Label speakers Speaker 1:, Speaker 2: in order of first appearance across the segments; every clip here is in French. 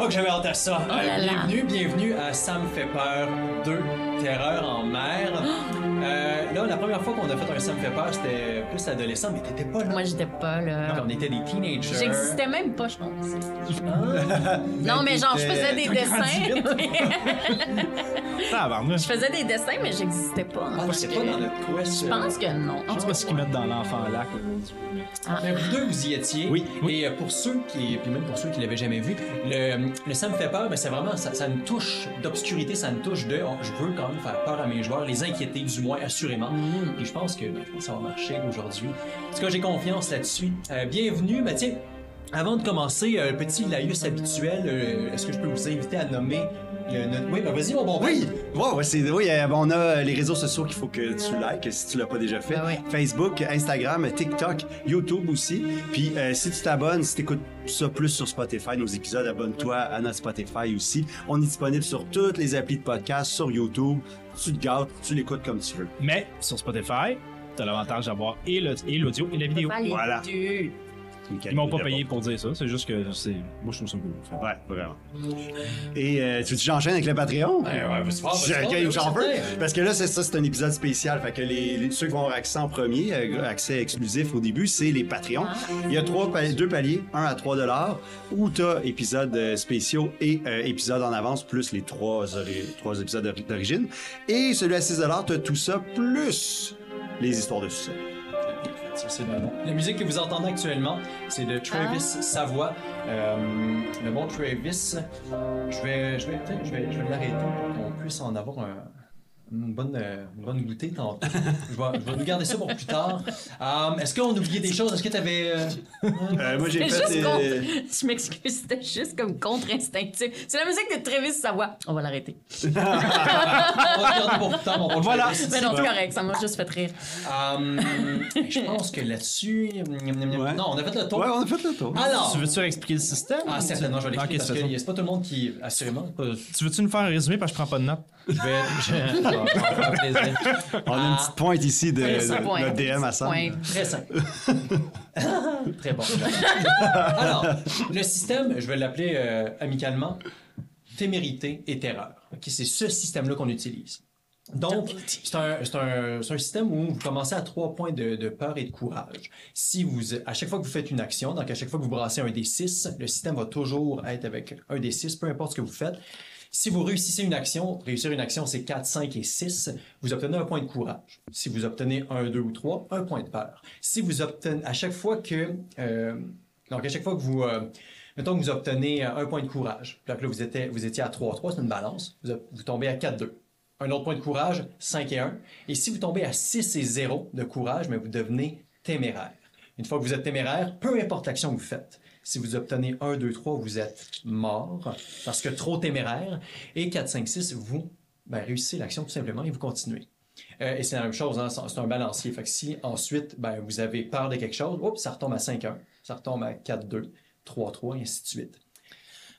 Speaker 1: Oh, que j'avais hâte à ça! Euh, bienvenue, bienvenue à Ça me fait peur 2, Terreur en mer. Euh, là, la première fois qu'on a fait un Ça me fait peur, c'était plus adolescent, mais t'étais pas là.
Speaker 2: Moi, j'étais pas là.
Speaker 1: on était des teenagers.
Speaker 2: J'existais même pas, je pense.
Speaker 1: Ben,
Speaker 2: Non, mais genre, je
Speaker 1: t'étais-
Speaker 2: faisais des
Speaker 1: t'as grandi
Speaker 2: dessins.
Speaker 1: vite.
Speaker 3: Tabarnouche.
Speaker 2: je faisais des dessins, mais j'existais pas. en
Speaker 1: Ah,
Speaker 2: tant
Speaker 1: c'est
Speaker 2: que-
Speaker 1: pas dans notre quest.
Speaker 2: Je pense que non.
Speaker 3: Je sais pas ce qu'ils mettent dans l'enfant lac aujourd'hui.
Speaker 1: Mais vous deux, vous y étiez.
Speaker 3: Ah. Oui, oui.
Speaker 1: Et euh, pour ceux qui, puis même pour ceux qui l'avaient jamais vu, le, le ça me fait peur, mais c'est vraiment, ça, ça me touche d'obscurité, ça me touche de, oh, je veux quand même faire peur à mes joueurs, les inquiéter du moins, assurément.
Speaker 3: Mm.
Speaker 1: Et je pense que, ben, je pense que ça va marcher aujourd'hui. En tout cas, j'ai confiance là-dessus. Euh, bienvenue, mais tiens, avant de commencer, euh, petit laïus habituel, euh, est-ce que je peux vous inviter à nommer le, notre... Oui, ben vas-y, mon bon.
Speaker 3: Oui! Wow, c'est, oui, euh, on a euh, les réseaux sociaux qu'il faut que tu likes si tu l'as pas déjà fait.
Speaker 2: Ben ouais.
Speaker 3: Facebook, Instagram, TikTok, YouTube aussi. Puis euh, si tu t'abonnes, si t'écoutes ça plus sur Spotify, nos épisodes, abonne-toi à notre Spotify aussi. On est disponible sur toutes les applis de podcast, sur YouTube. Tu te gâtes, tu l'écoutes comme tu veux.
Speaker 4: Mais sur Spotify, t'as l'avantage d'avoir et le- et l'audio et, la vidéo.
Speaker 2: Pas les
Speaker 3: Voilà.
Speaker 2: deux.
Speaker 4: Ils m'ont pas payé pour dire ça, c'est juste que c'est. Moi, je trouve ça cool.
Speaker 3: Ouais, vraiment. Et euh, tu veux que j'enchaîne avec le Patreon?
Speaker 1: Ben, ouais, vas-y fort, vas-y
Speaker 3: J'accueille
Speaker 1: fort,
Speaker 3: où
Speaker 1: oui,
Speaker 3: j'en veux.
Speaker 1: certain.
Speaker 3: Parce que là, c'est ça, c'est un épisode spécial. Fait que les, les- ceux qui vont avoir accès en premier, euh, accès exclusif au début, c'est les Patreons. Il y a trois, pal- deux paliers, un à 3 dollars, où t'as épisodes euh, spéciaux et euh, épisodes en avance, plus les trois, ori- trois épisodes d'ori- d'origine. Et celui à 6 dollars, t'as tout ça, plus les histoires de succès.
Speaker 1: Ça, c'est le nom. La musique que vous entendez actuellement, c'est de Travis Savoie. Euh, le bon Travis, je vais, je vais, tiens, je vais, je vais l'arrêter pour qu'on puisse en avoir un- une, bonne, euh, une bonne goûtée tantôt. je, vais, je vais nous garder ça pour plus tard. Euh, Est-ce qu'on oubliait des choses? Est-ce que tu avais...
Speaker 3: Euh, moi, j'ai
Speaker 2: C'est
Speaker 3: fait.
Speaker 2: juste
Speaker 3: euh,
Speaker 2: contre. Je m'excuse, c'était juste comme contre-instinctif. C'est la musique de Travis Savoie. On va l'arrêter.
Speaker 1: on va le garder pour plus tard, mon bon
Speaker 4: Voilà.
Speaker 1: Travis.
Speaker 2: Mais non, c'est correct, ça m'a juste fait rire.
Speaker 1: Euh, je pense que là-dessus...
Speaker 3: Ouais.
Speaker 1: Non, on a fait le tour.
Speaker 3: Ouais, on a fait le tour.
Speaker 2: Ah.
Speaker 1: Alors...
Speaker 4: Tu veux-tu expliquer le système?
Speaker 1: Ah, certainement, je vais
Speaker 4: Ok,
Speaker 1: l'expliquer
Speaker 4: c'est
Speaker 1: parce
Speaker 4: ça.
Speaker 1: que c'est pas tout le monde qui... Assurément, pas-
Speaker 4: Tu veux-tu nous faire un résumé parce que je prends pas de notes?
Speaker 1: Je vais. Je... ça va me faire plaisir.
Speaker 3: On a une petite pointe ici de,
Speaker 2: Juste
Speaker 3: de-
Speaker 2: un point.
Speaker 3: notre DM à
Speaker 2: Juste
Speaker 3: ça.
Speaker 2: un point.
Speaker 1: Très simple. Très bon. Alors, le système, je vais l'appeler euh, amicalement témérité et terreur. Ok, c'est ce système-là qu'on utilise. Donc, c'est un, c'est un- c'est un système où vous commencez à trois points de, de peur et de courage. Si vous, à chaque fois que vous faites une action, donc à chaque fois que vous brassez un des six, le système va toujours être avec un des six, peu importe ce que vous faites. Si vous réussissez une action, réussir une action, c'est 4, 5 et 6, vous obtenez un point de courage. Si vous obtenez 1, 2 ou 3, un point de peur. Si vous obtenez, à chaque fois que, euh, donc à chaque fois que vous, euh, mettons que vous obtenez euh, un point de courage, puis là, que là, vous étiez, vous étiez à 3, 3, c'est une balance, vous, ob- vous tombez à 4, 2. Un autre point de courage, 5 et 1. Et si vous tombez à 6 et 0 de courage, mais vous devenez téméraire. Une fois que vous êtes téméraire, peu importe l'action que vous faites, si vous obtenez 1, 2, 3, vous êtes mort parce que trop téméraire. Et 4, 5, 6, vous ben, réussissez l'action tout simplement et vous continuez. Euh, et c'est la même chose, hein, c'est c'est un balancier. Fait que si ensuite ben, vous avez peur de quelque chose, oups, ça retombe à 5, 1, ça retombe à 4, 2, 3, 3, et ainsi de suite.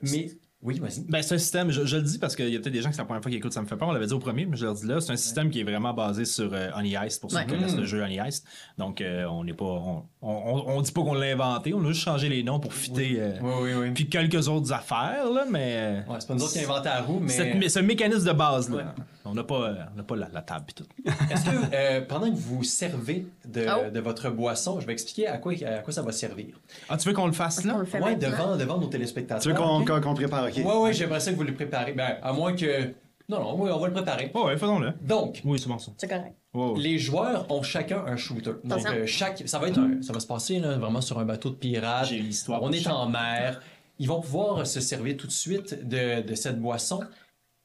Speaker 1: Mais oui, vas-y.
Speaker 4: Ben, c'est un système, je, je le dis parce qu'il y a peut-être des gens que c'est la première fois qu'ils écoutent, ça me fait peur, on l'avait dit au premier, mais je leur dis là, c'est un système qui est vraiment basé sur euh, Honey Heist, pour ceux qui
Speaker 2: Ouais.
Speaker 1: Mm.
Speaker 4: connaissent le jeu Honey Heist. Donc, euh, on n'est pas, on, on, on- on dit pas qu'on l'a inventé, on a juste changé les noms pour fitter, euh,
Speaker 1: Oui, oui, oui.
Speaker 4: puis quelques autres affaires, là, mais... euh,
Speaker 1: Ouais, c'est pas nous autres qui avons inventé la roue, mais.
Speaker 4: Cette mé- ce mécanisme de base, là.
Speaker 1: Ouais.
Speaker 4: On n'a pas, euh, on n'a pas la, la table et tout.
Speaker 1: Est-ce que euh, pendant que vous servez de,
Speaker 2: Oh.
Speaker 1: de votre boisson, je vais expliquer à quoi, à quoi ça va servir.
Speaker 4: Ah, tu veux qu'on le fasse là?
Speaker 2: On le fait
Speaker 1: Ouais,
Speaker 2: maintenant.
Speaker 3: Ah,
Speaker 1: devant, devant nos téléspectateurs.
Speaker 3: Tu veux qu'on
Speaker 1: ok?
Speaker 3: qu'on- qu'on prépare, OK?
Speaker 1: Ouais, ouais, j'aimerais ça que vous le prépariez. Ben, à moins que Non, non, oui, on va le préparer.
Speaker 4: Oh, ouais, faisons-le.
Speaker 1: Donc,
Speaker 4: Oui, c'est bon ça.
Speaker 2: C'est correct.
Speaker 4: Wow.
Speaker 1: les joueurs ont chacun un shooter. Donc,
Speaker 2: Attention.
Speaker 1: euh, chaque, ça va être un- ça va se passer là, vraiment sur un bateau de pirates.
Speaker 4: J'ai une histoire
Speaker 1: On
Speaker 4: pour
Speaker 1: est
Speaker 4: chaque-
Speaker 1: en mer. Ils vont pouvoir se servir tout de suite de, de cette boisson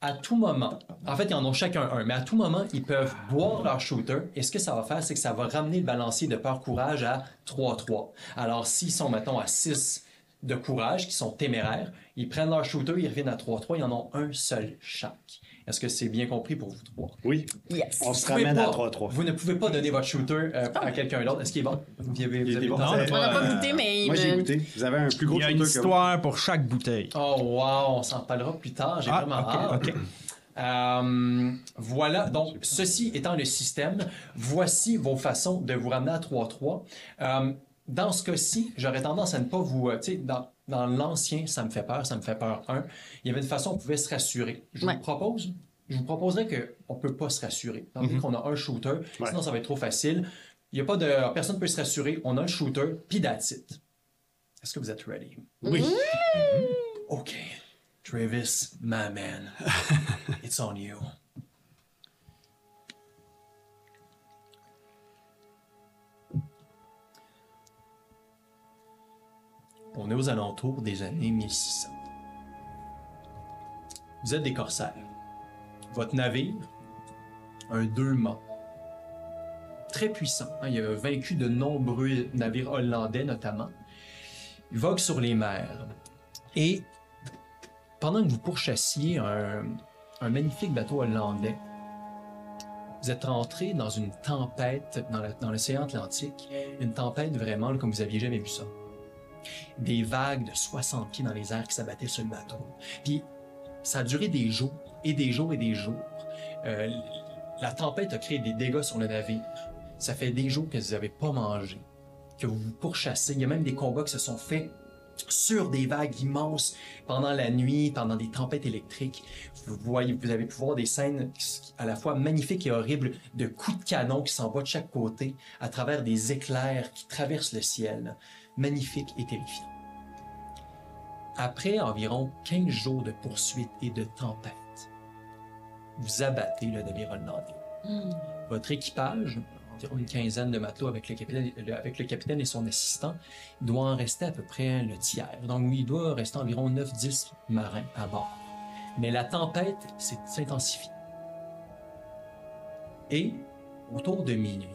Speaker 1: à tout moment. En fait, ils en ont chacun un, mais à tout moment, ils peuvent boire leur shooter. Et ce que ça va faire, c'est que ça va ramener le balancier de peur courage à 3-3. Alors, s'ils sont, mettons, à 6 de courage, qui sont téméraires, ils prennent leur shooter, ils reviennent à 3-3, ils en ont un seul chaque. Est-ce que c'est bien compris pour vous trois?
Speaker 3: Oui.
Speaker 2: Yes.
Speaker 3: On se
Speaker 1: Vous pouvez
Speaker 3: ramène à
Speaker 1: pas-
Speaker 3: 3-3.
Speaker 1: Vous ne pouvez pas donner votre shooter euh, à quelqu'un d'autre. Est-ce qu'il est bon? Vous avez- vous
Speaker 3: Il
Speaker 1: avez
Speaker 3: est bon.
Speaker 1: pensé-
Speaker 4: Non,
Speaker 2: On n'a pas goûté, mais.
Speaker 3: Moi, j'ai
Speaker 2: me-
Speaker 3: goûté. Vous avez un plus gros hein.
Speaker 4: Il y a une
Speaker 3: shooter que moi.
Speaker 4: histoire pour chaque bouteille.
Speaker 1: Oh wow, on s'en parlera plus tard, j'ai vraiment
Speaker 4: Ah,
Speaker 1: hâte.
Speaker 4: ok, ok.
Speaker 1: Euh, voilà, donc ceci étant le système, voici vos façons de vous ramener à 3-3. Euh, dans ce cas-ci, j'aurais tendance à ne pas vous... euh, tu sais, dans, dans l'ancien, ça me fait peur, ça me fait peur 1, il y avait une façon on pouvait se rassurer. Je
Speaker 2: Ouais.
Speaker 1: vous propose... Je vous proposerais qu'on ne peut pas se rassurer. Tant
Speaker 3: Mhm.
Speaker 1: pis qu'on a un shooter, sinon ça va être trop facile. Il y a pas de... Personne ne peut se rassurer. On a un shooter, puis that's it. Est-ce que vous êtes ready? Mmh.
Speaker 4: Oui.
Speaker 1: OK. Travis, my man. It's on you. On est aux alentours des années 1600. Vous êtes des corsaires. Votre navire, un deux-mâts, très puissant. hein, il a vaincu de nombreux navires hollandais notamment. Il vogue sur les mers. Et pendant que vous pourchassiez un, un magnifique bateau hollandais, vous êtes rentré dans une tempête dans la- dans l'océan Atlantique, une tempête vraiment comme vous aviez jamais vu ça. Des vagues de 60 pieds dans les airs qui s'abattaient sur le bateau. Puis ça a duré des jours et des jours et des jours. Euh, la tempête a créé des dégâts sur le navire. Ça fait des jours que vous n'avez pas mangé, que vous vous pourchassez. Il y a même des combats qui se sont faits sur des vagues immenses pendant la nuit, pendant des tempêtes électriques. Vous voyez, vous avez pu voir des scènes qui- à la fois magnifiques et horribles de coups de canon qui s'envoient de chaque côté à travers des éclairs qui traversent le ciel. Magnifique et terrifiant. Après environ 15 jours de poursuites et de tempêtes, vous abattez le navire hollandais. Votre équipage, environ une quinzaine de matelots avec le capitaine, le- avec le capitaine et son assistant, doit en rester à peu près le tiers. Donc, il doit rester environ 9-10 marins à bord. Mais la tempête s'est- s'intensifie. Et, autour de minuit,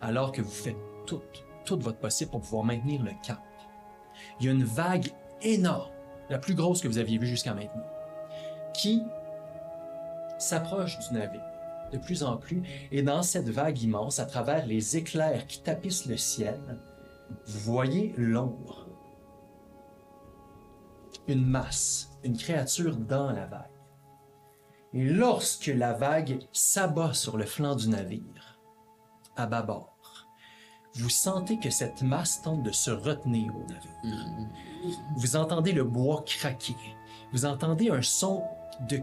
Speaker 1: alors que vous faites tout, tout votre possible pour pouvoir maintenir le cap, il y a une vague énorme, la plus grosse que vous aviez vue jusqu'à maintenant, qui s'approche du navire de plus en plus, et dans cette vague immense, à travers les éclairs qui tapissent le ciel, vous voyez l'ombre. Une masse, une créature dans la vague. Et lorsque la vague s'abat sur le flanc du navire, à bâbord, vous sentez que cette masse tente de se retenir au navire. Vous entendez le bois craquer. Vous entendez un son de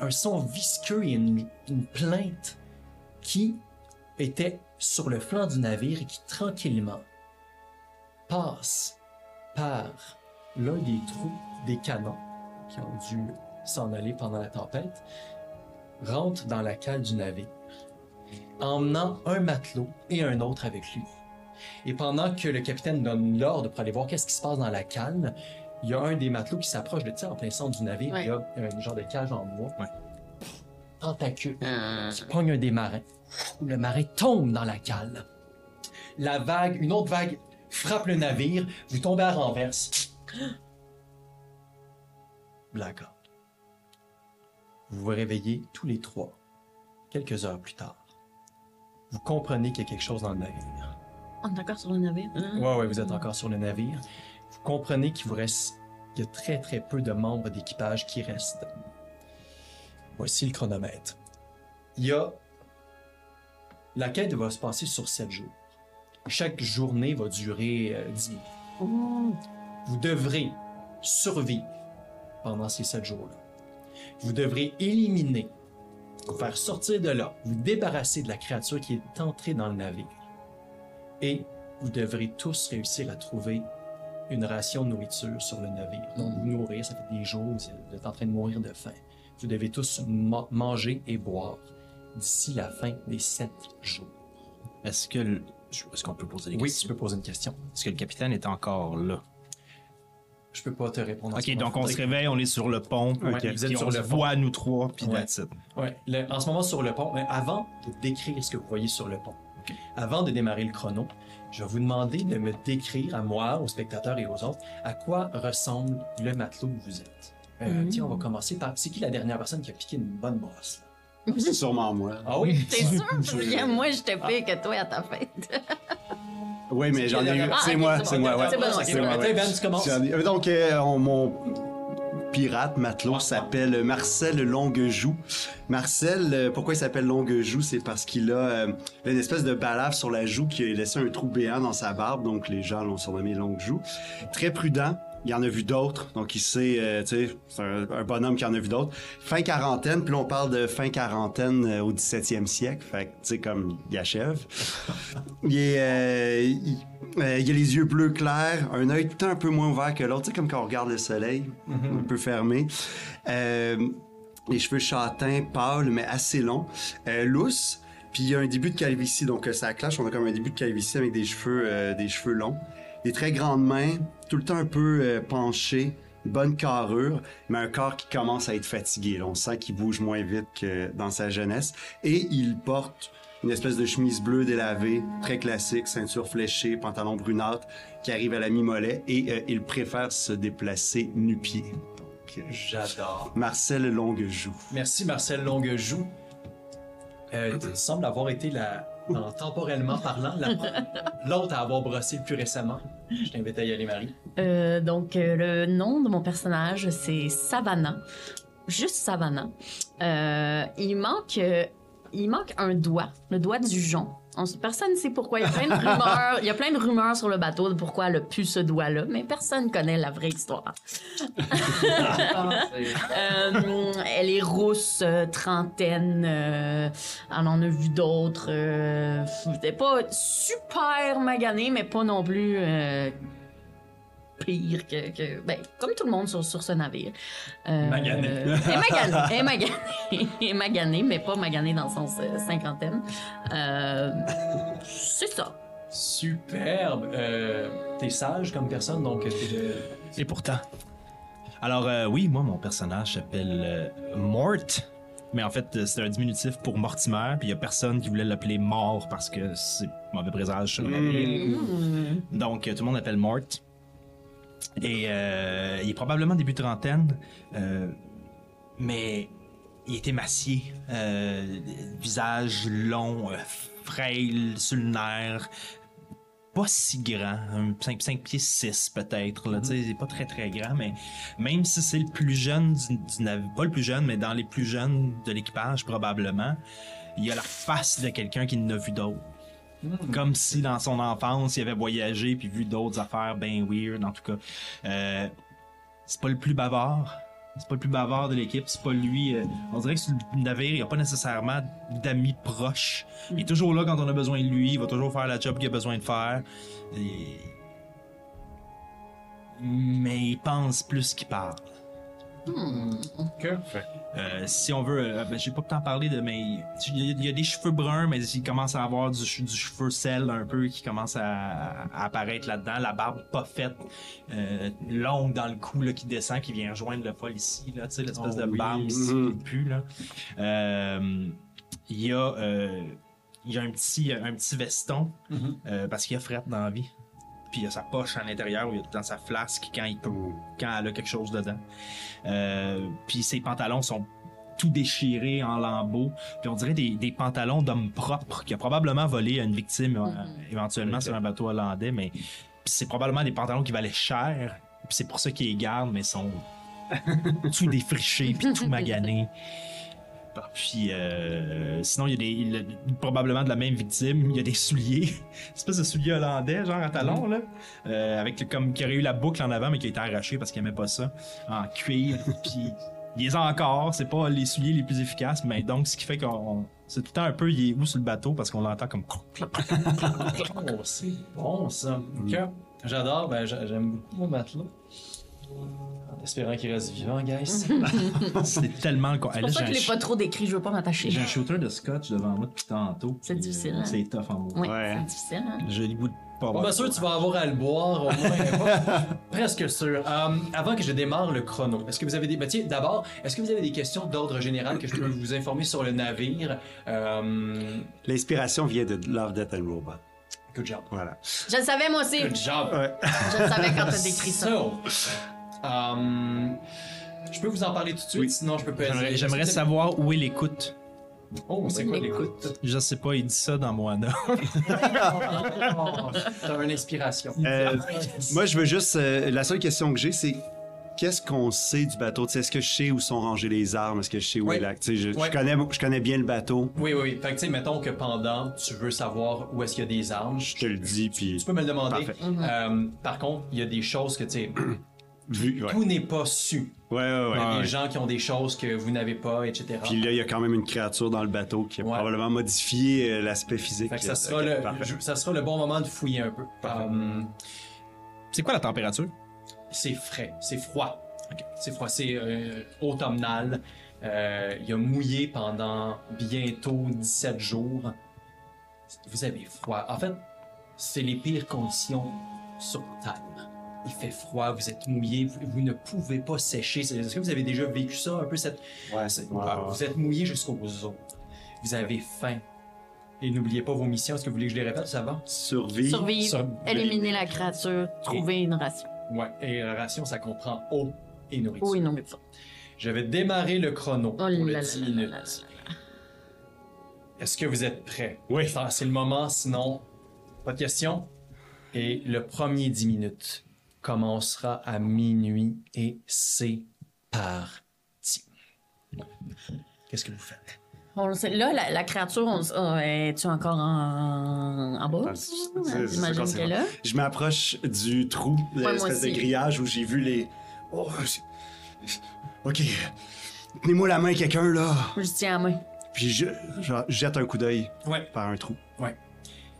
Speaker 1: un son visqueux et une, une plainte qui était sur le flanc du navire et qui tranquillement passe par l'un des trous des canons qui ont dû s'en aller pendant la tempête, rentre dans la cale du navire, emmenant un matelot et un autre avec lui. Et pendant que le capitaine donne l'ordre pour aller voir qu'est-ce qui se passe dans la cale, il y a un des matelots qui s'approche de tir en plein centre du navire.
Speaker 2: Ouais.
Speaker 1: Il y a un genre de cage en bois.
Speaker 4: Ouais.
Speaker 1: Tentacule qui pogne un des marins. Le marin tombe dans la cale. La vague, une autre vague, frappe le navire. Vous tombez à renverse. Blackout. Vous vous réveillez tous les trois, quelques heures plus tard. Vous comprenez qu'il y a quelque chose dans le navire.
Speaker 2: On est encore sur le navire. hein?
Speaker 1: Ouais, ouais, vous êtes encore sur le navire. Vous comprenez qu'il vous reste, qu'il y a très très peu de membres d'équipage qui restent. Voici le chronomètre. Il y a. La quête va se passer sur 7 jours. Chaque journée va durer euh, 10 minutes. Vous devrez survivre pendant ces 7 jours-là. Vous devrez éliminer, vous faire sortir de là, vous débarrasser de la créature qui est entrée dans le navire. Et vous devrez tous réussir à trouver une ration de nourriture sur le navire. Donc, vous nourrir, ça fait des jours, vous êtes en train de mourir de faim. Vous devez tous ma- manger et boire d'ici la fin des sept jours.
Speaker 5: Est-ce que. le- je- Est-ce qu'on peut poser des
Speaker 1: Oui, tu
Speaker 5: questions?
Speaker 1: peux poser une question.
Speaker 5: Est-ce que le capitaine est encore là?
Speaker 1: Je peux pas te répondre. en ce
Speaker 5: Ok,
Speaker 1: moment.
Speaker 5: donc on se réveille, on est sur le pont.
Speaker 1: Ouais,
Speaker 5: ok,
Speaker 1: vous êtes
Speaker 5: puis
Speaker 1: sur
Speaker 5: on
Speaker 1: le
Speaker 5: se
Speaker 1: pont.
Speaker 5: voit, nous trois, puis
Speaker 1: Ouais.
Speaker 5: that's it.
Speaker 1: Ouais, le- en ce moment sur le pont, mais avant de décrire ce que vous voyez sur le pont, avant de démarrer le chrono, je vais vous demander de me décrire à moi, aux spectateurs et aux autres, à quoi ressemble le matelot que vous êtes. Euh, Tiens, on va commencer par. C'est qui la dernière personne qui a piqué une bonne brosse? là?
Speaker 3: C'est sûrement moi.
Speaker 1: Ah oui?
Speaker 2: T'es sûr? Parce que moi, je te paye que toi à ta fête.
Speaker 3: Oui, mais j'en ai eu.
Speaker 2: Ah,
Speaker 3: C'est
Speaker 2: ok,
Speaker 3: moi,
Speaker 2: c'est bon,
Speaker 3: c'est moi,
Speaker 2: ok,
Speaker 3: ouais.
Speaker 2: c'est bon, ok,
Speaker 3: C'est
Speaker 2: c'est
Speaker 3: moi,
Speaker 2: bon.
Speaker 3: ouais.
Speaker 1: Attends, Ben, tu commences.
Speaker 3: J'en ai- Donc, euh, on- mon pirate
Speaker 2: Ah.
Speaker 3: matelot s'appelle Marcel Longuejoue. Marcel, euh, pourquoi il s'appelle Longuejoue? C'est parce qu'il a euh, une espèce de balafre sur la joue qui a laissé un trou béant dans sa barbe, donc les gens l'ont surnommé Longuejoue. Très prudent. Il en a vu d'autres, donc il sait, euh, tu sais, c'est un, un bonhomme qui en a vu d'autres. Fin quarantaine, puis là, on parle de fin quarantaine euh, au 17e siècle, fait que, tu sais, comme, il achève. Il, est, euh, il, euh, il a les yeux bleus clairs, un œil tout le temps un peu moins ouvert que l'autre, tu sais, comme quand on regarde le soleil, un peu fermé. Euh, les cheveux châtains, pâles, mais assez longs, euh, lousses. Puis il y a un début de calvitie, donc euh, ça clash. On a comme un début de calvitie avec des cheveux, euh, des cheveux longs. Des très grandes mains, tout le temps un peu euh, penchées, une bonne carrure, mais un corps qui commence à être fatigué. là. On sent qu'il bouge moins vite que dans sa jeunesse. Et il porte une espèce de chemise bleue délavée, très classique, ceinture fléchée, pantalon brunâtre, qui arrive à la mi-mollet et euh, il préfère se déplacer nu-pied. Donc, euh,
Speaker 1: J'adore.
Speaker 3: Marcel Longuejoue.
Speaker 1: Merci, Marcel Longuejoue. Euh, tu sembles avoir été la. dans- temporellement parlant, la- l'autre à avoir brossé le plus récemment. Je t'invite à y aller, Marie.
Speaker 2: Euh, donc, euh, le nom de mon personnage, c'est Savannah. Juste Savannah. Euh, il, manque, euh, il manque un doigt, le doigt du jonc. On s- personne ne sait pourquoi. Il y, a plein de rumeurs, il y a plein de rumeurs sur le bateau de pourquoi elle a pu ce doigt-là, mais personne connaît la vraie histoire. Euh, elle est rousse, euh, trentaine. euh, on en a vu d'autres. euh, elle est pas super maganée, mais pas non plus euh, pire que, que- ben, comme tout le monde sur, sur ce navire. Euh,
Speaker 1: Maganée.
Speaker 2: euh, elle est maganée. Elle est maganée. Elle est maganée, mais pas maganée dans le sens euh, cinquantaine. Euh, c'est ça.
Speaker 1: Superbe. Euh, t'es sage comme personne, donc euh, t'es de...
Speaker 5: Et pourtant. Alors, euh, oui, moi, mon personnage s'appelle euh, Mort. Mais en fait, euh, c'est un diminutif pour Mortimer. Puis il y a personne qui voulait l'appeler Mort parce que c'est mauvais présage sur la ville. Donc, euh, tout le monde l'appelle Mort. Et euh, il est probablement début trentaine. euh, mais il est émacié. euh, visage long, euh, frêle, sur le nerf pas si grand, 5, pieds 6 peut-être, là, tu sais, il est pas très très grand, mais même si c'est le plus jeune du, du nav- pas le plus jeune, mais dans les plus jeunes de l'équipage probablement, il a la face de quelqu'un qui n'a vu d'autres. Comme si dans son enfance, il avait voyagé puis vu d'autres affaires ben weird, en tout cas. Euh, c'est pas le plus bavard. C'est pas le plus bavard de l'équipe. C'est pas lui. euh, on dirait que sur le navire, il n'y a pas nécessairement d'amis proches. Il est toujours là quand on a besoin de lui. Il va toujours faire la job qu'il a besoin de faire. Et- Mais il pense plus qu'il parle.
Speaker 1: Que?
Speaker 5: Euh, si on veut, euh, ben, j'ai pas tant parlé de, mais il il y, a- il y a des cheveux bruns, mais il commence à avoir du, che- du cheveu sel un peu qui commence à, à apparaître là-dedans, la barbe pas faite, euh, longue dans le cou là, qui descend, qui vient rejoindre le poil ici, là, tu sais, l'espèce
Speaker 1: Oh
Speaker 5: de
Speaker 1: oui.
Speaker 5: barbe ici qui pue là. Euh, il y a, euh, il y a un petit, un petit veston euh, parce qu'il y a frette dans la vie. Puis il y a sa poche à l'intérieur où il y a dans sa flasque quand il peut, quand elle a quelque chose dedans. Euh, puis ses pantalons sont tout déchirés en lambeaux. Puis on dirait des, des pantalons d'homme propre qui a probablement volé à une victime euh, éventuellement sur un bateau hollandais, mais puis c'est probablement des pantalons qui valaient cher. Puis c'est pour ça qu'ils les gardent, mais ils sont tout défrichés puis tout maganés. Puis euh, sinon, il y a des, il a- probablement de la même victime. Il y a des souliers, Une espèce de souliers hollandais, genre à
Speaker 2: Mhm.
Speaker 5: talons, là, euh, avec le- comme qui aurait eu la boucle en avant, mais qui a été arrachée parce qu'il aimait pas ça, en cuir. Puis il les a encore. C'est pas les souliers les plus efficaces, mais donc ce qui fait qu'on on- c'est tout le temps un peu il est où sur le bateau parce qu'on l'entend comme
Speaker 1: Oh, c'est bon, ça. Que? J'adore, ben j'a- j'aime beaucoup mon matelot. En espérant qu'il reste vivant, guys.
Speaker 4: C'est tellement. con-
Speaker 2: C'est
Speaker 4: Là,
Speaker 2: pour ça que je
Speaker 4: j'ai un
Speaker 2: l'ai
Speaker 4: ch-
Speaker 2: pas trop décrit, je veux pas m'attacher.
Speaker 4: J'ai un shooter de scotch devant moi depuis tantôt.
Speaker 2: C'est
Speaker 4: puis,
Speaker 2: difficile,
Speaker 4: euh,
Speaker 2: hein?
Speaker 4: C'est tough en moi.
Speaker 2: Oui, bah,
Speaker 3: Ouais.
Speaker 2: c'est difficile. Hein?
Speaker 4: J'ai le goût de pas
Speaker 1: Bon,
Speaker 4: avoir.
Speaker 1: ben sûr, tu vas avoir à le boire, au moins. Presque sûr. Euh, avant que je démarre le chrono, est-ce que vous avez des. Ben, tiens, d'abord, est-ce que vous avez des questions d'ordre général que je peux vous informer sur le navire Euh,
Speaker 3: L'inspiration vient de Love, Death and Robot.
Speaker 1: Good job.
Speaker 3: Voilà.
Speaker 2: Je le savais, moi aussi.
Speaker 1: Good job.
Speaker 2: Je le savais quand t'as décrit ça.
Speaker 1: So, euh, je peux vous en parler tout de suite,
Speaker 3: Oui.
Speaker 1: sinon je peux pas
Speaker 4: J'aimerais- J'aimerais
Speaker 1: ça.
Speaker 4: savoir où est l'écoute.
Speaker 1: Oh, c'est quoi l'écoute?
Speaker 4: Je sais pas, il dit ça dans Moana.
Speaker 1: Oh, T'as une inspiration.
Speaker 3: Euh, moi, je veux juste. euh, la seule question que j'ai, c'est qu'est-ce qu'on sait du bateau? Tu sais, Est-ce que je sais où sont rangées les armes? Est-ce que je sais où
Speaker 1: Oui.
Speaker 3: est l'acte? Tu sais, Je, je
Speaker 1: Oui.
Speaker 3: connais, je connais bien le bateau.
Speaker 1: Oui, oui, oui. Fait que, tu sais, mettons que pendant, tu veux savoir où est-ce qu'il y a des armes.
Speaker 3: Je te le dis, puis
Speaker 1: Tu peux me le demander.
Speaker 3: Parfait.
Speaker 1: Euh, par contre, il y a des choses que, tu sais,
Speaker 3: vu. Ouais,
Speaker 1: tout n'est pas su.
Speaker 3: ouais, ouais.
Speaker 1: Il y a
Speaker 3: Ah, ouais.
Speaker 1: des gens qui ont des choses que vous n'avez pas, etc.
Speaker 3: Puis là, il y a quand même une créature dans le bateau qui a
Speaker 1: Ouais.
Speaker 3: probablement modifié euh, l'aspect physique.
Speaker 1: Fait que ça,
Speaker 3: Ok,
Speaker 1: sera le,
Speaker 3: parfait.
Speaker 1: je- ça sera le bon moment de fouiller un peu. Euh,
Speaker 4: Hum, C'est quoi la température?
Speaker 1: c'est frais, c'est froid. C'est froid, c'est euh, automnal. Euh, il a mouillé pendant bientôt 17 jours. Vous avez froid. En fait, c'est les pires conditions sur Terre. Il fait froid, vous êtes mouillé, vous, vous ne pouvez pas sécher. C'est- Est-ce que vous avez déjà vécu ça, un peu cette...
Speaker 3: Ouais,
Speaker 1: c'est-
Speaker 3: ouais,
Speaker 1: Ah,
Speaker 3: ouais.
Speaker 1: Vous êtes mouillé jusqu'aux os. Vous avez faim. Et n'oubliez pas vos missions. Est-ce que vous voulez que je les répète, ça va?
Speaker 3: Survie.
Speaker 2: Survivre,
Speaker 1: Sur-
Speaker 2: éliminer la créature, trouver une ration. Oh,
Speaker 1: Ouais. Et la ration, ça comprend eau et nourriture.
Speaker 2: Oui, non, mais ça.
Speaker 1: Je vais démarrer le chrono
Speaker 2: Oh
Speaker 1: pour
Speaker 2: là
Speaker 1: le
Speaker 2: là
Speaker 1: 10
Speaker 2: là là là là.
Speaker 1: minutes. Est-ce que vous êtes prêts?
Speaker 3: Oui.
Speaker 1: Enfin, C'est le moment, sinon, pas de question. Et le premier 10 minutes commencera à minuit et c'est parti. Qu'est-ce que vous faites?
Speaker 2: On le sait. Là, la, la créature, on le sait- oh, es-tu encore en, en bas?
Speaker 3: Attends, Ah, c'est- c'est- c'est
Speaker 2: J'imagine
Speaker 3: ça qu'on sait
Speaker 2: que
Speaker 3: pas.
Speaker 2: là.
Speaker 3: Je m'approche du trou,
Speaker 2: moi
Speaker 3: l'espèce de
Speaker 2: aussi.
Speaker 3: grillage où j'ai vu les. Oh, c'est- ok. Tenez-moi la main, quelqu'un, là.
Speaker 2: Je tiens la main.
Speaker 3: Puis je, je jette un coup d'œil
Speaker 1: Ouais.
Speaker 3: par un trou.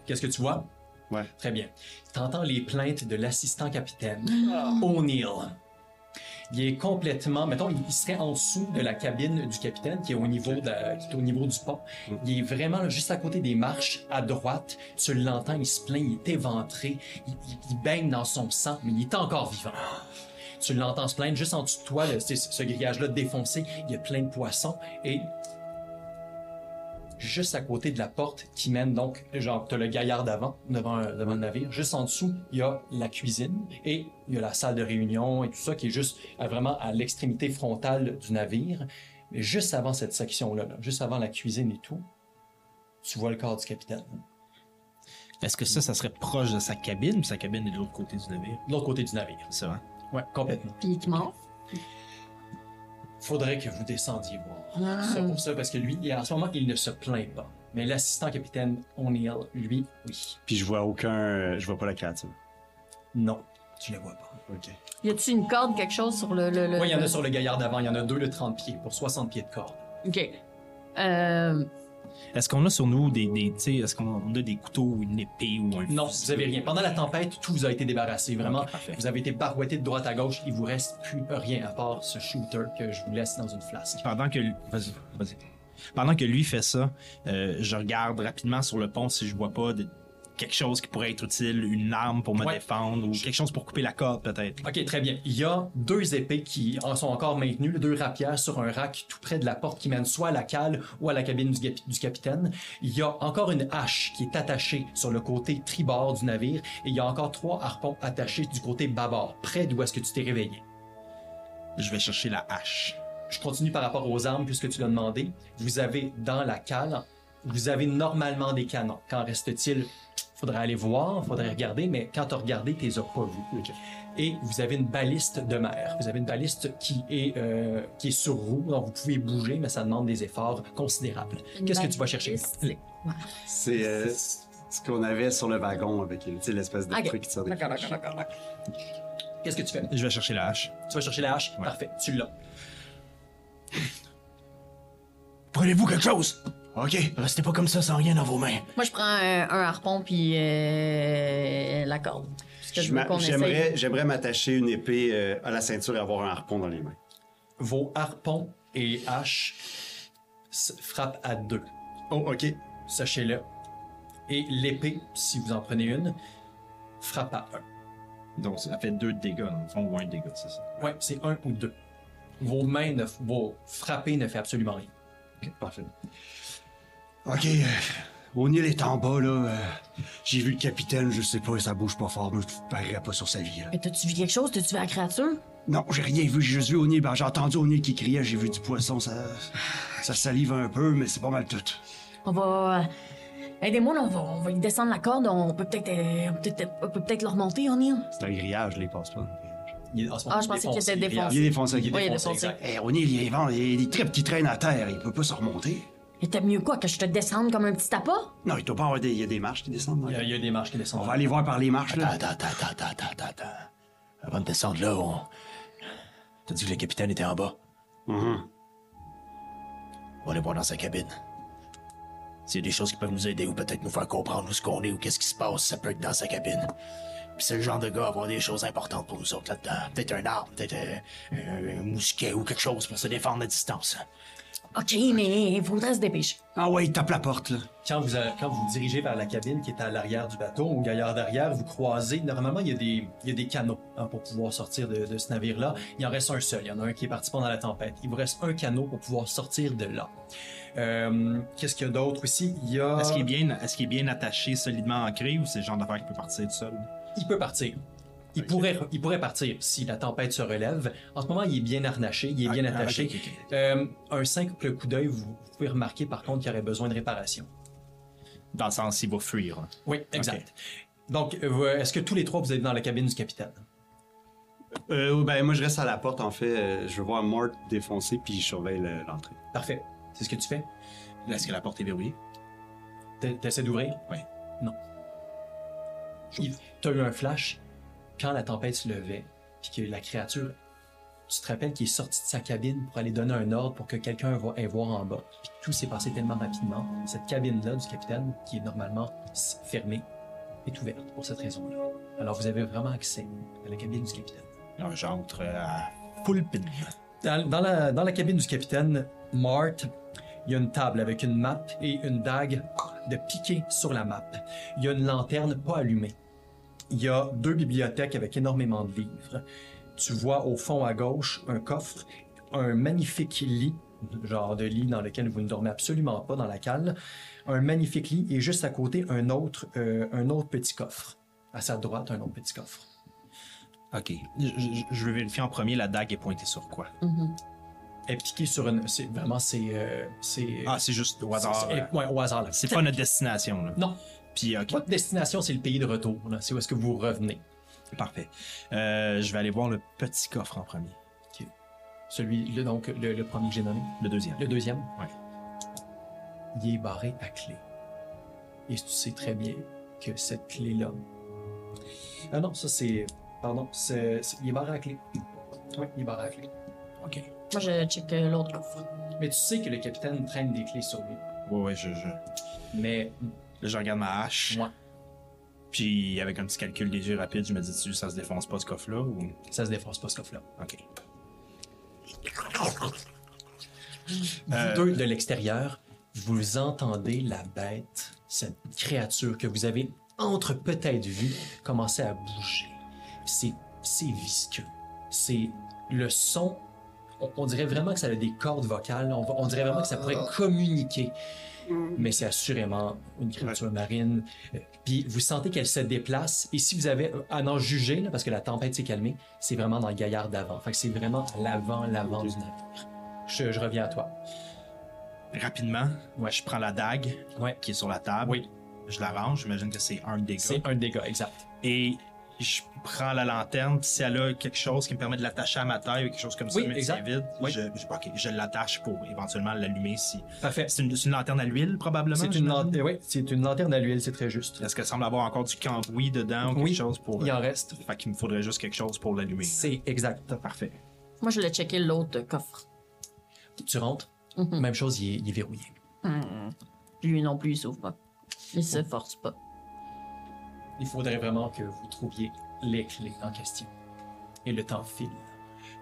Speaker 1: Qu'est-ce que tu vois?
Speaker 3: Ouais.
Speaker 1: Très bien. Tu entends les plaintes de l'assistant capitaine, O'Neill. Il est complètement, mettons, il il serait en dessous de la cabine du capitaine qui est au niveau, de la- qui est au niveau du pont. Il est vraiment là, juste à côté des marches, à droite. Tu l'entends, il se plaint, il est éventré, il, il- il baigne dans son sang, mais il est encore vivant. Tu l'entends se plaindre juste en dessous de toi, le- c'est- ce grillage-là défoncé, il y a plein de poissons et juste à côté de la porte qui mène donc, genre, t'as le gaillard d'avant, devant, euh, devant le navire. Juste en dessous, il y a la cuisine et il y a la salle de réunion et tout ça qui est juste à- vraiment à l'extrémité frontale du navire. Mais juste avant cette section-là, là, juste avant la cuisine et tout, tu vois le corps du capitaine. hein,
Speaker 4: Est-ce que ça, ça serait proche de sa cabine? Puis sa cabine est de l'autre côté du navire.
Speaker 1: De l'autre côté du navire.
Speaker 4: C'est vrai.
Speaker 1: Ouais, complètement.
Speaker 2: Puis il te mord.
Speaker 1: Faudrait que vous descendiez voir. Ça pour ça, parce que lui, il- en ce moment, il ne se plaint pas. Mais l'assistant capitaine O'Neill, lui, oui.
Speaker 3: Puis je vois aucun. euh, Je vois pas la créature.
Speaker 1: Non, tu ne le vois pas.
Speaker 3: Ok.
Speaker 2: Y a-tu une corde, quelque chose sur le. le, le-
Speaker 1: Oui, il y en
Speaker 4: Euh,
Speaker 2: le-
Speaker 1: a sur le gaillard d'avant, il y en a deux de 30 pieds pour 60 pieds de corde.
Speaker 2: Ok. Euh,
Speaker 4: Est-ce qu'on a sur nous des. des tu sais, Est-ce qu'on on a des couteaux ou une épée ou un.
Speaker 1: Non,
Speaker 4: fusil?
Speaker 1: vous avez rien. Pendant la tempête, tout vous a été débarrassé, vraiment.
Speaker 4: Ok, parfait.
Speaker 1: vous avez été barouetté de droite à gauche, il vous reste plus rien à part ce shooter que je vous laisse dans une flasque.
Speaker 4: Pendant que. lui- Vas-y, vas-y. Pendant que lui fait ça, euh, je regarde rapidement sur le pont si je vois pas de- quelque chose qui pourrait être utile, une arme pour me
Speaker 1: Ouais.
Speaker 4: défendre ou quelque chose pour couper la corde peut-être.
Speaker 1: Ok, très bien. Il y a deux épées qui en sont encore maintenues, deux rapières sur un rack tout près de la porte qui mène soit à la cale ou à la cabine du, gapi- du capitaine. Il y a encore une hache qui est attachée sur le côté tribord du navire et il y a encore trois harpons attachés du côté bâbord, près d'où est-ce que tu t'es réveillé.
Speaker 4: Je vais chercher la hache.
Speaker 1: je continue par rapport aux armes puisque tu l'as demandé. Vous avez dans la cale, vous avez normalement des canons. Qu'en reste-t-il? Faudrait aller voir, faudrait regarder, mais quand tu as regardé, tu les as pas vus. Et vous avez une baliste de mer. Vous avez une baliste qui est, euh, qui est sur roue, donc vous pouvez bouger, mais ça demande des efforts considérables. Qu'est-ce que tu vas chercher?
Speaker 2: ben, c'est-
Speaker 3: C'est euh, ce qu'on avait sur le wagon avec tu sais, l'espèce de
Speaker 2: Ok.
Speaker 3: truc qui sort des.
Speaker 2: D'accord, d'accord, d'accord. d'accord.
Speaker 1: Qu'est-ce que tu fais?
Speaker 4: Je vais chercher la hache.
Speaker 1: Tu vas chercher la hache? Parfait, tu l'as.
Speaker 4: Prenez-vous quelque chose
Speaker 5: OK, restez pas comme ça sans rien dans vos mains.
Speaker 2: Moi, je prends un, un harpon puis euh, la corde. Parce que je
Speaker 3: Je
Speaker 2: veux
Speaker 3: m'a-
Speaker 2: qu'on essaye.
Speaker 3: J'aimerais j'aimerais m'attacher une épée euh, à la ceinture et avoir un harpon dans les mains.
Speaker 1: Vos harpons et haches s- frappent à deux.
Speaker 3: Oh, OK.
Speaker 1: Sachez-le. Et l'épée, si vous en prenez une, frappe à un.
Speaker 5: Donc, ça fait deux dégâts, dans le fond, ou un dégât, c'est ça.
Speaker 1: Ouais, c'est un ou deux. Vos mains, ne, vos frappés ne fait absolument rien.
Speaker 3: OK, parfait. OK, euh, O'Neill est en bas, là. euh, J'ai vu le capitaine, je sais pas, ça bouge pas fort, mais je parierais pas sur sa vie, là.
Speaker 2: Mais t'as-tu vu quelque chose? T'as-tu vu la créature?
Speaker 3: Non, j'ai rien vu, j'ai juste vu O'Neill. Ben, j'ai entendu O'Neill qui criait, j'ai vu du poisson, ça, ça salive un peu, mais c'est pas mal tout.
Speaker 2: On va. euh, Aidez-moi, là, on va, on va lui descendre la corde. On peut peut-être euh, on peut peut-être- on peut peut le remonter, on y
Speaker 3: C'est un grillage, les passe pas.
Speaker 1: Il est en ce
Speaker 2: Ah, je pensais qu'il était défoncé.
Speaker 3: Il est défoncé, il est
Speaker 2: Oui, il est
Speaker 3: défoncé.
Speaker 2: défoncé.
Speaker 1: exact.
Speaker 3: Eh, O'Neill, il est vent, il y a des tripes qui traînent à terre, il peut pas se remonter.
Speaker 2: Et t'as mieux quoi? Que je te descende comme un petit tapas?
Speaker 3: Non, il doit pas avoir des, il y a des marches qui descendent.
Speaker 1: Il y, a, il y a des marches qui
Speaker 3: On
Speaker 1: descendent.
Speaker 3: va aller voir par les marches, là.
Speaker 6: Attends, attends, attends, attends, attends, attends, attends. Avant de descendre là, on. T'as dit que le capitaine était en bas.
Speaker 3: Mhm.
Speaker 6: On va aller voir dans sa cabine. S'il y a des choses qui peuvent nous aider ou peut-être nous faire comprendre où ce qu'on est ou qu'est-ce qui se passe, ça peut être dans sa cabine. Puis c'est le genre de gars à avoir des choses importantes pour nous autres là-dedans. Peut-être un arme, peut-être euh, euh, un mousquet ou quelque chose pour se défendre à distance.
Speaker 2: OK, mais il faudrait se dépêcher.
Speaker 3: Ah ouais, il tape la porte, là.
Speaker 1: Quand vous, a- quand vous vous dirigez vers la cabine qui est à l'arrière du bateau, au gaillard d'arrière, vous croisez. Normalement, il y a des, il y a des canaux hein, pour pouvoir sortir de, de ce navire-là. Il en reste un seul. Il y en a un qui est parti pendant la tempête. Il vous reste un canot pour pouvoir sortir de là. Euh, Qu'est-ce qu'il y a d'autre aussi? Il y a.
Speaker 5: Est-ce qu'il est, bien- est-ce qu'il est bien attaché, solidement ancré, ou c'est le genre d'affaire qui peut partir tout seul?
Speaker 1: Il peut partir. Il, pourrait, il pourrait partir si la tempête se relève. En ce moment, il est bien harnaché, il est bien
Speaker 5: Ah,
Speaker 1: attaché.
Speaker 5: ok, ok, ok.
Speaker 1: Euh, un simple coup d'œil, vous, vous pouvez remarquer par contre qu'il aurait besoin de réparation.
Speaker 5: Dans le sens, il va fuir. hein.
Speaker 1: Oui, exact. Donc, euh, vous- est-ce que tous les trois, vous êtes dans la cabine du capitaine?
Speaker 3: Euh, ben, moi, je reste à la porte, en fait. Euh, Je vois Mort défoncer, puis je surveille le- l'entrée.
Speaker 1: Parfait. C'est ce que tu fais?
Speaker 5: Est-ce que la porte est verrouillée?
Speaker 1: T'es- T'essaies d'ouvrir?
Speaker 5: Oui.
Speaker 1: Non. Il- T'as eu un flash quand la tempête se levait, puis que la créature, tu te rappelles qu'il est sorti de sa cabine pour aller donner un ordre pour que quelqu'un vo- aille voir en bas. Puis tout s'est passé tellement rapidement. Cette cabine-là du capitaine, qui est normalement s- fermée, est ouverte pour cette raison-là. Alors vous avez vraiment accès à la cabine du capitaine.
Speaker 5: Alors, j'entre euh, à full pin.
Speaker 1: Dans, dans la, dans la cabine du capitaine Mart, il y a une table avec une map et une dague de piqué sur la map. Il y a une lanterne pas allumée. Il y a deux bibliothèques avec énormément de livres. Tu vois au fond à gauche un coffre, un magnifique lit, genre de lit dans lequel vous ne dormez absolument pas dans la cale, un magnifique lit et juste à côté un autre, euh, un autre petit coffre. À sa droite, un autre petit coffre.
Speaker 5: OK. Je, je- je veux vérifier en premier, la dague est pointée sur quoi?
Speaker 1: Elle est piquée sur une. C'est vraiment c'est euh, c'est.
Speaker 5: Ah, c'est juste au
Speaker 1: C'est-
Speaker 5: hasard.
Speaker 1: c'est-
Speaker 5: euh,
Speaker 1: ouais, au hasard. Là.
Speaker 5: C'est pas notre destination, là.
Speaker 1: Non.
Speaker 5: Puis, OK,
Speaker 1: Votre destination, c'est le pays de retour. là. C'est où est-ce que vous revenez.
Speaker 5: parfait. Euh, je vais aller voir le petit coffre en premier.
Speaker 1: Celui, le, donc, le, le premier que j'ai nommé.
Speaker 5: Le deuxième.
Speaker 1: Le deuxième.
Speaker 5: Ouais.
Speaker 1: Il est barré à clé. Et tu sais très bien que cette clé-là. Ah non, ça c'est. Pardon, c'est, c'est- il est barré à clé. Oui, il est barré à clé.
Speaker 5: OK.
Speaker 2: Moi, je check euh, l'autre coffre.
Speaker 1: Mais tu sais que le capitaine traîne des clés sur lui.
Speaker 5: Ouais, ouais, je, je...
Speaker 1: Mais
Speaker 5: Là, je regarde ma hache.
Speaker 1: moi,
Speaker 5: Puis, avec un petit calcul léger rapide, je me dis dessus, ça se défonce pas ce coffre-là ou.
Speaker 1: ça se défonce pas ce coffre-là.
Speaker 5: OK.
Speaker 1: Vous deux, de l'extérieur, vous entendez la bête, cette créature que vous avez entre peut-être vue, commencer à bouger. C'est, c'est visqueux. C'est le son. On, on dirait vraiment que ça a des cordes vocales. On, va- on dirait vraiment que ça pourrait communiquer. Mais c'est assurément une créature marine. Euh, Puis vous sentez qu'elle se déplace. Et si vous avez euh, à en juger, là, parce que la tempête s'est calmée, c'est vraiment dans le gaillard d'avant. Fait que c'est vraiment à l'avant, l'avant du navire. Je- je reviens à toi.
Speaker 5: Rapidement,
Speaker 1: Ouais.
Speaker 5: je prends la dague
Speaker 1: Ouais.
Speaker 5: qui est sur la table.
Speaker 1: Oui.
Speaker 5: Je la range, j'imagine que c'est un dégât.
Speaker 1: C'est un dégât, exact.
Speaker 5: Et je prends la lanterne, puis si elle a quelque chose qui me permet de l'attacher à ma taille ou quelque chose comme
Speaker 1: Oui,
Speaker 5: ça, mais
Speaker 1: exact.
Speaker 5: c'est vide,
Speaker 1: Oui.
Speaker 5: je, je- ok, je l'attache pour éventuellement l'allumer si.
Speaker 1: Parfait.
Speaker 5: C'est une, c'est une lanterne à l'huile, probablement.
Speaker 1: C'est une,
Speaker 5: j'imagine?
Speaker 1: lanterne, oui, c'est une lanterne à l'huile, c'est très juste.
Speaker 5: Est-ce qu'elle semble avoir encore du cambouis dedans ou quelque
Speaker 1: Oui,
Speaker 5: chose pour.
Speaker 1: il en
Speaker 5: euh,
Speaker 1: reste.
Speaker 5: Fait qu'il me faudrait juste quelque chose pour l'allumer.
Speaker 1: C'est exact.
Speaker 5: Parfait.
Speaker 2: Moi, je l'ai checké l'autre coffre.
Speaker 1: Tu rentres, même chose, il est, il est verrouillé.
Speaker 2: Lui non plus, il s'ouvre pas. Il se force pas.
Speaker 1: Il faudrait vraiment que vous trouviez les clés en question. Et le temps file.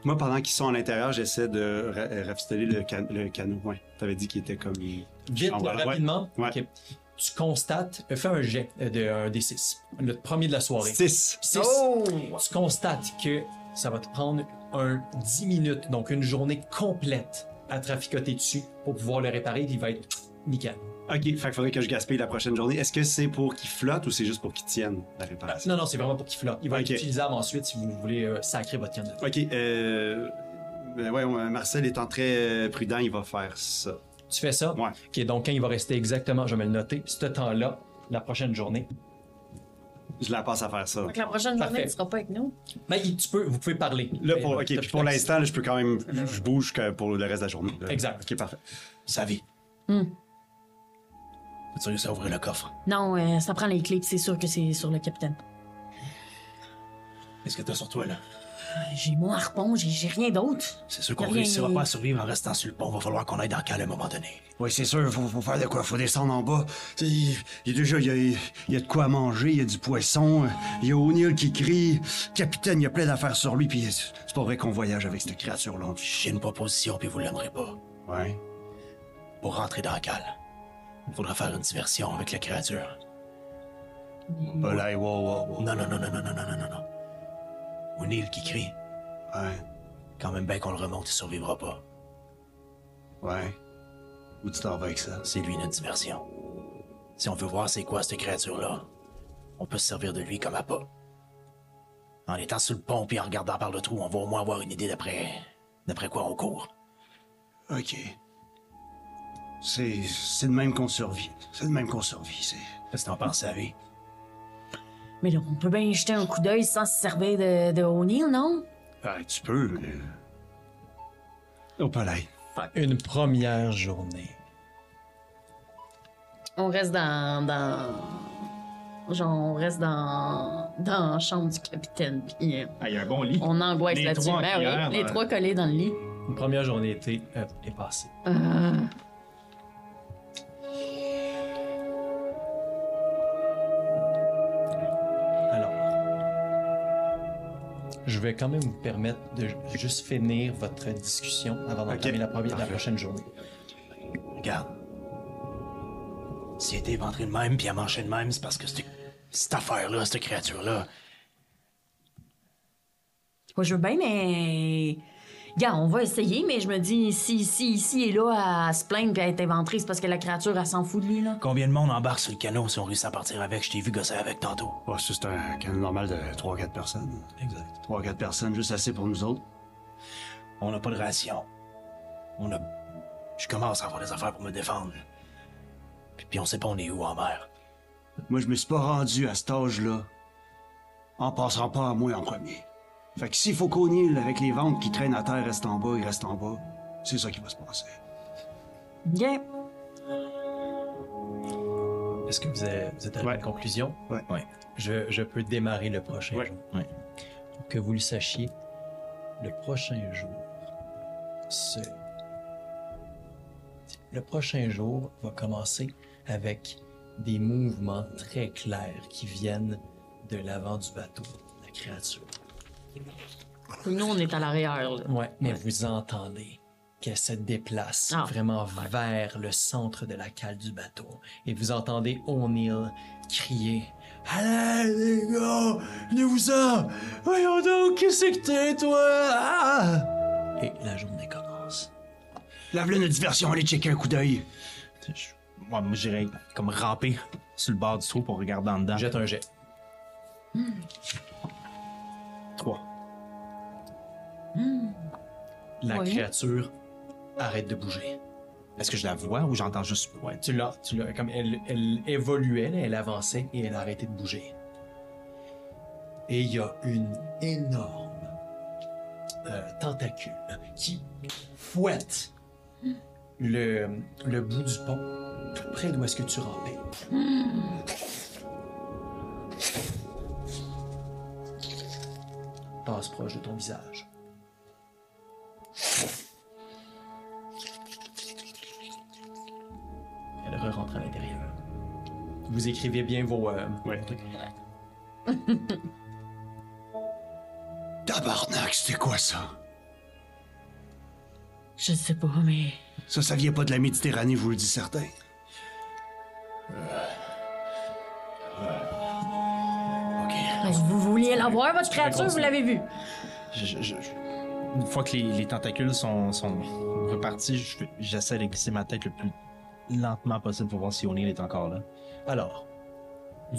Speaker 5: Moi, pendant qu'ils sont à l'intérieur, j'essaie de ra- rafistoler le, can- le canot. Ouais. T'avais dit qu'il était comme.
Speaker 1: Vite,
Speaker 5: Ah,
Speaker 1: là,
Speaker 5: ouais, ouais.
Speaker 1: rapidement.
Speaker 5: Ouais.
Speaker 1: Ok. Tu constates, euh, fais un jet euh, de un des six. Le premier de la soirée.
Speaker 5: 6.
Speaker 1: Six.
Speaker 5: Oh!
Speaker 6: Oh!
Speaker 1: Tu constates que ça va te prendre un 10 minutes, donc une journée complète à traficoter dessus pour pouvoir le réparer. Il va être nickel.
Speaker 5: Ok, fait qu'il faudrait que je gaspille la prochaine journée. Est-ce que c'est pour qu'il flotte ou c'est juste pour qu'il tienne la réparation?
Speaker 1: Non, non, Ah, c'est vraiment pour qu'il flotte. Il va
Speaker 5: Ok.
Speaker 1: être utilisable ensuite si vous voulez euh, sacrer votre canne.
Speaker 5: Ok, euh. ben ouais, ouais, Marcel étant très euh, prudent, il va faire ça.
Speaker 1: Tu fais ça.
Speaker 5: Ouais.
Speaker 1: Ok, donc quand il va rester exactement, je vais me le noter, ce temps-là, la prochaine journée.
Speaker 5: Je la passe à faire ça.
Speaker 7: Donc la prochaine journée,
Speaker 1: Parfait.
Speaker 7: tu seras pas avec nous.
Speaker 1: Mais il- tu peux, vous pouvez parler.
Speaker 5: Là, pour, ok,
Speaker 1: ben, T'as-
Speaker 5: puis pour
Speaker 1: t'as-
Speaker 5: l'instant, là, je peux quand même. Je bouge que pour le reste de la journée. là.
Speaker 1: ben, Exact.
Speaker 5: Ok, parfait.
Speaker 6: Savi.
Speaker 2: Hmm.
Speaker 6: As-tu réussi à ouvrir le coffre?
Speaker 2: Non, euh, ça prend les clés, puis c'est sûr que c'est sur le capitaine.
Speaker 6: Qu'est-ce que t'as sur toi, là?
Speaker 2: Euh, J'ai mon harpon, j'ai- j'ai rien d'autre.
Speaker 6: C'est sûr qu'on
Speaker 2: Rien.
Speaker 6: réussira pas à survivre en restant sur le pont. Va falloir qu'on aille dans le calme à un moment donné.
Speaker 5: Oui, c'est sûr, faut, faut faire de quoi, faut descendre en bas. Tu sais, Il il y a déjà, il y a, il y a de quoi à manger, il y a du poisson, euh, il y a O'Neill qui crie, capitaine, il y a plein d'affaires sur lui, puis c'est c'est pas vrai qu'on voyage avec cette créature-là. on dit,
Speaker 6: J'ai une proposition, puis vous l'aimerez pas.
Speaker 5: Ouais.
Speaker 6: Pour rentrer dans le calme, il faudra faire une diversion avec la créature.
Speaker 5: Bah là, wow, wow, wow.
Speaker 6: Non, non, non, non, non, non, non, non, non, non. O'Neill qui crie.
Speaker 5: Ouais,
Speaker 6: Quand même bien qu'on le remonte, il survivra pas.
Speaker 5: ouais. Où tu t'en vas avec ça?
Speaker 6: C'est lui notre diversion. Si on veut voir c'est quoi cette créature-là, on peut se servir de lui comme appât. En étant sur le pont puis en regardant par le trou, on va au moins avoir une idée d'après. d'après quoi on court.
Speaker 5: Ok. C'est c'est de même qu'on survit. C'est de même qu'on survit, c'est...
Speaker 6: Qu'est-ce que t'en penses, Savi?
Speaker 2: Mais là, on peut bien y jeter un coup d'œil sans se servir de, de O'Neill, non?
Speaker 5: Ouais, tu peux, mais... Au palais.
Speaker 1: Une première journée.
Speaker 2: On reste dans. dans... Genre, on reste dans. dans la chambre du capitaine, puis euh,
Speaker 8: Ah, il y a un bon lit.
Speaker 2: on angoisse
Speaker 8: Les
Speaker 2: là-dessus.
Speaker 8: trois euh, en
Speaker 2: Ben oui,
Speaker 8: cuillère,
Speaker 6: euh,
Speaker 2: les
Speaker 8: là.
Speaker 2: trois collés dans le lit.
Speaker 1: Une première journée été euh, est passée.
Speaker 2: Euh,
Speaker 1: Alors, je vais quand même vous permettre de ju- juste finir votre discussion avant d'entamer la, première, la prochaine journée.
Speaker 6: Regarde. Si elle était éventrée de même puis elle marchait de même, c'est parce que cette, cette affaire-là, cette créature-là,
Speaker 2: Moi, je veux bien, mais. Gars, on va essayer, mais je me dis, si, si, ici et là, à se plaindre puis à être éventrée, c'est parce que la créature, elle s'en fout de lui, là.
Speaker 6: combien de monde embarque sur le canot si on réussit à partir avec? Je t'ai vu gosser avec tantôt.
Speaker 5: Oh, ça, c'est un canot normal de 3-4 personnes.
Speaker 6: Exact.
Speaker 5: 3-4 personnes, juste assez pour nous autres.
Speaker 6: On n'a pas de ration. On a. Je commence à avoir des affaires pour me défendre. Puis, puis on sait pas on est où en mer.
Speaker 5: Moi, je me suis pas rendu à cet âge-là en passant pas à moi en premier. Fait que s'il faut qu'on y aille avec les ventes qui traînent à terre, reste en bas, il reste en bas, c'est ça qui va se passer.
Speaker 2: Yeah.
Speaker 1: Est-ce que vous êtes, vous êtes arrivé à
Speaker 5: Ouais.
Speaker 1: une conclusion?
Speaker 5: Ouais.
Speaker 1: Je, je peux démarrer le prochain
Speaker 5: Ouais.
Speaker 1: jour.
Speaker 8: Ouais.
Speaker 1: Pour que vous le sachiez, le prochain jour, c'est... Le prochain jour va commencer avec des mouvements très clairs qui viennent de l'avant du bateau, la créature.
Speaker 2: Nous, on est à l'arrière, là.
Speaker 1: Ouais, mais vous entendez qu'elle se déplace
Speaker 2: Ah.
Speaker 1: vraiment vers le centre de la cale du bateau. Et vous entendez O'Neill crier Allez, les gars, venez-vous-en Voyons donc, qu'est-ce que t'es, toi Ah! Et la journée commence.
Speaker 5: Lave-le notre diversion, allez checker un coup d'œil.
Speaker 8: Je- ouais, moi, j'irais comme ramper sur le bord du trou pour regarder en dedans.
Speaker 1: Jette un jet.
Speaker 8: 3.
Speaker 1: La
Speaker 2: Ouais.
Speaker 1: créature arrête de bouger.
Speaker 8: Est-ce que je la vois ou j'entends juste. Ouais, tu-
Speaker 1: Tu l'as, tu l'as, comme elle, elle évoluait, là, elle avançait et elle a arrêté de bouger. Et il y a une énorme euh, tentacule qui fouette le, le bout du pont, tout près d'où est-ce que tu rampais. Passe proche de ton visage. re-rentre à l'intérieur.
Speaker 9: Vous écrivez bien vos. euh, trucs.
Speaker 6: Tabarnak, c'était quoi ça?
Speaker 2: Je sais pas, mais.
Speaker 6: Ça, ça vient pas de la Méditerranée, je vous le dis certain.
Speaker 2: Vous vouliez l'avoir, votre créature, vous l'avez vue.
Speaker 4: Je- je- je- je- Une fois que les, les tentacules sont, sont repartis, je fais- j'essaie de glisser ma tête le plus lentement possible pour voir si O'Neill est encore là.
Speaker 1: Alors,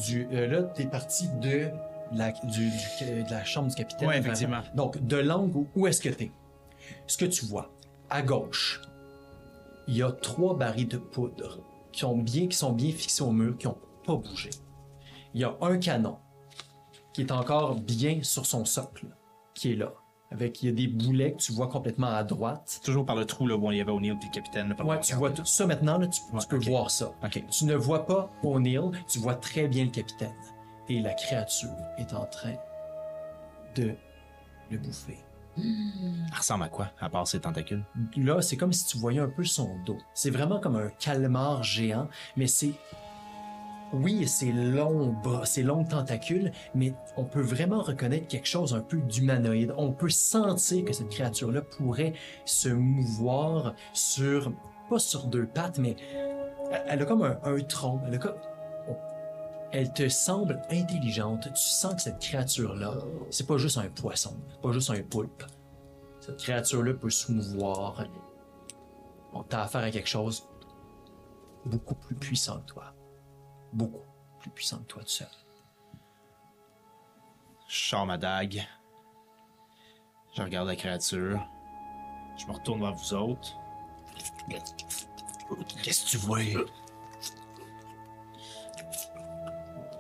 Speaker 1: du, euh, là, t'es parti de la, du- du- de la chambre du capitaine.
Speaker 4: Ouais, effectivement.
Speaker 1: Donc, de l'angle où, où est-ce que t'es. Ce que tu vois, à gauche, il y a trois barils de poudre qui, ont bien, qui sont bien fixés au mur, qui n'ont pas bougé. Il y a un canon qui est encore bien sur son socle, qui est là. Avec, il y a des boulets que tu vois complètement à droite.
Speaker 4: Toujours par le trou là, où il y avait O'Neill et le capitaine. là, par
Speaker 1: Ouais,
Speaker 4: le
Speaker 1: tu
Speaker 4: regard,
Speaker 1: vois
Speaker 4: là.
Speaker 1: tout ça maintenant, là, tu, tu
Speaker 4: Ouais,
Speaker 1: peux
Speaker 4: ok.
Speaker 1: voir ça.
Speaker 4: Ok.
Speaker 1: Tu ne vois pas O'Neill, tu vois très bien le capitaine. Et la créature est en train de le bouffer.
Speaker 4: Elle ressemble à quoi, à part ses tentacules?
Speaker 1: Là, c'est comme si tu voyais un peu son dos. C'est vraiment comme un calmar géant, mais c'est. Oui, c'est long bas, c'est long tentacule, mais on peut vraiment reconnaître quelque chose un peu d'humanoïde. On peut sentir que cette créature-là pourrait se mouvoir sur. pas sur deux pattes, mais elle- elle a comme un, un tronc. Elle, a comme- on- elle te semble intelligente. Tu sens que cette créature-là, c'est pas juste un poisson, pas juste un poulpe. Cette créature-là peut se mouvoir. On t'a affaire à quelque chose beaucoup plus puissant que toi. Beaucoup plus puissant que toi tout seul.
Speaker 4: Je sors ma dague. Je regarde la créature. Je me retourne vers vous autres.
Speaker 6: Qu'est-ce que tu vois?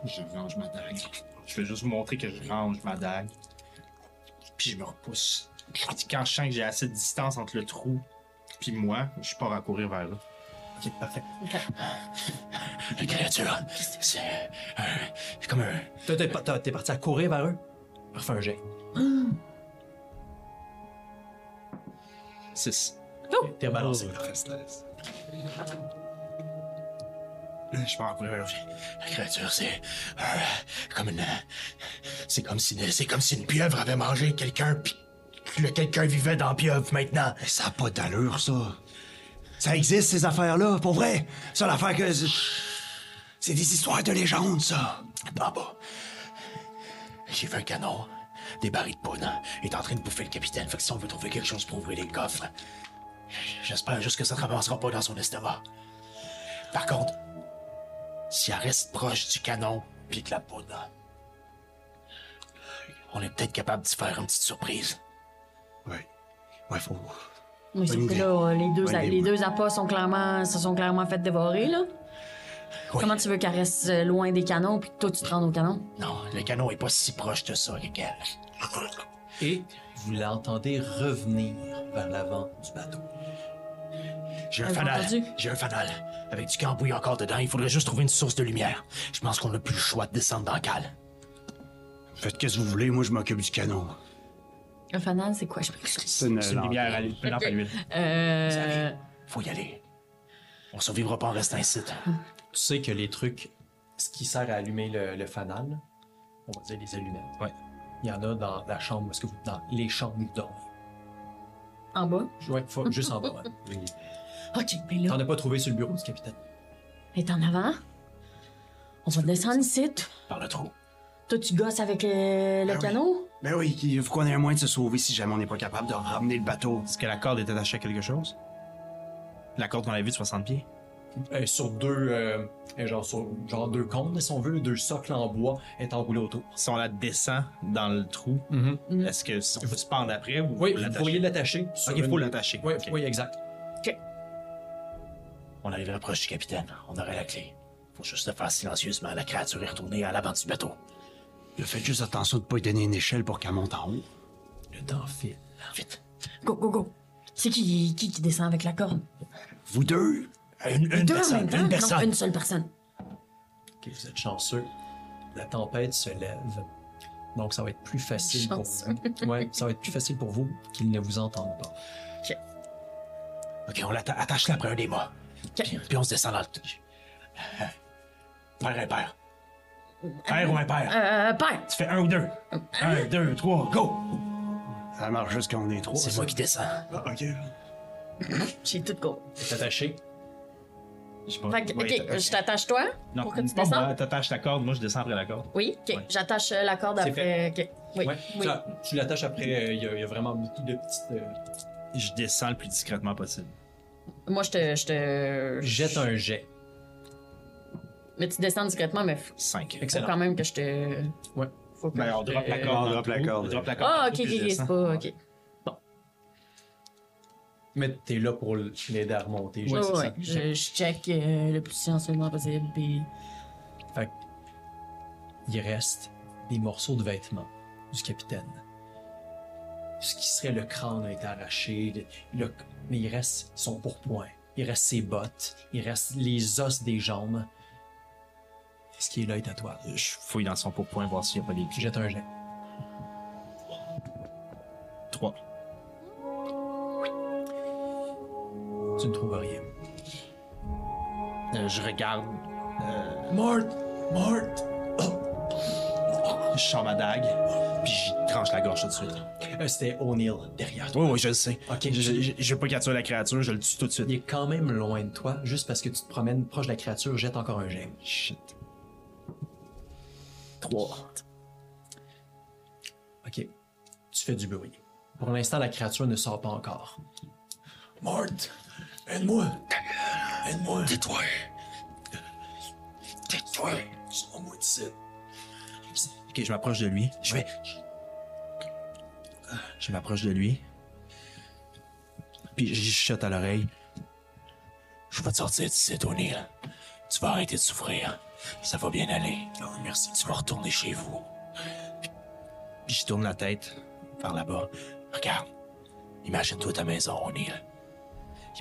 Speaker 4: Je range ma dague. Je vais juste vous montrer que je range ma dague. Puis je me repousse. Puis quand je sens que j'ai assez de distance entre le trou puis moi, je pars à courir vers là.
Speaker 1: Ok, parfait.
Speaker 6: La créature, c'est un. C'est comme un.
Speaker 1: T'as- T'es pa- t'as- t'es parti à courir vers eux? Refais un jet.
Speaker 4: 6.
Speaker 1: T'es rebalancé.
Speaker 6: Je pars en courir vers le- La créature, c'est. un- Comme une. C'est comme si. C'est comme si une pieuvre avait mangé quelqu'un, puis que le quelqu'un vivait dans la pieuvre maintenant.
Speaker 5: Ça n'a pas d'allure, ça. Ça existe, ces affaires-là, pour vrai. Ça, l'affaire que.
Speaker 6: C'est des histoires de légende, ça. D'en bas. J'ai vu un canon, des barils de poudre, Il est en train de bouffer le capitaine. Fait que si on veut trouver quelque chose pour ouvrir les coffres, j'espère juste que ça ne ramassera pas dans son estomac. Par contre, si elle reste proche du canon puis de la poudre, on est peut-être capable d'y faire une petite surprise.
Speaker 5: Ouais. Ouais, faut.
Speaker 2: Oui, sauf que
Speaker 5: idée.
Speaker 2: là, euh, les deux,
Speaker 5: Bonne
Speaker 2: a-
Speaker 5: idée,
Speaker 2: les
Speaker 5: ouais.
Speaker 2: deux appâts sont clairement, se sont clairement fait dévorer, là.
Speaker 6: Oui.
Speaker 2: Comment tu veux qu'elle reste euh, loin des canons, puis que toi, tu te rendes au canon?
Speaker 6: Non, le canon est pas si proche de ça, Gagal.
Speaker 1: Et vous l'entendez revenir vers l'avant du bateau.
Speaker 6: J'ai un
Speaker 2: Avez-vous
Speaker 6: fanal.
Speaker 2: Euh, entendu?
Speaker 6: J'ai un fanal. Avec du cambouis encore dedans, il faudrait juste trouver une source de lumière. Je pense qu'on n'a plus le choix de descendre dans la cale.
Speaker 5: Faites qu'est-ce que vous voulez, moi, je m'occupe du canon.
Speaker 2: Un fanal, c'est quoi? Je m'excuse.
Speaker 5: C'est une,
Speaker 4: C'est une lumière à l'huile. une lampe à l'huile.
Speaker 2: Euh.
Speaker 6: Faut y aller. On survivra pas en restant ici.
Speaker 1: Tu sais que les trucs, ce qui sert à allumer le, le fanal, on va dire les allumettes.
Speaker 4: Ouais.
Speaker 1: Il y en a dans la chambre, où est-ce que vous, dans les chambres où vous dormez.
Speaker 2: En bas?
Speaker 1: Ouais, faut- juste en bas. ouais.
Speaker 2: Ok, mais là.
Speaker 1: T'en as pas trouvé sur le bureau du capitaine.
Speaker 2: est en avant. On va descendre ici. t-
Speaker 6: Par le trou.
Speaker 2: Toi, tu gosses avec euh, le
Speaker 3: Ah
Speaker 5: oui.
Speaker 2: canot?
Speaker 5: Ben oui, il faut qu'on ait un moyen de se sauver si jamais on n'est pas capable de ramener le bateau.
Speaker 4: Est-ce que la corde est attachée à quelque chose? La corde qu'on avait vue de 60 pieds?
Speaker 1: Euh, sur deux, euh, euh, genre, sur, genre deux cônes, si on veut, deux socles en bois est enroulé autour.
Speaker 4: Si on la descend dans le trou,
Speaker 2: Mm-hmm.
Speaker 4: est-ce que si on peut se pendre après ou
Speaker 1: Oui, vous
Speaker 4: l'attacher?
Speaker 1: pourriez l'attacher.
Speaker 4: Ok, il faut l'attacher.
Speaker 1: Oui,
Speaker 4: Ok.
Speaker 1: oui, exact.
Speaker 6: On arriverait proche du capitaine. On aurait la clé. Faut juste le faire silencieusement. La créature est retournée à l'avant du bateau.
Speaker 5: Faites juste attention de ne pas lui donner une échelle pour qu'elle monte en haut.
Speaker 1: Le temps file.
Speaker 6: Vite.
Speaker 2: Go, go, go. C'est qui, qui qui descend avec la corde?
Speaker 5: Vous deux?
Speaker 6: Une, une
Speaker 2: Deux en
Speaker 6: personne.
Speaker 2: même temps?
Speaker 6: Une
Speaker 2: Non,
Speaker 6: personne.
Speaker 2: une seule personne.
Speaker 1: Ok, vous êtes chanceux. La tempête se lève. Donc, ça va être plus facile
Speaker 2: Chanceux.
Speaker 1: pour vous. Ouais, ça va être plus facile pour vous qu'ils ne vous entendent pas.
Speaker 6: Ok, on l'attache là après un des mâts. Puis, puis on se descend dans le. Père impair. Père ou impair?
Speaker 2: Euh, père.
Speaker 6: Tu fais un ou deux. Un, deux, trois, go!
Speaker 3: Ça marche juste quand on est trois.
Speaker 6: C'est moi qui descends.
Speaker 3: Ah, ok.
Speaker 2: J'ai tout go.
Speaker 1: T'es attaché.
Speaker 4: Je sais pas.
Speaker 2: Fait que,
Speaker 4: Ouais,
Speaker 2: ok,
Speaker 4: t'attaches-
Speaker 2: je t'attache toi
Speaker 4: Non,
Speaker 2: pour que tu
Speaker 4: pas moi,
Speaker 2: descendes.
Speaker 4: T'attaches ta corde, moi je descends après la corde.
Speaker 2: Oui, ok. J'attache euh, la corde
Speaker 1: C'est
Speaker 2: après. ok. Oui.
Speaker 1: Ouais.
Speaker 2: oui.
Speaker 1: Ça, tu l'attaches après, euh, il y a- il y, a vraiment beaucoup de petites. euh,
Speaker 4: Je descends le plus discrètement possible.
Speaker 2: Moi, je te, je te.
Speaker 1: Jette un jet.
Speaker 2: Mais tu descends discrètement, mais faut
Speaker 4: 5.
Speaker 1: Excellent.
Speaker 2: quand même que je te.
Speaker 1: Ouais.
Speaker 2: Faut que.
Speaker 4: Ben, on drop la
Speaker 1: Euh,
Speaker 4: corde.
Speaker 3: on
Speaker 4: dans
Speaker 3: drop
Speaker 4: le
Speaker 3: la
Speaker 4: trou,
Speaker 3: corde.
Speaker 4: on drop la corde.
Speaker 2: Ah,
Speaker 4: dans
Speaker 2: ok,
Speaker 4: le
Speaker 2: ok,
Speaker 4: trou, puis je
Speaker 2: ok, c'est
Speaker 4: descends.
Speaker 2: pas. Ok.
Speaker 1: Mais t'es là pour l'aider à remonter. je
Speaker 2: Ouais,
Speaker 1: sais
Speaker 2: ouais,
Speaker 1: ça.
Speaker 2: ouais. Je, je check euh, le plus silencieusement possible, puis.
Speaker 1: Fait que, il reste des morceaux de vêtements du capitaine. Ce qui serait le crâne a été arraché, le- le- mais il reste son pourpoint, il reste ses bottes, il reste les os des jambes. Ce qui est là est à toi.
Speaker 4: Je fouille dans son pourpoint voir s'il n'y a pas des
Speaker 1: Tu
Speaker 4: pieds.
Speaker 1: jettes un jet.
Speaker 4: 3.
Speaker 1: Tu ne trouves rien.
Speaker 4: Euh, je regarde.
Speaker 1: Mort! Mort!
Speaker 4: Je sors ma dague. Puis j'y tranche la gorge tout de suite.
Speaker 1: Euh, C'était O'Neill derrière toi.
Speaker 4: Oui, oui, je le sais.
Speaker 1: Ok.
Speaker 4: Je- Je je veux pas capturer la créature, je le tue tout de
Speaker 1: Il
Speaker 4: suite.
Speaker 1: est quand même loin de toi, juste parce que tu te promènes proche de la créature, jette encore un jet.
Speaker 4: Shit. 3.
Speaker 1: Ok. Tu fais du bruit. Pour l'instant, la créature ne sort pas encore. Mort! Aide-moi! Aide-moi! Tais-toi! Tais-toi! Sors-moi d'ici!
Speaker 4: Ok, je m'approche de lui. Je vais. Je m'approche de lui. Puis je chuchote à l'oreille.
Speaker 6: Je vais te sortir d'ici, Tony. Tu vas arrêter de souffrir. Ça va bien aller.
Speaker 1: Ah
Speaker 6: merci. Tu vas retourner chez vous.
Speaker 4: Puis je tourne la tête.
Speaker 6: Par là-bas. Regarde. Imagine-toi ta maison, O'Neill.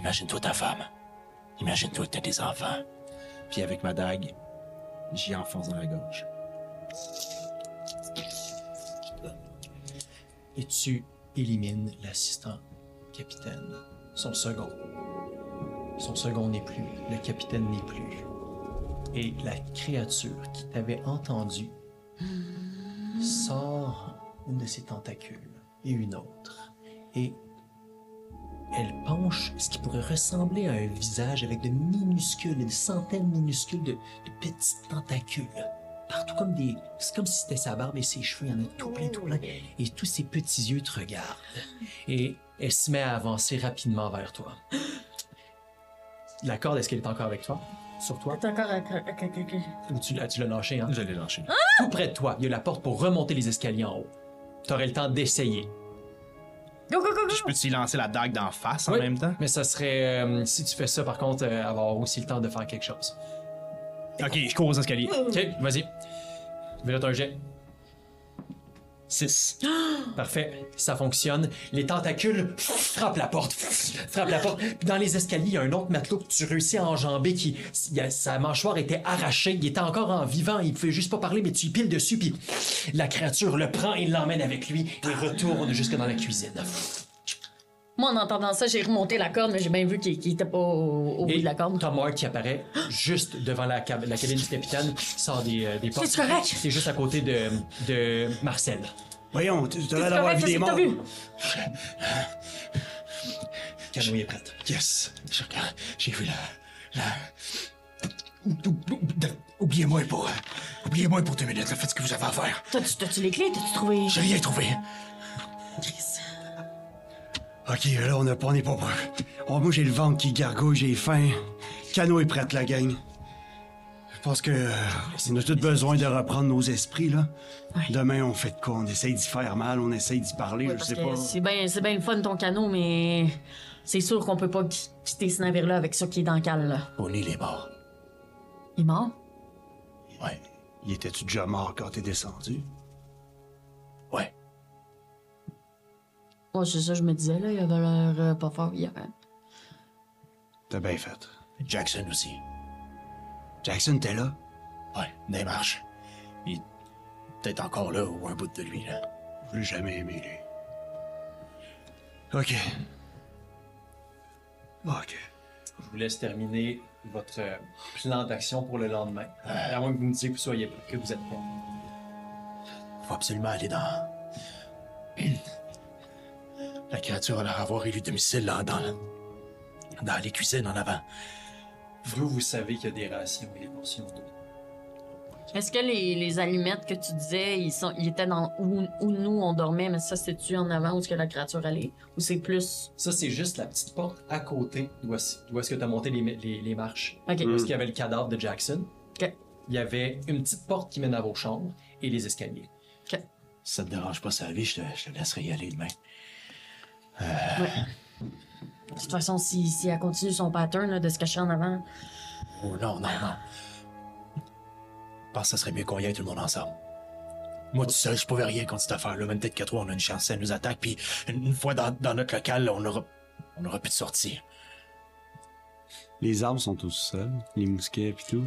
Speaker 6: Imagine-toi ta femme. Imagine-toi que t'as des enfants.
Speaker 4: Puis avec ma dague, j'y enfonce dans la gorge.
Speaker 1: Et tu élimines l'assistant capitaine. Son second. Son second n'est plus. Le capitaine n'est plus. Et la créature qui t'avait entendu sort une de ses tentacules et une autre. Et elle penche ce qui pourrait ressembler à un visage avec de minuscules, de centaines minuscules de, de petites tentacules. Partout comme des... C'est comme si c'était sa barbe et ses cheveux, il y en a tout plein, tout plein. Et tous ses petits yeux te regardent. Et elle se met à avancer rapidement vers toi. La corde, est-ce qu'elle est encore avec toi? Sur toi?
Speaker 2: T'es encore. à- à- à- à- à-
Speaker 1: Ou tu, l'as- tu l'as lâché, hein?
Speaker 4: Je l'ai lâché.
Speaker 2: Ah!
Speaker 1: Tout près de toi, il y a la porte pour remonter les escaliers en haut. T'aurais le temps d'essayer.
Speaker 2: Go, go, go, go!
Speaker 4: Je peux-tu y lancer la dague d'en face en
Speaker 1: Oui.
Speaker 4: même temps?
Speaker 1: Mais ça serait, euh, si tu fais ça, par contre, euh, avoir aussi le temps de faire quelque chose.
Speaker 4: Ok, je cours aux escaliers.
Speaker 1: Ok, vas-y. Vélot un jet.
Speaker 4: 6.
Speaker 2: Ah!
Speaker 1: Parfait, ça fonctionne. Les tentacules frappent la porte, frappent la porte. Puis dans les escaliers, il y a un autre matelot que tu réussis à enjamber qui, il y a- sa mâchoire était arrachée, il était encore en vivant, il pouvait juste pas parler, mais tu y piles dessus, puis la créature le prend et l'emmène avec lui et retourne jusque dans la cuisine.
Speaker 2: Moi, en entendant ça, j'ai remonté la corde, mais j'ai bien vu qu'il qu'il était pas au, au bout
Speaker 1: Et
Speaker 2: de la corde.
Speaker 1: Tom Hart qui apparaît juste devant la, cab- la cabine du capitaine, sort des, euh, des portes.
Speaker 2: C'est correct?
Speaker 1: C'est juste à côté de, de Marcel.
Speaker 3: Voyons, tu tu as l'air
Speaker 2: C'est
Speaker 3: d'avoir
Speaker 2: correct, qu'est-ce
Speaker 3: vu des
Speaker 2: que t'as
Speaker 3: morts.
Speaker 2: vu?
Speaker 1: Canoë est prête.
Speaker 6: Yes. Je regarde. J'ai vu la. la... Oubliez-moi pour. euh, Oubliez-moi pour deux minutes. là. Faites ce que vous avez à faire.
Speaker 2: T'as-tu t'as-tu les clés? T'as-tu trouvé.
Speaker 6: J'ai rien trouvé.
Speaker 3: Ok, là, on n'a pas- on n'est pas proche. Oh, moi, j'ai le ventre qui gargouille, j'ai faim. Cano est prête, la gang. Je pense que. euh, on a tous besoin de reprendre nos esprits, là. Demain, on fait de quoi? On essaye d'y faire mal, on essaye d'y parler, je
Speaker 2: Parce
Speaker 3: sais
Speaker 2: que
Speaker 3: pas.
Speaker 2: C'est bien c'est bien le fun ton canot, mais c'est sûr qu'on peut pas qui- quitter ce navire-là avec ça qui est dans le cale. Là.
Speaker 6: O'Neill est mort.
Speaker 2: Il est mort?
Speaker 6: Ouais.
Speaker 3: Il était-tu déjà mort quand t'es descendu?
Speaker 6: Ouais.
Speaker 2: Ouais, c'est ça, je me disais, là, il avait l'air euh, pas fort hier. hein.
Speaker 3: T'as bien fait.
Speaker 6: Jackson aussi.
Speaker 3: Jackson, t'es là?
Speaker 6: Ouais. Des marches. Il est peut-être encore là ou un bout de lui, là.
Speaker 3: Je l'ai jamais aimé, lui. Ok. Ok.
Speaker 1: je vous laisse terminer votre euh, plan d'action pour le lendemain.
Speaker 10: Ah.
Speaker 1: À moins que vous me disiez que vous soyez prêts, que vous êtes prêts.
Speaker 6: Faut absolument aller dans. La créature a l'air avoir élu domicile là, dans, dans les cuisines en avant.
Speaker 1: Vous, vous savez qu'il y a des rations et des portions d'eau.
Speaker 2: Est-ce que les, les allumettes que tu disais, ils, sont, ils étaient dans où, où nous on dormait, mais ça, c'est-tu en avant où est-ce que la créature allait? Ou c'est plus.
Speaker 1: Ça, c'est juste la petite porte à côté d'où est- d'où est-ce que tu as monté les, les- les marches.
Speaker 2: Ok.
Speaker 6: Euh.
Speaker 1: Parce qu'il y avait le cadavre de Jackson.
Speaker 2: Ok.
Speaker 1: Il y avait une petite porte qui mène à vos chambres et les escaliers.
Speaker 6: Si ça te dérange pas sa vie, je te, je te laisserai y aller demain. Euh.
Speaker 2: De toute façon, si, si elle continue son pattern là, de se cacher en avant,
Speaker 6: Oh non, non, non. Je pense que ça serait mieux qu'on y aille tout le monde ensemble. Moi, tout seul, je pouvais rien contre cette affaire-là. Même peut-être qu'à trois, on a une chance, elle nous attaque. Puis une une fois dans, dans notre local, là, on aura, on aura plus de sortie.
Speaker 10: Les arbres sont tous seuls, les mousquets pis tout.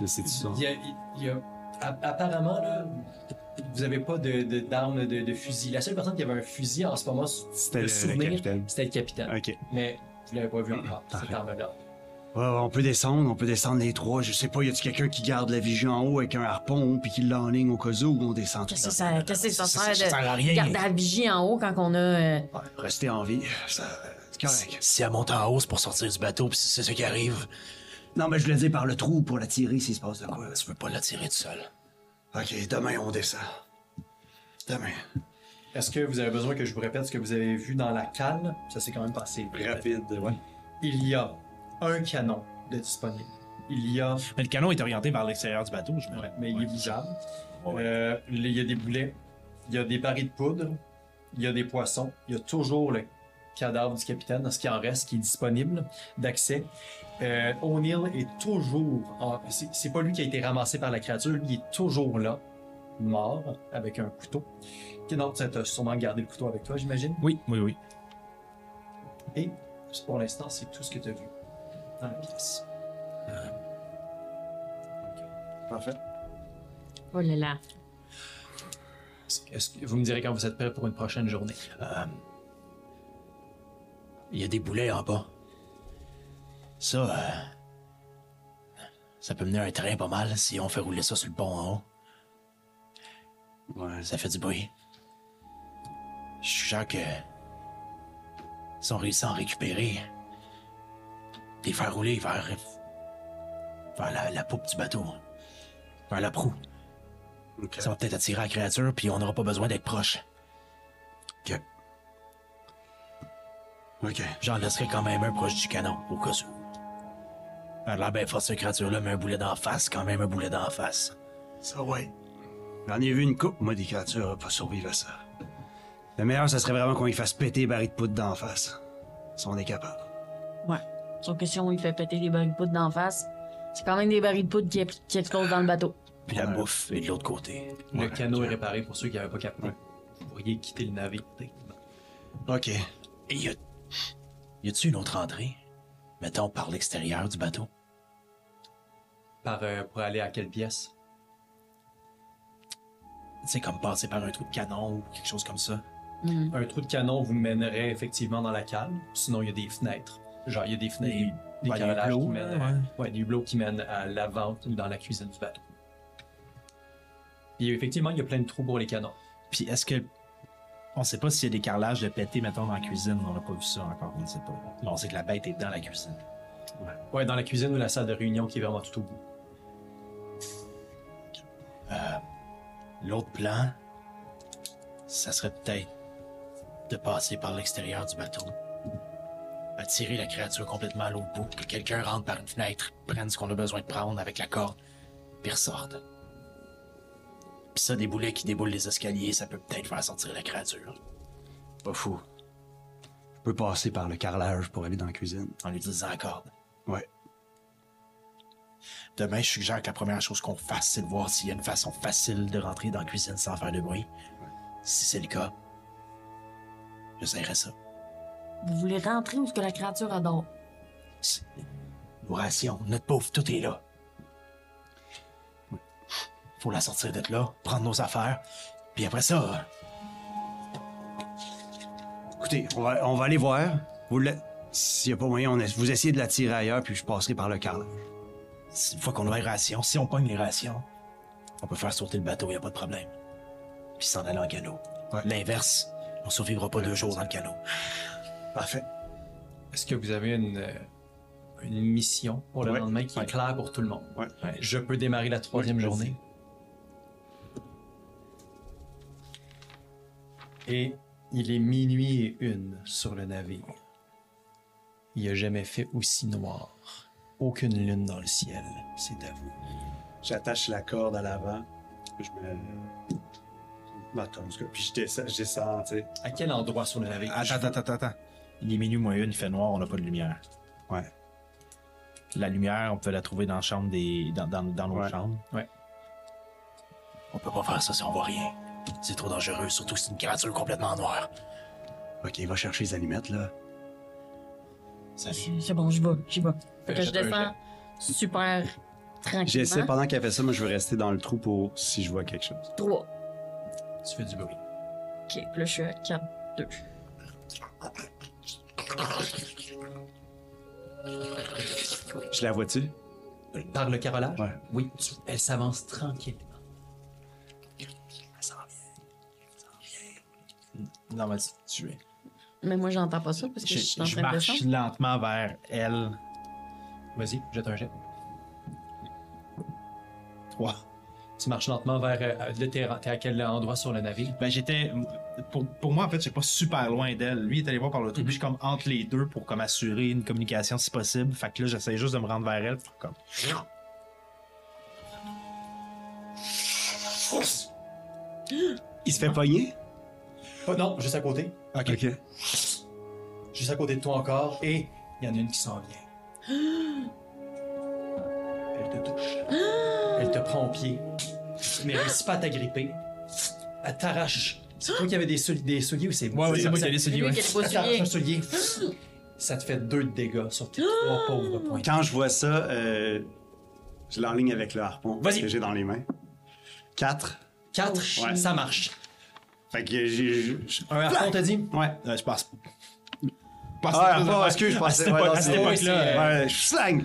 Speaker 10: Là, c'est tout ça.
Speaker 1: Il y a, il y a- a- apparemment, là, vous n'avez pas de- de- d'armes, de, de, fusil. La seule personne qui avait un fusil en ce moment,
Speaker 10: C'était
Speaker 1: de
Speaker 10: le- le
Speaker 1: souvenir,
Speaker 10: capitaine.
Speaker 1: c'était le capitaine.
Speaker 10: Ok.
Speaker 1: Mais vous ne l'avez pas vu encore, cette arme-là.
Speaker 3: Ouais, on peut descendre, on peut descendre les trois. Je sais pas, y a-tu quelqu'un qui garde la vigie en haut avec un harpon puis qui l'enligne au cas où on descend?
Speaker 2: qu'est-ce que ça, qu'est-ce que ça
Speaker 6: Ça- ça-
Speaker 2: sert
Speaker 6: ça sert à
Speaker 2: de
Speaker 6: rien.
Speaker 2: garder la vigie en haut quand on a. euh,
Speaker 3: Rester en vie, ça- c'est correct.
Speaker 6: Si elle monte en hausse pour sortir du bateau, puis si c'est ce qui arrive,
Speaker 3: Non, mais je le dis par le trou pour la tirer s'il se passe de quoi.
Speaker 6: tu peux pas la tirer tout seul.
Speaker 3: Ok, demain, on descend. Demain.
Speaker 1: Est-ce que vous avez besoin que je vous répète ce que vous avez vu dans la cale? Ça s'est quand même passé vite.
Speaker 10: Rapide, ouais.
Speaker 1: Il y a un canon de disponible. Il y a
Speaker 4: Mais le canon est orienté vers l'extérieur du bateau, je me
Speaker 1: Ouais, mais il est bougeable. Euh, Il y a des boulets, il y a des barils de poudre, il y a des poissons, il y a toujours le cadavre du capitaine, ce qui en reste, qui est disponible d'accès. Euh, O'Neill est toujours. en- C'est c'est pas lui qui a été ramassé par la créature, lui, il est toujours là, mort, avec un couteau. Ok, Non, tu as sûrement gardé le couteau avec toi, j'imagine.
Speaker 4: Oui, oui, oui.
Speaker 1: Et pour l'instant, c'est tout ce que tu as vu dans la pièce.
Speaker 3: Parfait.
Speaker 2: Oh là là.
Speaker 1: Est-ce que vous me direz quand vous êtes prêt pour une prochaine journée?
Speaker 6: Il y a des boulets en bas. Ça, euh, ça peut mener un train pas mal si on fait rouler ça sur le pont en haut.
Speaker 3: Ouais.
Speaker 6: Ça fait du bruit. Je suis sûr que si on réussit à en récupérer, les faire rouler vers, vers la, la poupe du bateau, vers la proue,
Speaker 3: Ok.
Speaker 6: ça va peut-être attirer la créature, puis on n'aura pas besoin d'être proche.
Speaker 3: Ok. Ok.
Speaker 6: J'en laisserai quand même un proche du canon, au cas où. Elle a l'air bien forte, cette créature-là, mais un boulet d'en face, quand même un boulet d'en face.
Speaker 3: Ça, ouais. J'en ai vu une coupe, moi, des créatures à pas survivre à ça. Le meilleur, ça serait vraiment qu'on y fasse péter les barils de poudre d'en face. Si on est capable.
Speaker 2: Ouais. Sauf que si on lui fait péter les barils de poudre d'en face, c'est quand même des barils de poudre qui, qui explosent dans le bateau.
Speaker 6: Puis la bouffe est de l'autre côté.
Speaker 1: Le canot est réparé pour ceux qui n'avaient pas capté. Vous pourriez quitter le navire. techniquement.
Speaker 3: OK.
Speaker 6: Et y a... Y a-tu une autre entrée? Mettons par l'extérieur du bateau.
Speaker 1: Par, euh, pour aller à quelle pièce?
Speaker 6: C'est comme passer par un trou de canon ou quelque chose comme ça.
Speaker 4: Mm.
Speaker 1: Un trou de canon vous mènerait effectivement dans la cale. Sinon, il y a des fenêtres. Genre, il y a des fenêtres,
Speaker 4: Des-
Speaker 1: des
Speaker 4: ouais, des
Speaker 1: carrelages qui
Speaker 4: hublots,
Speaker 1: mènent...
Speaker 4: là,
Speaker 1: ouais, des hublots qui mènent à l'avant ou dans la cuisine du bateau. Puis effectivement, il y a plein de trous pour les canons.
Speaker 4: Puis est-ce que. On sait pas s'il y a des carrelages de pété, mettons, dans la cuisine. On n'a pas vu ça encore, on ne sait pas. Mais on sait que la bête est dans la cuisine.
Speaker 1: Ouais, dans la cuisine ou la salle de réunion qui est vraiment tout au bout.
Speaker 6: L'autre plan, ça serait peut-être de passer par l'extérieur du bateau. Attirer la créature complètement à l'autre bout, que quelqu'un rentre par une fenêtre, prenne ce qu'on a besoin de prendre avec la corde, puis ressorte. Puis ça, des boulets qui déboulent les escaliers, ça peut peut-être faire sortir la créature.
Speaker 3: Pas fou. Je peux passer par le carrelage pour aller dans la cuisine.
Speaker 6: en utilisant la corde.
Speaker 3: Ouais.
Speaker 6: Demain, je suggère que la première chose qu'on fasse, c'est de voir s'il y a une façon facile de rentrer dans la cuisine sans faire de bruit. Si c'est le cas, j'essaierai ça.
Speaker 2: Vous voulez rentrer où est-ce que la créature adore?
Speaker 6: C'est- Nos rations, notre pauvre, tout est là. Faut la sortir d'être là, prendre nos affaires, puis après ça,
Speaker 3: Écoutez, on va, on va aller voir. Vous le... S'il n'y a pas moyen, on ess- vous essayez de la tirer ailleurs, puis je passerai par le carrelage.
Speaker 6: C'est Une fois qu'on a les rations, si on pogne les rations, on peut faire sauter le bateau, y a pas de problème. Puis s'en aller en canot. L'inverse, on survivra pas deux jours dans le canot.
Speaker 3: Parfait.
Speaker 1: Est-ce que vous avez une, euh, une mission pour le
Speaker 3: Ouais.
Speaker 1: lendemain qui
Speaker 3: Ouais.
Speaker 1: est claire pour tout le monde?
Speaker 3: Ouais.
Speaker 1: Je peux démarrer la troisième
Speaker 3: Ouais,
Speaker 1: journée. Et il est minuit et une sur le navire. Il n'a jamais fait aussi noir. Aucune lune dans le ciel, c'est à vous.
Speaker 3: J'attache la corde à l'avant, puis je me. Attends, en tout cas, puis je descends, je descends, tu sais.
Speaker 1: À quel endroit sur le navire?
Speaker 4: Attends, attends, attends, attends. Il est minuit moins une, il fait noir, on n'a pas de lumière.
Speaker 3: Ouais.
Speaker 4: La lumière, on peut la trouver dans la chambre des. dans, dans, dans l'autre
Speaker 3: Ouais.
Speaker 4: chambre.
Speaker 6: On peut pas faire ça si on voit rien. C'est trop dangereux, surtout si c'est une créature complètement noire.
Speaker 3: Ok, va chercher les allumettes, là.
Speaker 2: C'est c'est bon, j'y vais, j'y vais. Fait que je
Speaker 1: Jette un
Speaker 2: descends super
Speaker 3: J'essaie,
Speaker 2: tranquillement.
Speaker 3: pendant qu'elle fait ça, moi, je veux rester dans le trou pour si je vois quelque chose.
Speaker 2: Trois.
Speaker 1: Tu fais du bruit.
Speaker 2: Ok, puis là, je suis à 4, 2.
Speaker 3: Je la vois-tu?
Speaker 1: Par le carrelage?
Speaker 3: Ouais.
Speaker 1: Oui, tu- elle s'avance tranquillement.
Speaker 4: Non, mais tu es.
Speaker 2: Mais moi, j'entends pas ça parce que je, suis
Speaker 4: Je,
Speaker 2: en
Speaker 4: je
Speaker 2: train de
Speaker 4: marche
Speaker 2: descendre.
Speaker 4: lentement vers elle.
Speaker 1: Vas-y, jette un jet.
Speaker 4: Trois.
Speaker 1: Tu marches lentement vers... euh, là, t'es t'es à quel endroit sur le navire?
Speaker 4: Ben, j'étais. Pour, pour moi, en fait, j'étais pas super loin d'elle. Lui, il est allé voir par le
Speaker 6: Mhm.
Speaker 4: trou. Puis, je suis comme entre les deux pour comme assurer une communication si possible. Fait que là, j'essaie juste de me rendre vers elle. pour comme.
Speaker 3: Il se fait pogner?
Speaker 1: Oh, non, juste à côté.
Speaker 3: Ok.
Speaker 1: Juste à côté de toi encore. Et il y en a une qui s'en vient. Elle te touche. Elle te prend au pied. Tu ne réussis pas à t'agripper. Elle t'arrache. C'est toi qui avais des, sol- des souliers ou c'est
Speaker 4: Ouais, ouais, c'est moi qui ai
Speaker 1: des
Speaker 4: les souliers, ouais.
Speaker 2: Quel beau
Speaker 1: un
Speaker 2: soulier.
Speaker 1: soulier. Ça te fait deux de dégâts sur tes trois pauvres points.
Speaker 3: Quand je vois ça, euh, je l'enligne avec le harpon
Speaker 1: Vas-y.
Speaker 3: que j'ai dans les mains. Quatre.
Speaker 1: Quatre,
Speaker 3: Ouais.
Speaker 1: ça marche.
Speaker 3: Fait que j'ai. j'ai- j'ai-
Speaker 1: Un harpon t'a dit?
Speaker 3: Ouais.
Speaker 4: Euh, je passe.
Speaker 3: Ah, harpon, excuse, je pensais.
Speaker 4: cette
Speaker 3: ouais,
Speaker 4: époque-
Speaker 3: non,
Speaker 4: à cette
Speaker 3: c'est-
Speaker 4: époque-là,
Speaker 3: Ouais, Euh, je slang!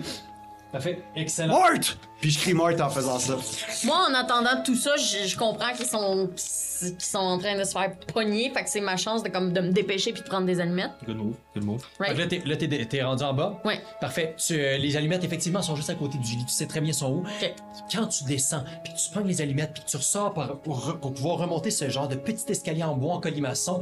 Speaker 1: Parfait. Excellent.
Speaker 3: Mort! Puis je crie mort en faisant ça.
Speaker 2: Moi, en entendant tout ça, je, je comprends qu'ils sont, qu'ils sont en train de se faire pogner. Fait que c'est ma chance de, comme, de me dépêcher puis de prendre des allumettes.
Speaker 4: Good move, good move.
Speaker 1: Fait que
Speaker 2: Right?
Speaker 1: là, t'es- là, t'es t'es rendu en bas.
Speaker 2: Ouais.
Speaker 1: Parfait. Tu, euh, les allumettes, effectivement, sont juste à côté du lit. Tu sais très bien sont où.
Speaker 2: Ok.
Speaker 1: Quand tu descends, puis que tu prends les allumettes, puis que tu ressors par- pour, re- pour pouvoir remonter ce genre de petit escalier en bois en colimaçon,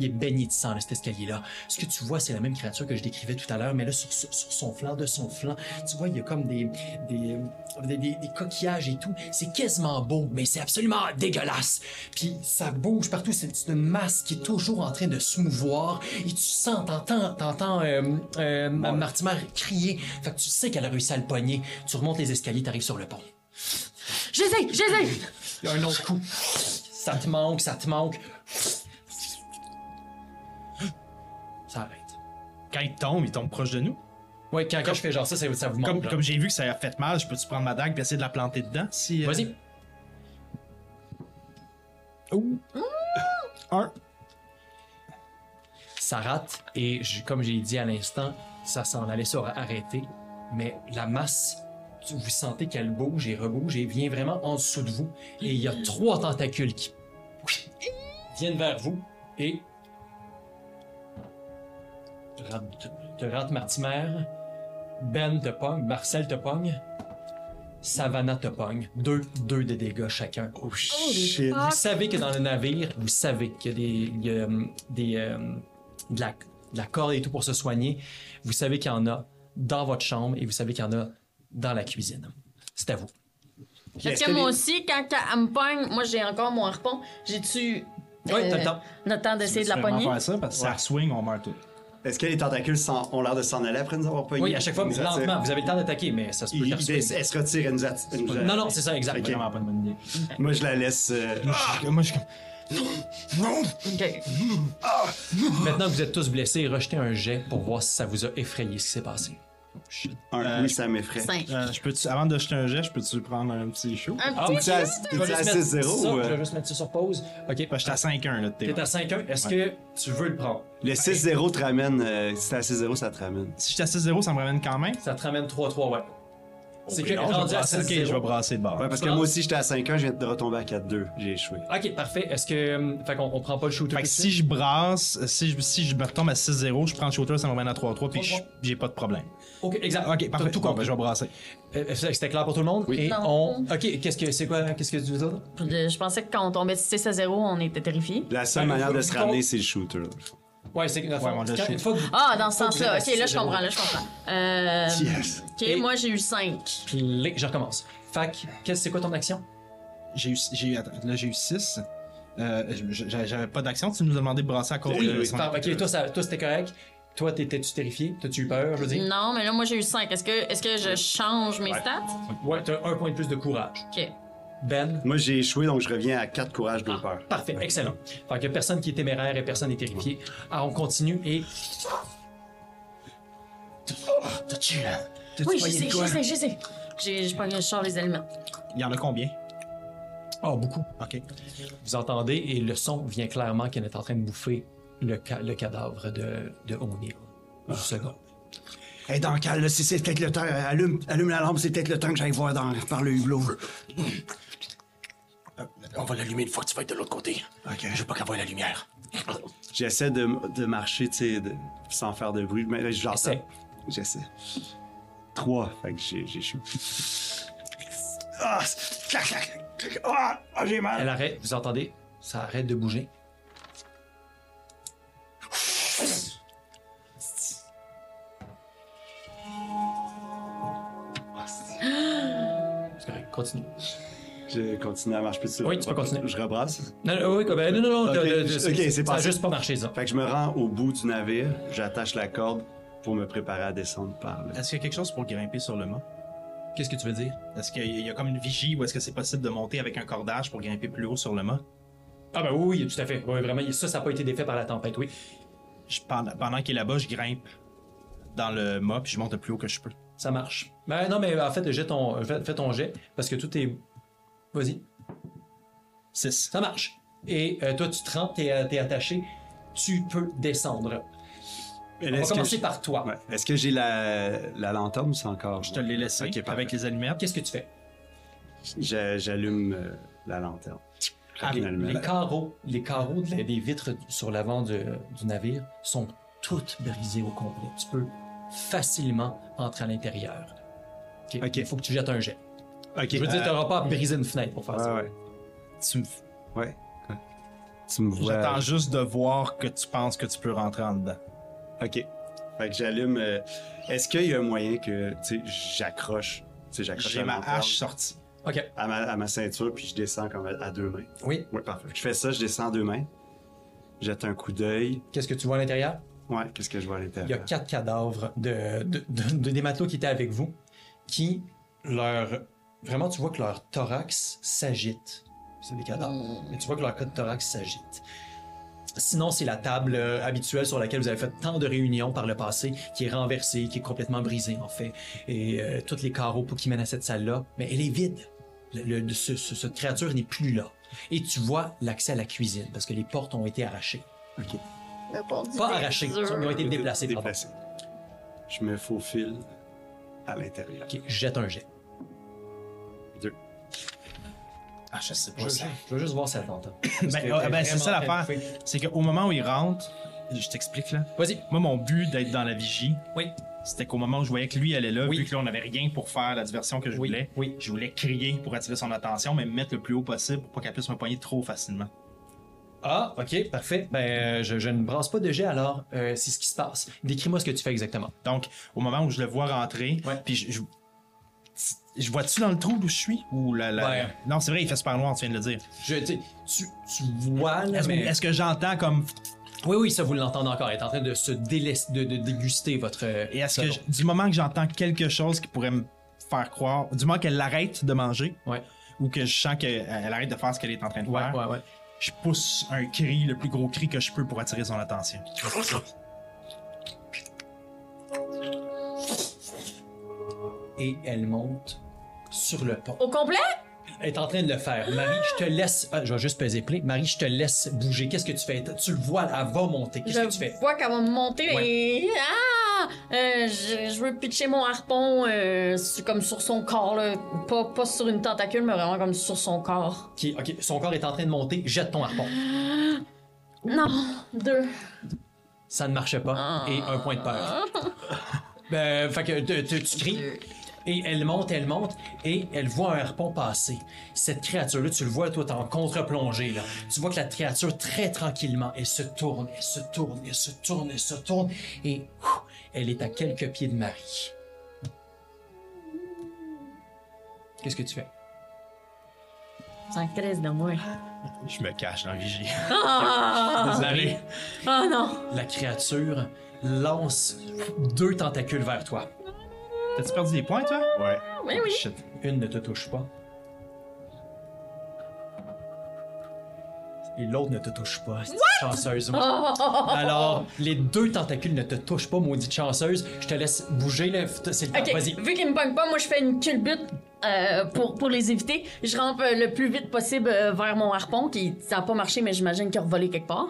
Speaker 1: il est baigné de sang, là, cet escalier-là. Ce que tu vois, c'est la même créature que je décrivais tout à l'heure, mais là, sur, sur- sur son flanc, de son flanc, tu vois, il y a comme des, des, des, des- des coquillages et tout. C'est quasiment beau, mais c'est absolument dégueulasse. Puis ça bouge partout, c'est c'est une masse qui est toujours en train de se mouvoir. Et tu sens, t'entends, t'entends euh, euh, Mortimer crier. Fait que tu sais qu'elle a réussi à le pogner. Tu remontes les escaliers, t'arrives sur le pont.
Speaker 2: J'essaie, j'essaie!
Speaker 1: Il y a un autre coup. Ça te manque, ça te manque. Ça arrête.
Speaker 4: Quand il tombe, il tombe proche de nous.
Speaker 1: Ouais, quand, quand je fais genre ça, ça, ça vous manque.
Speaker 4: Comme,
Speaker 1: là.
Speaker 4: comme j'ai vu que ça a fait mal, je peux-tu prendre ma dague et essayer de la planter dedans? Si, euh,
Speaker 1: Vas-y. Ouh.
Speaker 4: Oh. Un.
Speaker 1: Ah! Ça rate et je- comme j'ai dit à l'instant, ça s'en allait sur arrêter, mais la masse, tu- vous sentez qu'elle bouge et rebouge et vient vraiment en dessous de vous et il y a trois tentacules qui viennent vers vous et te rate- te rate Martimer, Ben te pogne, Marcel te pogne, Savannah te pogne. Deux, deux de dégâts chacun.
Speaker 3: Oh shit.
Speaker 1: Vous savez que dans le navire, vous savez qu'il y a des, il y a, hum, des, hum, de, la, de la corde et tout pour se soigner. Vous savez qu'il y en a dans votre chambre et vous savez qu'il y en a dans la cuisine. C'est à vous.
Speaker 2: Parce que moi aussi, quand elle me pogne, moi, j'ai encore mon harpon. J'ai-tu. euh,
Speaker 1: Oui, t'as le temps.
Speaker 2: Notre temps d'essayer de la
Speaker 4: tu peux vraiment
Speaker 2: pogner.
Speaker 4: faire ça parce que ça swing, on meurt tous.
Speaker 3: Est-ce que les tentacules s'en- ont l'air de s'en aller après nous avoir pognés?
Speaker 1: Oui, à chaque fois,
Speaker 3: Ils
Speaker 1: lentement.
Speaker 3: attirent-
Speaker 1: Vous avez le temps d'attaquer, mais ça se peut
Speaker 3: ils-
Speaker 1: faire
Speaker 3: ils-
Speaker 1: swing.
Speaker 3: Elle se retire et nous atti- nous a-
Speaker 1: Non, non, c'est ça,
Speaker 4: C'est
Speaker 1: exactement.
Speaker 4: vraiment pas une bonne idée.
Speaker 3: Moi, je la laisse. euh,
Speaker 4: Moi, je suis
Speaker 1: Ah!
Speaker 4: comme- moi, je suis comme.
Speaker 2: Ok.
Speaker 1: Maintenant que vous êtes tous blessés, rejetez un jet pour voir si ça vous a effrayé ce qui s'est passé.
Speaker 3: Un,
Speaker 4: Euh,
Speaker 3: oui, ça m'effraie.
Speaker 2: Cinq.
Speaker 4: Euh, je peux-tu- avant de jeter un jet, je peux-tu prendre un petit show?
Speaker 2: Un
Speaker 1: Ah,
Speaker 2: petit
Speaker 3: T'es-tu à,
Speaker 2: jeu.
Speaker 3: t'es-tu
Speaker 1: Je vais
Speaker 3: à
Speaker 1: juste mettre
Speaker 3: 6-0
Speaker 1: ça,
Speaker 3: ou,
Speaker 1: Je vais
Speaker 3: euh,
Speaker 1: juste mettre ça sur pause. OK.
Speaker 4: Parce que J'étais à 5-1 là de
Speaker 1: T'es
Speaker 4: théorie.
Speaker 1: à 5-1. Est-ce que tu veux le prendre?
Speaker 3: Le 6-0 te ramène. euh, si t'es à 6-0, ça te ramène.
Speaker 4: Si j'étais à 6-0, ça me ramène quand même.
Speaker 1: Ça te ramène 3-3, ouais. C'est que
Speaker 4: Non, je vais
Speaker 1: rendu à
Speaker 4: brasser-
Speaker 1: 6-0.
Speaker 4: Ok, je vais brasser de bord.
Speaker 3: Ouais, parce que
Speaker 1: pense-
Speaker 3: moi aussi, j'étais à 5-1, je viens de retomber à 4-2. J'ai échoué.
Speaker 1: Ok, parfait. Est-ce que. hum, Fait qu'on on prend pas le shooter.
Speaker 4: Fait
Speaker 1: tout de
Speaker 4: que
Speaker 1: suite?
Speaker 4: si je brasse, si je, si je me retombe à 6-0, je prends le shooter, ça me ramène à 3-3, puis je-
Speaker 1: 3-3.
Speaker 4: j'ai pas de problème.
Speaker 1: Ok, exact.
Speaker 4: Ok, parfait.
Speaker 1: T'as Tout
Speaker 4: Bon, ben,
Speaker 1: compris.
Speaker 4: je vais brasser.
Speaker 1: Euh, C'était clair pour tout le monde? Et
Speaker 2: Non.
Speaker 1: on. Ok, qu'est-ce que c'est quoi? Qu'est-ce que tu veux dire?
Speaker 2: Je pensais que quand on tombait de 6 à 0, on était terrifiés.
Speaker 3: La seule manière de se ramener, c'est le shooter.
Speaker 1: Ouais, c'est que.
Speaker 4: Ouais, mon Dieu,
Speaker 1: quand-
Speaker 4: je-
Speaker 1: une fois que vous-
Speaker 2: Ah, dans ce
Speaker 1: une fois que vous
Speaker 2: sens-là.
Speaker 1: êtes
Speaker 2: Ok, là, je
Speaker 1: à
Speaker 2: comprends, là, je comprends. Euh,
Speaker 3: Yes.
Speaker 2: Ok,
Speaker 1: Et-
Speaker 2: moi, j'ai eu 5.
Speaker 1: Clic, Je recommence. Fait que, qu'est-ce- c'est quoi ton action?
Speaker 4: J'ai eu, j'ai eu- attends, là, j'ai eu 6. J'avais pas d'action, tu nous as demandé de brasser à cause
Speaker 3: Oui,
Speaker 4: de
Speaker 3: oui.
Speaker 4: Euh, son-
Speaker 1: Fait- Ok, toi, ça- toi, c'était correct. Toi, t'étais-tu terrifié? T'as-tu eu peur? Je veux dire.
Speaker 2: Non, mais là, moi, j'ai eu 5. Est-ce que, est que je change mes stats?
Speaker 1: Ouais, t'as un point de plus de courage.
Speaker 2: Ok.
Speaker 1: Ben.
Speaker 3: Moi, j'ai échoué, donc je reviens à 4 courage, 2 peur.
Speaker 1: Parfait, excellent. Fait que personne qui est téméraire et personne n'est terrifié. Ah, on continue et.
Speaker 6: T'as-tu.
Speaker 1: euh,
Speaker 2: Oui, je sais, je sais, je sais. J'ai- Je prends- je sors les aliments.
Speaker 4: Il y en a combien?
Speaker 1: Oh, beaucoup.
Speaker 4: Ok.
Speaker 1: Vous entendez et le son vient clairement qu'elle est en train de bouffer le, ca- le cadavre de, de O'Neill.
Speaker 3: Ah.
Speaker 1: Une seconde.
Speaker 3: Hey, donc, Cal, là, si c'est peut-être le temps, euh, allume, allume la lampe, c'est peut-être le temps que j'aille voir dans, par le hublot.
Speaker 6: Euh, On va l'allumer une fois que tu vas être de l'autre côté.
Speaker 3: Ok.
Speaker 6: Je veux pas qu'elle voie la lumière.
Speaker 3: J'essaie de, de marcher, tu sais, de- sans faire de bruit. Mais là, je l'entends.
Speaker 1: Essaie.
Speaker 3: J'essaie. 3, fait que j'ai j'ai échoué. Ah, clac, clac, clac. Ah, ah, j'ai mal.
Speaker 1: Elle arrête, vous entendez, ça arrête de bouger. C'est correct, continue.
Speaker 3: Je continue à marcher. Peux-tu-
Speaker 1: Oui, tu peux continuer.
Speaker 3: Je rebrasse.
Speaker 1: Non, non, oui, quoi, ben, non, non, non,
Speaker 3: Ok,
Speaker 1: t'as- t'as-
Speaker 3: ok,
Speaker 1: t'as-
Speaker 3: c'est
Speaker 1: ça a
Speaker 3: passé.
Speaker 1: juste pas marché, ça.
Speaker 3: Fait que je me rends au bout du navire, j'attache la corde pour me préparer à descendre par là.
Speaker 4: Est-ce qu'il y a quelque chose pour grimper sur le mât?
Speaker 1: Qu'est-ce que tu veux dire?
Speaker 4: Est-ce qu'il y a- il y a comme une vigie ou est-ce que c'est possible de monter avec un cordage pour grimper plus haut sur le mât?
Speaker 1: Ah ben oui, oui, tout à fait. Oui, vraiment, ça, ça n'a pas été défait par la tempête, oui.
Speaker 4: Je- pendant pendant qu'il est là-bas, je grimpe dans le mât puis je monte le plus haut que je peux.
Speaker 1: Ça marche. Ben non, mais en fait, jette ton, fais, fais ton jet, parce que tout est... Vas-y.
Speaker 4: 6.
Speaker 1: Ça marche. Et euh, toi, tu te rends, t'es, euh, t'es attaché, tu peux descendre.
Speaker 3: Mais
Speaker 1: On va
Speaker 3: est-ce que
Speaker 1: commencer
Speaker 3: je-
Speaker 1: par toi.
Speaker 3: Ouais. Est-ce que j'ai la, la lanterne ou c'est encore?
Speaker 4: Je te l'ai laissé
Speaker 3: Ok, parfait.
Speaker 4: avec les allumettes.
Speaker 1: Qu'est-ce que tu fais?
Speaker 3: J'a- J'allume euh, la lanterne.
Speaker 1: Les,
Speaker 3: Finalement.
Speaker 1: Ah, les carreaux, les carreaux de la- des vitres sur l'avant du, du navire sont toutes brisées au complet. Tu peux facilement entrer à l'intérieur. OK?
Speaker 3: Ok.
Speaker 1: Il faut que tu jettes un jet.
Speaker 3: Ok. euh,
Speaker 1: Je veux dire, tu n'auras pas à briser une fenêtre pour faire
Speaker 3: ouais,
Speaker 1: ça.
Speaker 3: ouais.
Speaker 4: Tu me-
Speaker 3: Ouais. Tu me vois.
Speaker 4: J'attends juste de voir que tu penses que tu peux rentrer en dedans.
Speaker 3: Ok. Fait que j'allume. euh, Est-ce qu'il y a un moyen que tu sais, j'accroche, tu sais, j'accroche
Speaker 4: J'ai
Speaker 3: la
Speaker 4: ma
Speaker 3: lanterne
Speaker 4: hache sortie.
Speaker 1: OK.
Speaker 3: à ma, à ma ceinture puis je descends comme à, à deux mains.
Speaker 1: Oui.
Speaker 3: Ouais, parfait. Je fais ça, je descends à deux mains. Jette un coup d'œil.
Speaker 1: Qu'est-ce que tu vois à l'intérieur?
Speaker 3: Ouais. Qu'est-ce que je vois à
Speaker 5: Euh,
Speaker 1: Il y a
Speaker 3: l'intérieur?
Speaker 1: quatre cadavres de, de- de- de- des matelots qui étaient avec vous, qui leur. Vraiment, tu vois que leur thorax s'agite. C'est des cadavres. Mais tu vois que leur thorax s'agite. Sinon, c'est la table euh, habituelle sur laquelle vous avez fait tant de réunions par le passé, qui est renversée, qui est complètement brisée, en fait. Et euh, tous les carreaux pour qui mènent à cette salle-là, mais elle est vide. Le- le- ce- ce- cette créature n'est plus là. Et tu vois l'accès à la cuisine, parce que les portes ont été arrachées. Pas arrachées, ils ont été déplacées. pardon.
Speaker 3: Déplacé. Je me faufile à l'intérieur.
Speaker 1: Ok, jette un jet.
Speaker 3: Deux.
Speaker 4: Ah, je sais
Speaker 1: Je
Speaker 4: pas
Speaker 1: veux,
Speaker 4: ça.
Speaker 1: juste- je veux juste voir si elle t'entend.
Speaker 4: Ben, ah, ben, c'est ça l'affaire. C'est qu'au moment où il rentre, je t'explique là.
Speaker 1: Vas-y.
Speaker 4: Moi, mon but d'être dans la vigie,
Speaker 1: Oui.
Speaker 4: c'était qu'au moment où je voyais que lui allait là,
Speaker 1: Oui.
Speaker 4: vu que là, on n'avait rien pour faire la diversion que je
Speaker 1: Oui,
Speaker 4: voulais,
Speaker 1: oui.
Speaker 4: je voulais crier pour attirer son attention, mais me mettre le plus haut possible pour pas qu'elle puisse me poigner trop facilement.
Speaker 1: Ah, ok, parfait. Ben, euh, je, je ne brasse pas de jet alors. euh, c'est ce qui se passe. Décris-moi ce que tu fais exactement.
Speaker 4: Donc, au moment où je le vois rentrer,
Speaker 1: Ouais.
Speaker 4: puis je. je... je vois-tu dans le trou d'où je suis? Ou la, la-
Speaker 1: Ouais.
Speaker 4: Non, c'est vrai, il fait super noir, tu viens de le dire.
Speaker 1: Je, tu, sais, tu tu vois là,
Speaker 4: Est-ce
Speaker 1: mais-
Speaker 4: est-ce que j'entends comme
Speaker 1: Oui, oui, ça vous l'entendez encore. Elle est en train de se délaisser, de, de déguster votre.
Speaker 4: Et est-ce
Speaker 1: votre
Speaker 4: que
Speaker 1: nom.
Speaker 4: je- du moment que j'entends quelque chose qui pourrait me faire croire, du moment qu'elle arrête de manger,
Speaker 1: Ouais.
Speaker 4: ou que je sens qu'elle elle arrête de faire ce qu'elle est en train de
Speaker 1: Ouais,
Speaker 4: faire,
Speaker 1: ouais, ouais.
Speaker 4: je pousse un cri, le plus gros cri que je peux pour attirer son attention.
Speaker 1: et elle monte sur le pont.
Speaker 2: Au complet?
Speaker 1: Elle est en train de le faire. Marie, je te laisse. ah, je vais juste peser play. Marie, je te laisse bouger. Qu'est-ce que tu fais? Tu le vois, elle va monter. Qu'est-ce que tu fais?
Speaker 2: Je vois qu'elle va me monter
Speaker 1: Ouais.
Speaker 2: et... Ah! Euh, je, je veux pitcher mon harpon euh, sur- comme sur son corps, là. Pas, pas sur une tentacule, mais vraiment comme sur son corps.
Speaker 1: Qui- ok, son corps est en train de monter. Jette ton harpon.
Speaker 2: Non, deux.
Speaker 1: Ça ne marchait pas. Et un point de peur. ben, fait que tu- tu- tu cries. Et elle monte, elle monte, et elle voit un harpon passer. Cette créature-là, tu le vois, toi, t'es en contre-plongée, là. Tu vois que la créature, très tranquillement, elle se tourne, elle se tourne, elle se tourne, elle se tourne, et ouf, elle est à quelques pieds de Marie. Qu'est-ce que tu fais?
Speaker 2: Ça crisse de moi.
Speaker 4: Je me cache dans Vigie.
Speaker 1: Marie,
Speaker 2: Oh non!
Speaker 1: Ah. la créature lance deux tentacules vers toi.
Speaker 4: T'as-tu perdu des points, toi? Ouais.
Speaker 2: Oui, oui.
Speaker 4: Shit.
Speaker 1: Une ne te touche pas. Et l'autre ne te touche pas. c'est Chanceuse. moi. Alors, les deux tentacules ne te touchent pas, maudite chanceuse. Je te laisse bouger, là. F- C'est le temps.
Speaker 2: Ok,
Speaker 1: Ah, Vas-y.
Speaker 2: vu qu'ils me pognent pas, moi je fais une culbute euh, pour, pour les éviter. Je rampe euh, le plus vite possible euh, vers mon harpon qui ça a pas marché, mais j'imagine qu'il a revolé quelque part.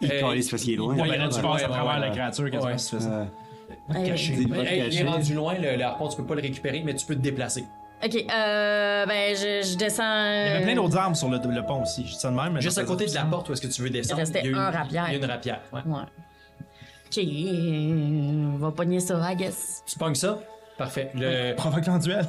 Speaker 3: Il
Speaker 1: Euh,
Speaker 3: calisse parce qu'il est loin.
Speaker 4: Ouais,
Speaker 1: Ouais,
Speaker 4: là, tu
Speaker 1: ouais,
Speaker 4: passes à
Speaker 1: ouais,
Speaker 4: travers
Speaker 1: ouais.
Speaker 4: la créature, qu'est-ce
Speaker 1: Ouais.
Speaker 4: que tu fais?
Speaker 3: Euh,
Speaker 2: Caché.
Speaker 3: des
Speaker 1: Mais,
Speaker 3: votes
Speaker 1: hey, il est
Speaker 3: cachés.
Speaker 1: rendu loin, le, le harpon, tu peux pas le récupérer, mais tu peux te déplacer.
Speaker 2: Ok, euh, ben je, je descends. euh,
Speaker 4: Il y avait plein d'autres armes sur le, le pont aussi. Je dis ça de même. mais
Speaker 1: Juste à
Speaker 4: j'en
Speaker 1: côté de
Speaker 4: faisais
Speaker 1: la
Speaker 4: aussi.
Speaker 1: porte où est-ce que tu veux descendre.
Speaker 2: Il restait
Speaker 1: y a une-
Speaker 2: un rapière.
Speaker 1: Il y a une rapière. ouais.
Speaker 2: Ouais. Ok, on va pogner ça, I guess.
Speaker 1: Tu pognes ça? Parfait. Le-
Speaker 4: Provoque en duel.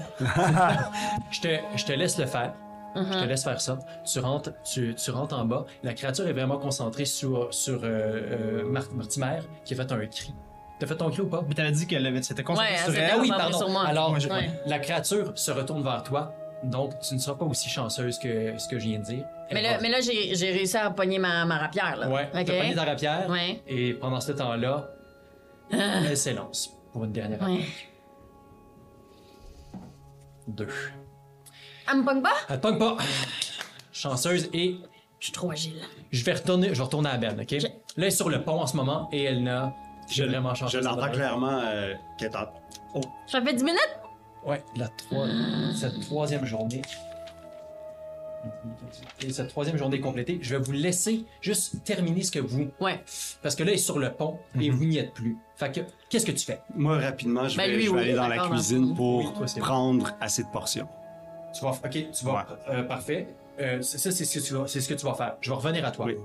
Speaker 1: Je te, je te laisse le faire. Je
Speaker 2: Mhm.
Speaker 1: te laisse faire ça. Tu rentres, tu, tu rentres en bas. La créature est vraiment concentrée sur, sur euh, euh, Mar- Mortimer, qui a fait un cri. T'as fait ton cri ou pas?
Speaker 2: Ah,
Speaker 4: Mais t'avais dit qu'elle avait- c'était concentré
Speaker 2: Ouais,
Speaker 4: sur
Speaker 2: elle s'était
Speaker 4: elle.
Speaker 1: Ah oui,
Speaker 2: Ah,
Speaker 1: pardon.
Speaker 2: sur moi.
Speaker 1: Alors,
Speaker 2: Ouais.
Speaker 1: ouais, la créature se retourne vers toi. Donc, tu ne seras pas aussi chanceuse que ce que je viens de dire. Elle
Speaker 2: Mais là,
Speaker 1: va-
Speaker 2: mais là j'ai j'ai réussi à pogner ma, ma rapière, là.
Speaker 1: Ouais,
Speaker 2: Ok.
Speaker 1: t'as pogné ta rapière.
Speaker 2: Ouais. Ah.
Speaker 1: Et pendant ce temps-là, elle s'élance pour une dernière
Speaker 2: Ouais.
Speaker 1: deux.
Speaker 2: Elle me pogne pas?
Speaker 1: Elle te pogne pas. Chanceuse et
Speaker 2: Je suis trop agile.
Speaker 1: Je vais retourner, je vais retourner à Ben, OK? Là, elle est sur le pont en ce moment et elle n'a j'ai vraiment changé.
Speaker 5: Je
Speaker 1: sa
Speaker 5: l'entends
Speaker 1: valeur.
Speaker 5: clairement euh, qu'elle t'en-
Speaker 2: Ça fait 10 minutes?
Speaker 1: Ouais, la trois- cette troisième journée. Et cette troisième journée complétée, je vais vous laisser juste terminer ce que vous.
Speaker 2: Ouais.
Speaker 1: Parce que là, elle est sur le pont et
Speaker 5: Mhm.
Speaker 1: vous n'y êtes plus. Fait que, qu'est-ce que tu fais?
Speaker 5: Moi, rapidement, je
Speaker 2: Ben,
Speaker 5: vais,
Speaker 2: lui,
Speaker 5: je vais
Speaker 2: oui,
Speaker 5: aller dans la
Speaker 2: d'accord,
Speaker 5: cuisine
Speaker 2: hein.
Speaker 5: pour
Speaker 1: toi, c'est vrai.
Speaker 5: prendre assez de portions.
Speaker 1: Tu vas. OK, tu vas.
Speaker 5: Ouais.
Speaker 1: euh, parfait. Euh, ça, c'est ce, que tu vas- c'est ce que tu vas faire. Je vais revenir à toi.
Speaker 5: Oui.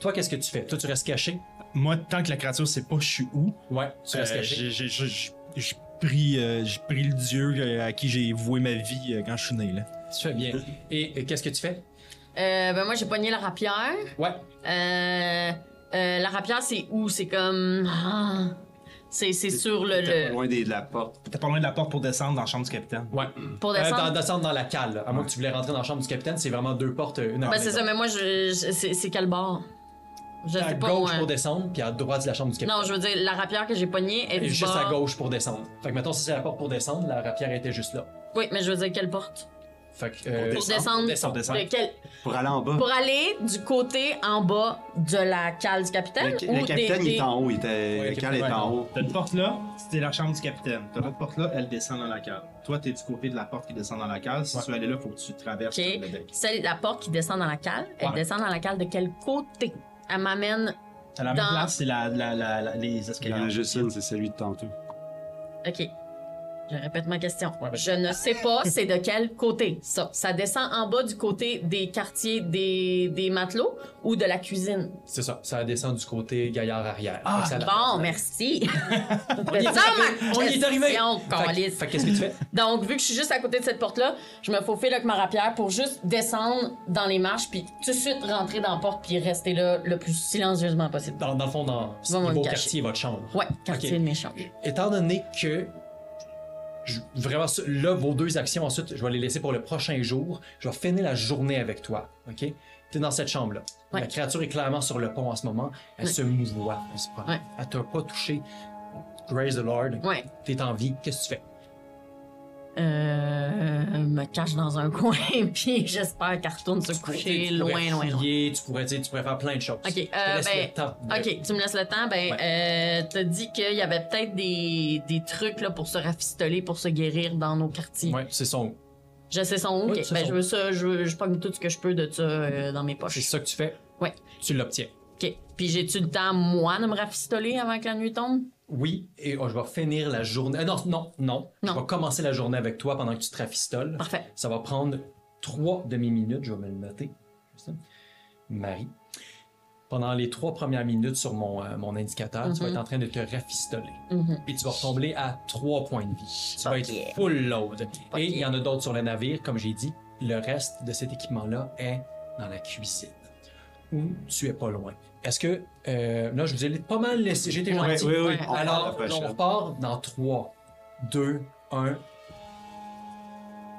Speaker 1: Toi, qu'est-ce que tu fais? Toi, tu restes caché?
Speaker 4: Moi, tant que la créature sait pas je suis où,
Speaker 1: Ouais, tu restes
Speaker 4: euh,
Speaker 1: caché.
Speaker 4: j'ai- j'ai- j'ai- j'ai- je prie, euh, je prie le dieu euh, à qui j'ai voué ma vie euh, quand je suis né. Là.
Speaker 1: Tu fais bien. Et, et qu'est-ce que tu fais?
Speaker 2: Euh, ben moi, j'ai pogné la rapière.
Speaker 1: Ouais.
Speaker 2: Euh, euh, la rapière, c'est où? C'est comme. Ah. c'est c'est sur le.
Speaker 5: T'es pas
Speaker 2: Euh, le-
Speaker 5: loin des- de la porte.
Speaker 4: T'es pas loin de la porte pour descendre dans la chambre du capitaine.
Speaker 1: Ouais.
Speaker 2: Pour
Speaker 1: Euh, dans-
Speaker 2: descendre.
Speaker 1: descendre dans la cale. là. À moins que tu voulais rentrer dans la chambre du capitaine, c'est vraiment deux portes, euh, une à
Speaker 2: Ben, c'est ça,
Speaker 1: l'intérieur.
Speaker 2: mais moi, je, je- c'est c'est quel bord? Je
Speaker 1: à
Speaker 2: sais pas.
Speaker 1: gauche
Speaker 2: moi.
Speaker 1: pour descendre, puis à droite de la chambre du capitaine.
Speaker 2: Non, je veux dire, la rapière que j'ai pognée est
Speaker 1: Et
Speaker 2: du
Speaker 1: juste
Speaker 2: bord.
Speaker 1: à gauche pour descendre. Fait que mettons, si c'est la porte pour descendre, la rapière était juste là.
Speaker 2: Oui, mais je veux dire, quelle porte?
Speaker 1: Fait que. euh,
Speaker 2: Pour descendre.
Speaker 1: descendre, descendre.
Speaker 2: De quel-
Speaker 5: Pour aller en bas.
Speaker 2: Pour aller du côté en bas de la cale du
Speaker 5: Le,
Speaker 2: capitaine? ou
Speaker 5: le capitaine
Speaker 2: des,
Speaker 5: il est en haut. Il était,
Speaker 1: Ouais,
Speaker 5: le cal est
Speaker 1: ouais.
Speaker 5: en haut.
Speaker 4: T'as une porte là, c'était la chambre du capitaine. T'as l'autre porte là, elle descend dans la cave. Toi, t'es du côté de la porte qui descend dans la cave. Si tu veux aller là, faut que tu traverses
Speaker 2: des-
Speaker 4: le
Speaker 2: Ok.
Speaker 4: deck.
Speaker 2: Celle, la porte qui descend dans la cale, elle
Speaker 1: Ouais.
Speaker 2: descend dans la cale de quel côté? Elle m'amène.
Speaker 4: À la même
Speaker 2: Dans-
Speaker 4: place, c'est la, la, la, la- les
Speaker 3: Il y
Speaker 4: escaliers.
Speaker 3: en a juste une, c'est celui de tantôt.
Speaker 2: Ok. Je répète ma question. Je ne sais pas c'est de quel côté ça. Ça descend en bas du côté des quartiers des, des matelots ou de la cuisine?
Speaker 1: C'est ça. Ça descend du côté gaillard arrière. Fait que Ah, ça-
Speaker 2: Ah, Bon, merci.
Speaker 1: On y est
Speaker 2: Ça,
Speaker 1: arrivé.
Speaker 2: ma
Speaker 1: On y est arrivé.
Speaker 2: question,
Speaker 1: Fait que-
Speaker 2: câlisse.
Speaker 1: Fait que qu'est-ce que tu fais?
Speaker 2: Donc, vu que je suis juste à côté de cette porte-là, je me faufile avec ma rapière pour juste descendre dans les marches, puis tout de suite rentrer dans la porte, puis rester là le plus silencieusement possible.
Speaker 1: Dans, dans le fond, dans
Speaker 2: vas me
Speaker 1: niveau
Speaker 2: le cacher.
Speaker 1: quartier, votre chambre.
Speaker 2: Ouais, quartier
Speaker 1: Ok.
Speaker 2: de méchant.
Speaker 1: Étant donné que. je- Vraiment, ça- là, vos deux actions, ensuite, je vais les laisser pour le prochain jour. Je vais finir la journée avec toi, OK? T'es dans cette chambre-là.
Speaker 2: Ouais.
Speaker 1: La créature est clairement sur le pont en ce moment. Elle se mouvoie. Elle se prend.
Speaker 2: Ouais.
Speaker 1: Elle t'a pas touché. Praise the Lord.
Speaker 2: Ouais.
Speaker 1: T'es en vie. Qu'est-ce que tu fais?
Speaker 2: euh, me cache dans un coin, puis j'espère qu'elle retourne se coucher
Speaker 1: Tu pourrais
Speaker 2: loin, loin, loin.
Speaker 1: fouiller, Tu pourrais, tu sais, tu pourrais faire plein de choses.
Speaker 2: Ok,
Speaker 1: Je te
Speaker 2: euh,
Speaker 1: laisse
Speaker 2: ben,
Speaker 1: le temps de-
Speaker 2: Ok, tu me laisses le temps. Ben, euh, t'as dit qu'il y avait peut-être des, des trucs là, pour se rafistoler, pour se guérir dans nos quartiers.
Speaker 1: Ouais, c'est son.
Speaker 2: Je sais son où.
Speaker 1: Ouais,
Speaker 2: ok.
Speaker 1: c'est
Speaker 2: Ben,
Speaker 1: son-
Speaker 2: je veux ça, je, veux, je pogne tout ce que je peux de ça euh, dans mes
Speaker 1: C'est
Speaker 2: poches.
Speaker 1: ça que tu fais.
Speaker 2: Ouais.
Speaker 1: Tu l'obtiens.
Speaker 2: Ok. Puis j'ai-tu le temps, moi, de me rafistoler avant que la nuit tombe?
Speaker 1: Oui, et oh, je vais finir la journée. Ah, Non, non, non,
Speaker 2: Non.
Speaker 1: Je vais commencer la journée avec toi pendant que tu te rafistoles.
Speaker 2: Parfait.
Speaker 1: Ça va prendre trois demi-minutes, je vais me le noter. Justin. Marie, pendant les trois premières minutes sur mon, euh, mon indicateur,
Speaker 2: Mhm.
Speaker 1: tu vas être en train de te rafistoler. Puis tu vas retomber à trois points de vie. Tu vas être full load. Et il y en a d'autres sur le navire, comme j'ai dit. Le reste de cet équipement-là est dans la cuisine. Où tu es pas loin. Est-ce que. euh, là, je vous ai pas mal laissé. J'ai été gentil.
Speaker 3: oui, oui.
Speaker 1: On Alors,
Speaker 3: parle à la
Speaker 1: on
Speaker 3: prochaine.
Speaker 1: repart dans 3, 2, 1.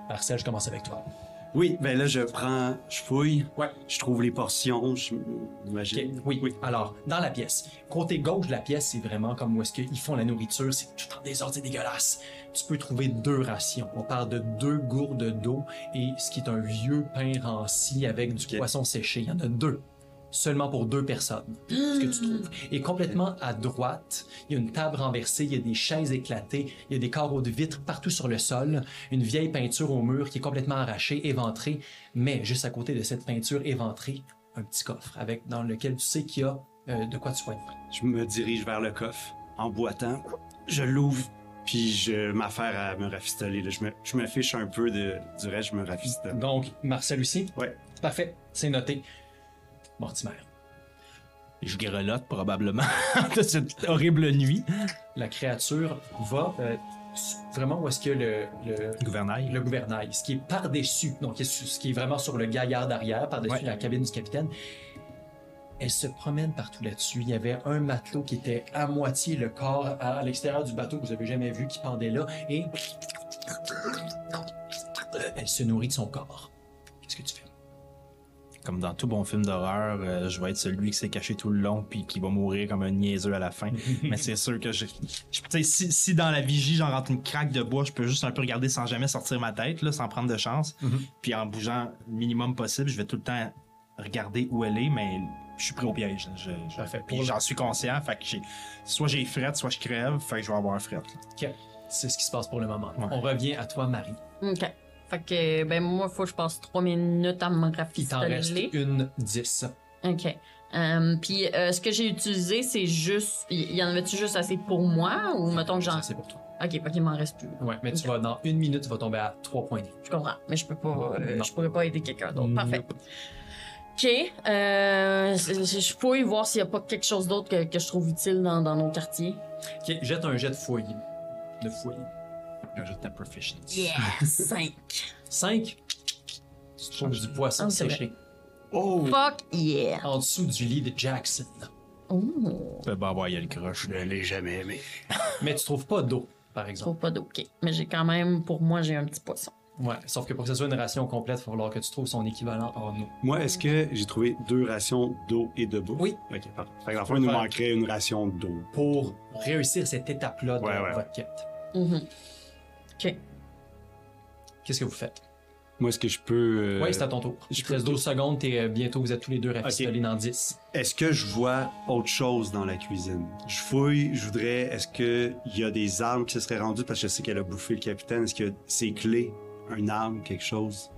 Speaker 1: Marcel, je commence avec toi.
Speaker 3: Oui, ben là, je prends, je fouille,
Speaker 1: Ouais.
Speaker 3: je trouve les portions, je-
Speaker 1: Ok,
Speaker 3: j'imagine.
Speaker 1: Oui, oui. Alors, dans la pièce, côté gauche de la pièce, c'est vraiment comme où est-ce qu'ils font la nourriture, c'est tout en désordre, c'est dégueulasse. Tu peux trouver deux rations. On parle de deux gourdes d'eau et ce qui est un vieux pain ranci avec du
Speaker 3: Ok.
Speaker 1: poisson séché. Il y en a deux. Seulement pour deux personnes,
Speaker 3: Ah.
Speaker 1: ce que tu trouves. Et complètement à droite, il y a une table renversée, il y a des chaises éclatées, il y a des carreaux de vitres partout sur le sol, une vieille peinture au mur qui est complètement arrachée, éventrée, mais juste à côté de cette peinture éventrée, un petit coffre avec dans lequel tu sais qu'il y a euh, de quoi te soigner.
Speaker 3: Je me dirige vers le coffre, en boitant, je l'ouvre, puis je m'affaire à me rafistoler. là. Je, me, je me fiche un peu de, du reste, je me rafistole.
Speaker 1: Euh, Donc, Marcel aussi?
Speaker 3: Ouais.
Speaker 1: Parfait, c'est noté. Mortimer,
Speaker 4: Je grelotte probablement de cette horrible nuit.
Speaker 1: la créature va euh, s- vraiment où est-ce que le, le,
Speaker 4: Gouvernail.
Speaker 1: le gouvernail, ce qui est par-dessus, donc qui est su- ce qui est vraiment sur le gaillard d'arrière, par-dessus
Speaker 4: Ouais.
Speaker 1: la cabine du capitaine. Elle se promène partout là-dessus. Il y avait un matelot qui était à moitié le corps à l'extérieur du bateau que vous avez jamais vu qui pendait là et euh, elle se nourrit de son corps. Qu'est-ce que tu fais?
Speaker 4: Comme dans tout bon film d'horreur, euh, je vais être celui qui s'est caché tout le long puis qui va mourir comme un niaiseux à la fin. Mais c'est sûr que je, je- tu sais, si, si dans la vigie j'en rentre une craque de bois, je peux juste un peu regarder sans jamais sortir ma tête, là, sans prendre de chance. Puis en bougeant le minimum possible, je vais tout le temps regarder où elle est, mais je suis pris au piège. là. Je, je-
Speaker 1: Parfait.
Speaker 4: puis j'en suis conscient, fait que j'ai- soit j'ai frette, soit je crève, fait que je vais avoir frette.
Speaker 1: Ok. C'est ce qui se passe pour le moment.
Speaker 4: Ouais.
Speaker 1: On revient à toi, Marie.
Speaker 2: Ok. Fait que, ben, moi, faut que je passe trois minutes à me
Speaker 1: Il t'en reste
Speaker 2: rafistoler.
Speaker 1: une dix.
Speaker 2: Ok. Euh, puis, euh, ce que j'ai utilisé, c'est juste. Il y, y en avait-tu juste assez pour moi ou mettons que j'en.
Speaker 1: Ça, C'est pour toi.
Speaker 2: Ok, ok, il m'en reste plus.
Speaker 1: Ouais, mais tu vas dans une minute, tu vas tomber à trois points de vie.
Speaker 2: Je comprends, mais je peux pas, euh,
Speaker 1: Non.
Speaker 2: je pourrais pas aider quelqu'un d'autre. Parfait.
Speaker 1: Nope.
Speaker 2: Ok, euh, je je peux y voir s'il y a pas quelque chose d'autre que, que je trouve utile dans, dans nos quartiers.
Speaker 1: Ok, jette un jet de fouille. De fouille.
Speaker 4: Rajoute ta proficiency.
Speaker 2: Yeah, 5.
Speaker 1: Cinq. Tu trouves du poisson
Speaker 2: Ah, c'est
Speaker 1: séché
Speaker 3: Oh!
Speaker 2: Fuck yeah.
Speaker 1: en dessous du lit de Jackson.
Speaker 2: Ouh,
Speaker 4: Je peux pas avoir le croche.
Speaker 3: Je ne l'ai jamais aimé.
Speaker 1: Mais tu trouves pas d'eau, par
Speaker 2: je
Speaker 1: exemple.
Speaker 2: trouve pas d'eau. Ok, mais j'ai quand même, pour moi, j'ai un petit poisson.
Speaker 1: Ouais, sauf que pour que ce soit une ration complète, il va falloir que tu trouves son équivalent en eau.
Speaker 3: Moi, est-ce que j'ai trouvé deux rations d'eau et de bouffe?
Speaker 1: Oui.
Speaker 3: Ok, parfait. Fait que dans le fond, il nous
Speaker 1: Faire-
Speaker 3: manquerait une ration d'eau.
Speaker 1: Pour réussir cette étape-là de
Speaker 3: Ouais, ouais,
Speaker 1: votre quête,
Speaker 2: Mhm. Ok.
Speaker 1: qu'est-ce que vous faites?
Speaker 11: Moi, est-ce que je peux. euh,
Speaker 1: Oui, c'est à ton tour.
Speaker 11: je
Speaker 1: Je te
Speaker 11: peux-
Speaker 1: reste 12 secondes, t'es, euh, bientôt vous êtes tous les deux rafistolés dans 10.
Speaker 3: Est-ce que je vois autre chose dans la cuisine? Je fouille, je voudrais, est-ce qu'il y a des armes qui se seraient rendues parce que je sais qu'elle a bouffé le capitaine? Est-ce que c'est clé, une arme, quelque chose?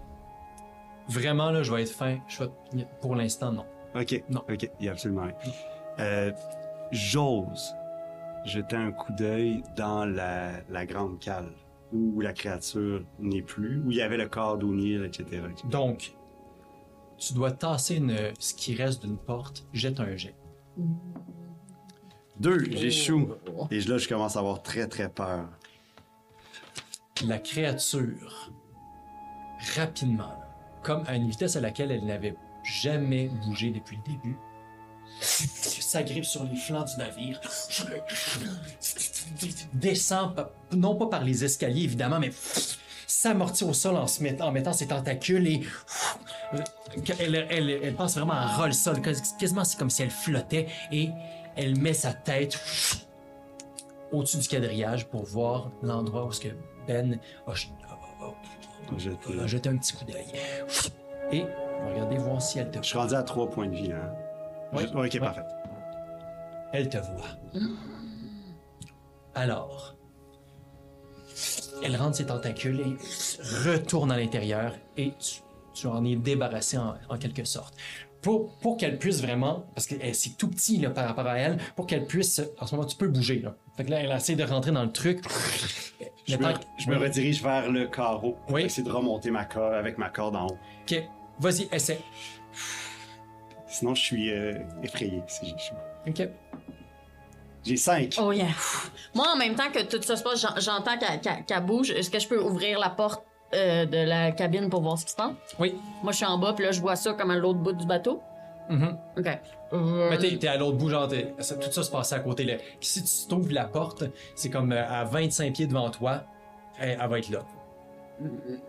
Speaker 1: Vraiment, là, je vais être fin. Je vais- Pour l'instant, non.
Speaker 3: Ok.
Speaker 1: Non.
Speaker 3: Ok, il y a absolument rien. Euh, J'ose jeter un coup d'œil dans la, la grande cale où la créature n'est plus, où il y avait le corps d'O'Neill, etc.
Speaker 1: Donc, tu dois tasser une- ce qui reste d'une porte, jette un jet.
Speaker 3: Deux, j'échoue. Et là, je commence à avoir très, très peur.
Speaker 1: La créature, rapidement, là, comme à une vitesse à laquelle elle n'avait jamais bougé depuis le début, s'agrippe sur les flancs du navire, descend, pa- non pas par les escaliers évidemment, mais s'amortit au sol en, se mettant, en mettant ses tentacules et elle, elle- elle pense vraiment à ras le sol, quas- quasiment c'est comme si elle flottait et elle met sa tête au-dessus du quadrillage pour voir l'endroit où ce que Ben a, ch- a- a- a-
Speaker 3: Jeté.
Speaker 1: a jeté un petit coup d'œil. Et regardez voir si elle te
Speaker 3: Je suis rendu à 3 points de vie, là. hein?
Speaker 1: Oui.
Speaker 3: Je- Ok,
Speaker 1: Ouais.
Speaker 3: parfait.
Speaker 1: Elle te voit. Alors, elle rentre ses tentacules et retourne à l'intérieur et tu, tu en es débarrassé en, en quelque sorte. Pour, pour qu'elle puisse vraiment, parce que eh, c'est tout petit là, par rapport à elle, pour qu'elle puisse, en ce moment tu peux bouger. Là. Fait que là, elle essaie de rentrer dans le truc.
Speaker 5: Je
Speaker 1: Le
Speaker 5: me,
Speaker 1: temps-
Speaker 5: je me redirige vers le carreau pour
Speaker 1: Oui.
Speaker 5: essayer de remonter ma corde avec ma corde en haut.
Speaker 1: Ok, vas-y, essaie.
Speaker 5: Sinon, je suis euh, effrayé. si je- je-
Speaker 1: Ok.
Speaker 5: J'ai 5.
Speaker 2: Oh yeah. Moi, en même temps que tout ça se passe, j'en- j'entends qu'elle qu'elle- qu'elle bouge. Est-ce que je peux ouvrir la porte euh, de la cabine pour voir ce qui se passe?
Speaker 1: Oui.
Speaker 2: Moi, je suis en bas, puis là, je vois ça comme à l'autre bout du bateau.
Speaker 1: Mhm.
Speaker 2: OK. Euh,
Speaker 1: Mais t'es, t'es à l'autre bout, genre, t'es- ça- tout ça se passait à côté. là. Si tu t'ouvres la porte, c'est comme euh, à 25 pieds devant toi, elle, elle va être là.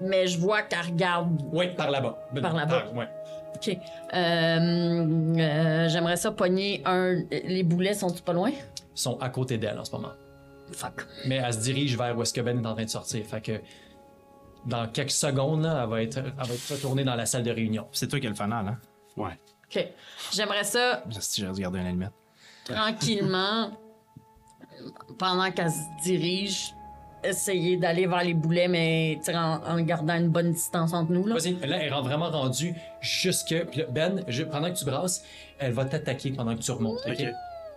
Speaker 2: Mais je vois qu'elle regarde.
Speaker 1: Ouais, par là-bas.
Speaker 2: Par là-bas.
Speaker 1: ouais.
Speaker 2: OK. Euh, euh, J'aimerais ça pogner un... Les boulets sont-ils pas loin?
Speaker 1: Ils sont à côté d'elle en ce moment.
Speaker 2: Fuck.
Speaker 1: Mais elle se dirige vers où est-ce que Ben est en train de sortir. Fait que dans quelques secondes, là, elle, va être, elle va être retournée dans la salle de réunion.
Speaker 4: C'est toi qui as le fanal, hein?
Speaker 5: Ouais.
Speaker 2: OK. J'aimerais ça
Speaker 4: Si j'ai regardé un allumette.
Speaker 2: tranquillement, pendant qu'elle se dirige, essayer d'aller vers les boulets, mais tu sais, en, en gardant une bonne distance entre nous. Là.
Speaker 1: Vas-y, là, elle est vraiment rendue jusque. puis là, ben, je- pendant que tu brasses, elle va t'attaquer pendant que tu remontes. OK?
Speaker 5: Ok.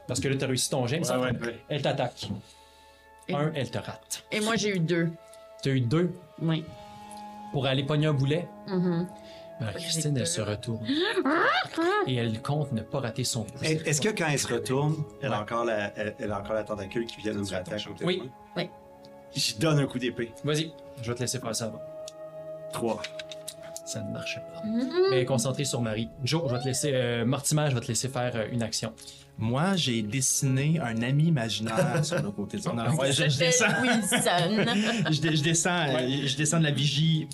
Speaker 1: Parce que là, t'as réussi ton gemme.
Speaker 5: ouais, ouais.
Speaker 1: Elle t'attaque. Un, elle te rate.
Speaker 2: Et moi, j'ai eu deux.
Speaker 1: T'as eu deux
Speaker 2: Oui.
Speaker 1: pour aller pogner un boulet.
Speaker 2: Mhm.
Speaker 1: Christine, elle se retourne. Et elle compte ne pas rater son coup.
Speaker 5: Est- Est-ce que quand elle se retourne, elle, a, encore la, elle, elle a encore la tentacule qui vient de me rattacher?
Speaker 1: Oui.
Speaker 2: Oui.
Speaker 5: J'y donne un coup d'épée.
Speaker 1: Vas-y, je vais te laisser faire ça avant.
Speaker 5: 3.
Speaker 1: Ça ne marche pas. Mais concentré sur Marie. Joe, je vais te laisser. euh, Mortimer, je vais te laisser faire euh, une action.
Speaker 4: Moi, j'ai dessiné un ami imaginaire sur le côté de son arbre. Ouais, je, je
Speaker 2: C'était
Speaker 4: descends.
Speaker 2: Wilson.
Speaker 4: je, dé- je descends, euh, je descends de la vigie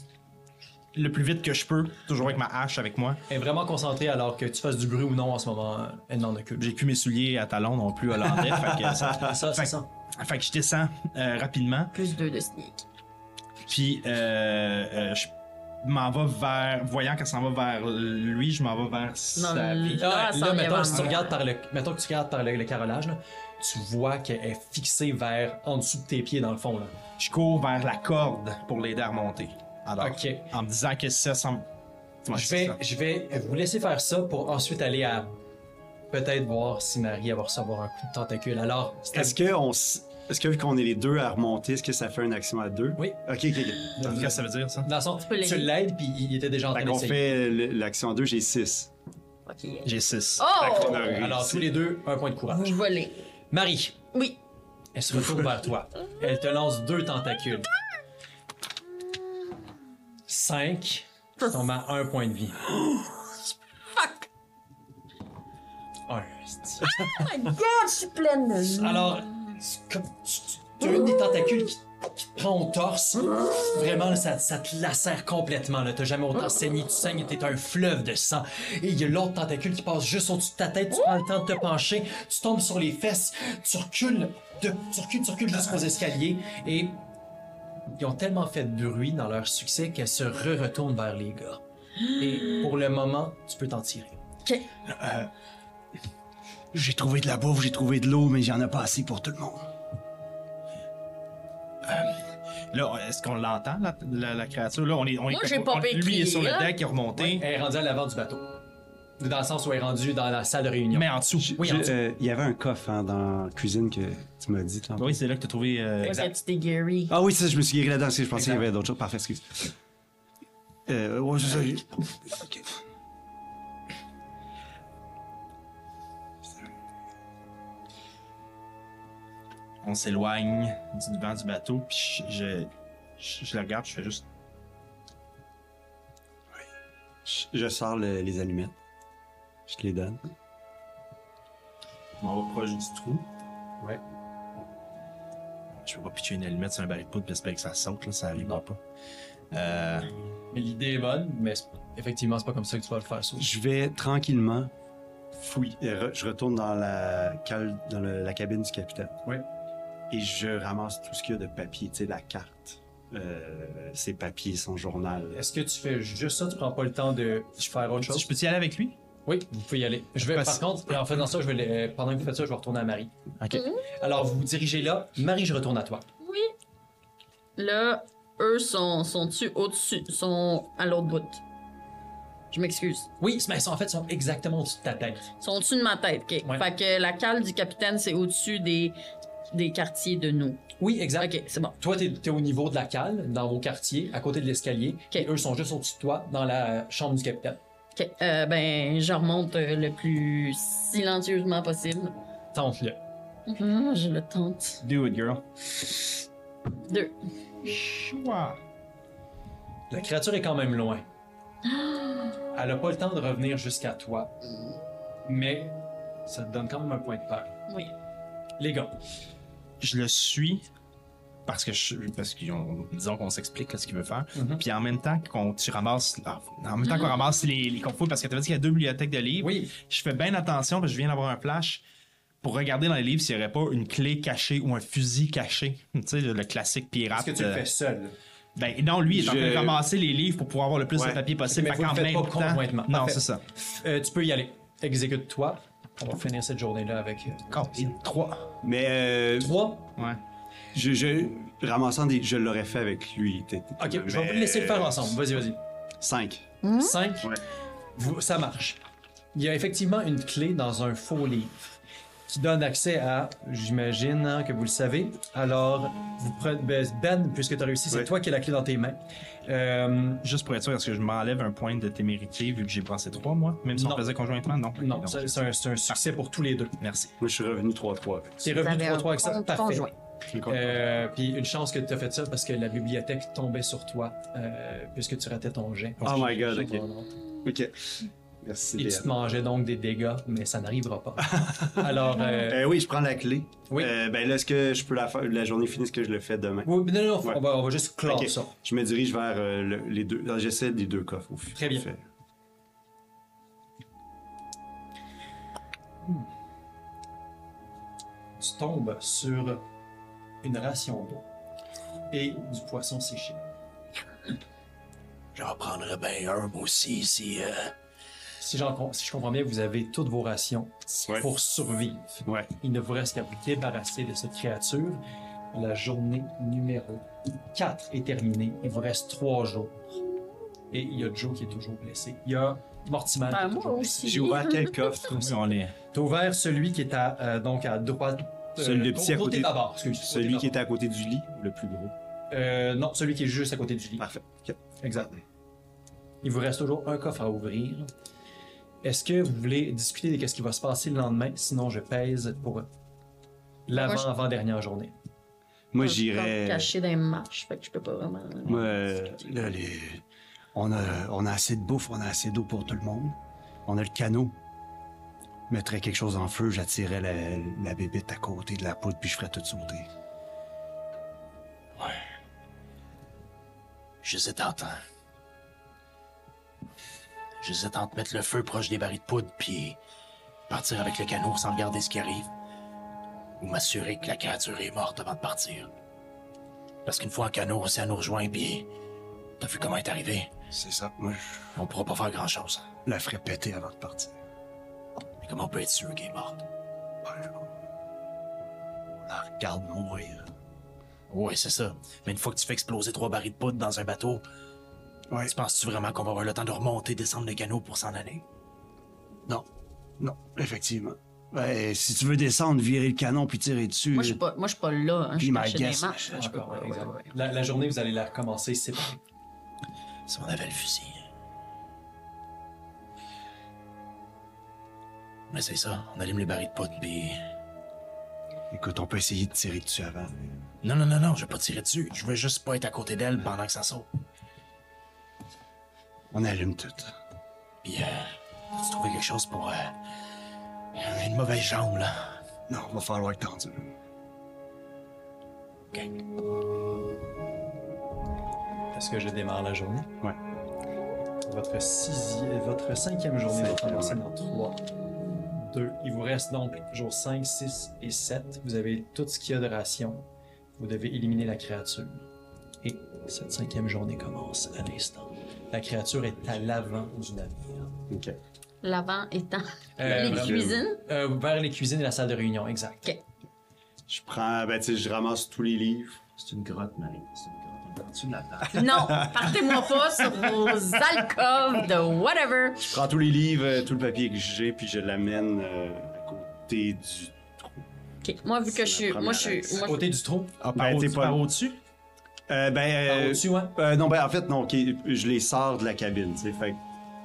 Speaker 4: le plus vite que je peux, toujours avec ma hache avec moi.
Speaker 1: Elle est vraiment concentrée alors que tu fasses du bruit ou non en ce moment. euh, Elle n'en occupe.
Speaker 4: J'ai plus mes souliers à talons non plus hollandais, fait que ça-
Speaker 1: Ah, Ça, ça
Speaker 4: Fait-
Speaker 1: sent.
Speaker 4: fait que je descends euh, rapidement.
Speaker 2: Plus deux de sneak.
Speaker 4: Puis euh, euh, je m'en vais vers. Voyant qu'elle s'en va vers lui, je m'en vais vers sa
Speaker 2: le-
Speaker 4: fille.
Speaker 1: Là,
Speaker 2: Là, elle
Speaker 1: là,
Speaker 2: s'en vient
Speaker 1: mettons, si tu
Speaker 2: vers moi.
Speaker 1: regardes par le, mettons que tu regardes par le, le carrelage, là, tu vois qu'elle est fixée vers en dessous de tes pieds dans le fond. Là.
Speaker 4: Je cours vers la corde pour l'aider à remonter. Alors,
Speaker 1: Ok.
Speaker 4: en me disant que ça semble. Ouais,
Speaker 1: Je
Speaker 4: c'est
Speaker 1: vais,
Speaker 4: ça.
Speaker 1: je vais vous laisser faire ça pour ensuite aller à peut-être voir si Marie elle va recevoir un coup de tentacule. Alors, c'est à-
Speaker 5: Est-ce que, on s- est-ce que vu qu'on est les deux à remonter, est-ce que ça fait une action à deux?
Speaker 1: Oui.
Speaker 5: Ok, ok, ok.
Speaker 4: Qu'est-ce que ça veut dire, ça?
Speaker 1: dans le sens,
Speaker 2: peux
Speaker 1: tu
Speaker 2: l'aider.
Speaker 1: l'aides puis il était déjà en
Speaker 5: Fait
Speaker 1: train
Speaker 5: qu'on
Speaker 1: d'essayer.
Speaker 5: fait le- l'action à deux, j'ai 6.
Speaker 4: J'ai 6.
Speaker 2: Oh!
Speaker 1: Alors tous les deux, un point de courage.
Speaker 2: Je volais.
Speaker 1: Marie,
Speaker 2: Oui.
Speaker 1: elle se retourne vers toi. Elle te lance deux tentacules. Cinq. Tu tombes à un point de vie.
Speaker 2: Fuck!
Speaker 1: Un. c'est-
Speaker 2: My God, Oh, je suis pleine de vie.
Speaker 1: Alors, c'est comme tu- tu as une des tentacules qui, qui te prend au torse. Vraiment, là, ça, ça te lacère complètement. là. T'as jamais autant saigné. Tu saignes, t'es un fleuve de sang. Et il y a l'autre tentacule qui passe juste au-dessus de ta tête. Tu prends le temps de te pencher. Tu tombes sur les fesses. Tu recules, de, tu recules, tu recules jusqu'aux escaliers. Et ils ont tellement fait de bruit dans leur succès qu'elles se re-retournent vers les gars. Et pour le moment, tu peux t'en tirer.
Speaker 12: J'ai trouvé de la bouffe, j'ai trouvé de l'eau, mais j'en ai pas assez pour tout le monde.
Speaker 4: Là, est-ce qu'on l'entend, la, la- la créature? Là, on est, on
Speaker 2: Moi,
Speaker 4: est,
Speaker 2: j'ai pas
Speaker 4: on-
Speaker 2: pu
Speaker 4: Lui est sur le
Speaker 2: crier, là.
Speaker 4: deck, il est remonté.
Speaker 1: Elle est rendue à l'avant du bateau. Dans le sens où elle est rendue dans la salle de réunion.
Speaker 4: Mais en dessous.
Speaker 1: Oui,
Speaker 5: Je-
Speaker 1: en dessous.
Speaker 5: euh, Il y avait un coffre hein, dans la cuisine que tu m'as dit. tantôt.
Speaker 4: Oui, c'est là que t'as trouvé. euh,
Speaker 2: Parce que tu t'es guéri.
Speaker 4: Oh.
Speaker 5: Ah oui, ça, je me suis guéri là-dedans, parce que je pensais qu'il y
Speaker 1: Exact.
Speaker 5: avait d'autres choses. Parfait, excuse. Euh, ouais, c'est ça. j'ai- Ok.
Speaker 4: On s'éloigne du devant du bateau, puis je, je, je- je la regarde, je fais juste.
Speaker 5: Je- Je sors le- les allumettes. Je te les donne.
Speaker 4: Je m'en vais proche du trou.
Speaker 1: Ouais.
Speaker 4: Je peux pas pitcher une allumette sur un baril de poudre, puis espérer que ça saute, là, ça arrivera pas. Euh,
Speaker 1: Mais l'idée est bonne, mais c'est- effectivement, c'est pas comme ça que tu vas le faire. ça.
Speaker 5: Je vais tranquillement fouiller. euh, re- je retourne dans la cale, dans le- la cabine du capitaine.
Speaker 1: Oui.
Speaker 3: et je ramasse tout ce qu'il y a de papier, tu sais, la carte, euh, ses papiers, son journal.
Speaker 1: Est-ce que tu fais juste ça? Tu prends pas le temps de faire autre chose?
Speaker 4: Je peux y aller avec lui?
Speaker 1: Oui, vous pouvez y aller. Je vais, par
Speaker 4: Parce-
Speaker 1: contre, en faisant ça, je vais, les- euh, pendant que vous faites ça, je vais retourner à Marie.
Speaker 4: OK.
Speaker 2: Mhm.
Speaker 1: Alors, vous vous dirigez là. Marie, je retourne à toi.
Speaker 2: Oui. Là, eux sont, sont-tu au-dessus, sont à l'autre bout. Je m'excuse.
Speaker 1: Oui, mais en fait, ils sont exactement au-dessus de ta tête.
Speaker 2: Sont au-dessus de ma tête, ok.
Speaker 1: Ouais.
Speaker 2: Fait que la cale du capitaine, c'est au-dessus des, des quartiers de nous.
Speaker 1: Oui, exact.
Speaker 2: Ok, c'est bon.
Speaker 1: Toi, t'es es au niveau de la cale, dans vos quartiers, à côté de l'escalier.
Speaker 2: Ok.
Speaker 1: Et Eux sont juste au-dessus de toi, dans la euh, chambre du capitaine.
Speaker 2: Ok, euh, ben, je remonte euh, le plus silencieusement possible.
Speaker 1: Tente-le.
Speaker 2: Ah, je le tente.
Speaker 4: Do it, girl.
Speaker 2: Deux.
Speaker 1: La créature est quand même loin. Elle n'a pas le temps de revenir jusqu'à toi. Mais ça te donne quand même un point de peur.
Speaker 2: Oui.
Speaker 1: Les gars,
Speaker 4: Je le suis parce que je, parce qu'ils ont- disons qu'on s'explique là, ce qu'il veut faire.
Speaker 1: Mm-hmm.
Speaker 4: Puis en même temps qu'on tu ramasses ah, en même temps qu'on ramasse les, les confus parce que tu as dit qu'il y a deux bibliothèques de livres.
Speaker 1: Oui.
Speaker 4: Je fais bien attention parce que je viens d'avoir un flash pour regarder dans les livres s'il n'y aurait pas une clé cachée ou un fusil caché. Tu sais le, le classique pirate.
Speaker 1: est-ce que tu le
Speaker 4: euh,
Speaker 1: fais seul?
Speaker 4: Ben non, lui il est en train de
Speaker 13: Je-
Speaker 4: ramasser les livres pour pouvoir avoir le plus
Speaker 3: Ouais.
Speaker 4: de papier possible.
Speaker 1: Mais
Speaker 4: Fait
Speaker 1: vous le
Speaker 4: qu'en
Speaker 1: faites
Speaker 4: même
Speaker 1: pas
Speaker 4: temps,
Speaker 1: conjointement.
Speaker 4: non
Speaker 1: Parfait.
Speaker 4: c'est ça.
Speaker 1: Euh, tu peux y aller. Exécute-toi. On va finir cette journée-là avec... euh,
Speaker 4: Encore trois.
Speaker 3: Mais euh,
Speaker 1: Trois.
Speaker 4: Ouais.
Speaker 3: je, je- ramassant des, je l'aurais fait avec lui. t'es- t'es-
Speaker 1: Ok, je vais
Speaker 3: mais- euh,
Speaker 1: vous laisser le faire ensemble. Vas-y, vas-y.
Speaker 3: Cinq.
Speaker 1: 5,
Speaker 3: Ouais.
Speaker 1: ça marche. Il y a effectivement une clé dans un faux livre qui donne accès à, j'imagine hein, que vous le savez, alors vous prenez, ben, Ben, puisque tu as réussi, c'est
Speaker 3: Ouais.
Speaker 1: toi qui as la clé dans tes mains. Euh,
Speaker 4: Juste pour être sûr, est-ce que je m'enlève un point de témérité vu que j'ai passé trois mois, même si
Speaker 1: Non.
Speaker 4: on faisait conjointement? Non.
Speaker 1: non,
Speaker 4: Donc,
Speaker 1: c'est c'est un, c'est un succès pour tous les deux.
Speaker 4: Merci.
Speaker 3: Moi, je suis revenu 3-3 avec ça.
Speaker 1: C'est revenu
Speaker 14: avez un
Speaker 1: 3-3 avec ça,
Speaker 14: compte
Speaker 1: parfait.
Speaker 14: conjoint.
Speaker 1: Euh, Puis une chance que tu as fait ça parce que la bibliothèque tombait sur toi euh, puisque tu ratais ton jet.
Speaker 3: Oh my god, ok. Ok. Merci,
Speaker 1: Et
Speaker 3: Léa.
Speaker 1: tu te mangeais donc des dégâts, mais ça n'arrivera pas. Alors, euh,
Speaker 3: Euh, oui, je prends la clé.
Speaker 1: Oui.
Speaker 3: Euh, ben là, est-ce que je peux la faire, la journée finie, est-ce que je le fais demain?
Speaker 1: oui, non, non, non,
Speaker 3: Ouais.
Speaker 1: on, va, on va juste clore
Speaker 3: Ok.
Speaker 1: ça.
Speaker 3: Je me dirige vers euh, le- les deux. alors, J'essaie des deux coffres. Au
Speaker 1: Très bien.
Speaker 3: fait.
Speaker 1: Hmm. tu tombes sur une ration d'eau et du poisson séché.
Speaker 5: J'en prendrais bien un, moi aussi, si. euh,
Speaker 1: Si, j'en com- si je comprends bien, vous avez toutes vos rations
Speaker 3: Ouais.
Speaker 1: pour survivre.
Speaker 3: Ouais.
Speaker 1: Il ne vous reste qu'à vous débarrasser de cette créature. La journée numéro 4 est terminée. Il vous reste 3 jours. Et il y a Joe qui est toujours blessé. Il y a Mortimer. qui est
Speaker 4: Ah,
Speaker 2: Ben,
Speaker 1: toujours
Speaker 2: moi
Speaker 1: blessé.
Speaker 2: aussi.
Speaker 3: J'ai ouvert quel coffre?
Speaker 4: Oui, on est.
Speaker 1: T'as ouvert celui qui est à, euh, donc à droite. euh,
Speaker 3: Celui- le petit à
Speaker 1: côté
Speaker 3: côté-
Speaker 1: d'abord, excuse. côté
Speaker 3: Celui qui
Speaker 1: d'abord.
Speaker 3: était à côté du lit, le plus gros.
Speaker 1: Euh, non, celui qui est juste à côté du lit.
Speaker 3: Parfait. Ok.
Speaker 1: Exact. Il vous reste toujours un coffre à ouvrir. Est-ce que vous voulez discuter de ce qui va se passer le lendemain? Sinon, je pèse pour l'avant-avant-dernière journée.
Speaker 3: Moi,
Speaker 2: Je suis encore
Speaker 3: j'irais.
Speaker 2: Caché dans les marches, fait que je peux pas vraiment.
Speaker 3: Moi, euh, là, les- on, a, on a assez de bouffe, on a assez d'eau pour tout le monde. On a le canot. Je mettrais quelque chose en feu, j'attirais la, la bébête à côté de la poudre, puis je ferais tout sauter.
Speaker 5: J'hésite entre. J'hésite entre mettre le feu proche des barils de poudre puis partir avec le canot sans regarder ce qui arrive. Ou m'assurer que la créature est morte avant de partir. Parce qu'une fois en canot, si elle nous rejoint puis t'as vu comment elle est arrivée,
Speaker 3: C'est ça. Moi, je
Speaker 5: on pourra pas faire grand chose.
Speaker 3: la ferais péter avant de partir.
Speaker 5: Mais comment on peut être sûr qu'elle est morte?
Speaker 3: Ouais, on on la regarde mourir.
Speaker 5: Ouais, c'est ça. Mais une fois que tu fais exploser trois barils de poudre dans un bateau,
Speaker 3: Ouais.
Speaker 5: tu penses-tu vraiment qu'on va avoir le temps de remonter, descendre le canot pour s'en aller?
Speaker 3: Non. Non, effectivement. Ben, si tu veux descendre, virer le canon puis tirer dessus.
Speaker 2: Moi, je suis pas, moi, je suis pas là. Hein, je suis
Speaker 3: Be my
Speaker 2: caché dans les
Speaker 3: guest.
Speaker 2: marches. fait que je peux
Speaker 1: Encore,
Speaker 2: pas.
Speaker 1: ouais,
Speaker 2: ouais,
Speaker 1: exact.
Speaker 2: ouais.
Speaker 1: La, la journée, vous allez la commencer séparée.
Speaker 5: Si on avait le fusil. Mais c'est ça, on allume les barils de poudre, puis...
Speaker 3: Écoute, on peut essayer de tirer dessus avant.
Speaker 5: Non, non, non, non, je vais pas tirer dessus. Je veux juste pas être à côté d'elle pendant que ça saute.
Speaker 3: On allume tout.
Speaker 5: Puis, euh, tu trouvé quelque chose pour... euh, une mauvaise jambe, là.
Speaker 3: Non, va falloir que t'en dures.
Speaker 5: OK.
Speaker 1: Est-ce que je démarre la journée?
Speaker 3: Ouais.
Speaker 1: Votre, sixième, votre cinquième journée va commencer dans 3, 2. Il vous reste donc jour 5, 6 et 7. Vous avez tout ce qu'il y a de ration. Vous devez éliminer la créature. Et cette cinquième journée commence à l'instant. La créature est à l'avant du navire.
Speaker 10: Ok.
Speaker 2: L'avant étant
Speaker 1: Euh,
Speaker 2: les
Speaker 1: vraiment.
Speaker 2: cuisines.
Speaker 1: Euh, vers les cuisines et la salle de réunion, exact.
Speaker 3: Je prends, ben, tu sais, je ramasse tous les livres.
Speaker 6: C'est une grotte, Marie. C'est une grotte. On est en-dessous de la table.
Speaker 2: Non, partez-moi pas sur vos alcoves de whatever.
Speaker 3: Je prends tous les livres, euh, tout le papier que j'ai, puis je l'amène euh, à côté du.
Speaker 2: Ok, Moi, vu que je
Speaker 3: C'est
Speaker 2: suis.
Speaker 3: la
Speaker 2: Moi, je suis.
Speaker 3: première
Speaker 2: Moi,
Speaker 1: À côté du trou.
Speaker 3: Ah,
Speaker 4: Par au-
Speaker 3: t'es
Speaker 4: par au-dessus?
Speaker 3: Euh, ben, euh,
Speaker 1: Au-dessus, hein? ouais.
Speaker 3: euh, non, ben, en fait, non, ok, je les sors de la cabine, tu sais. Fait que,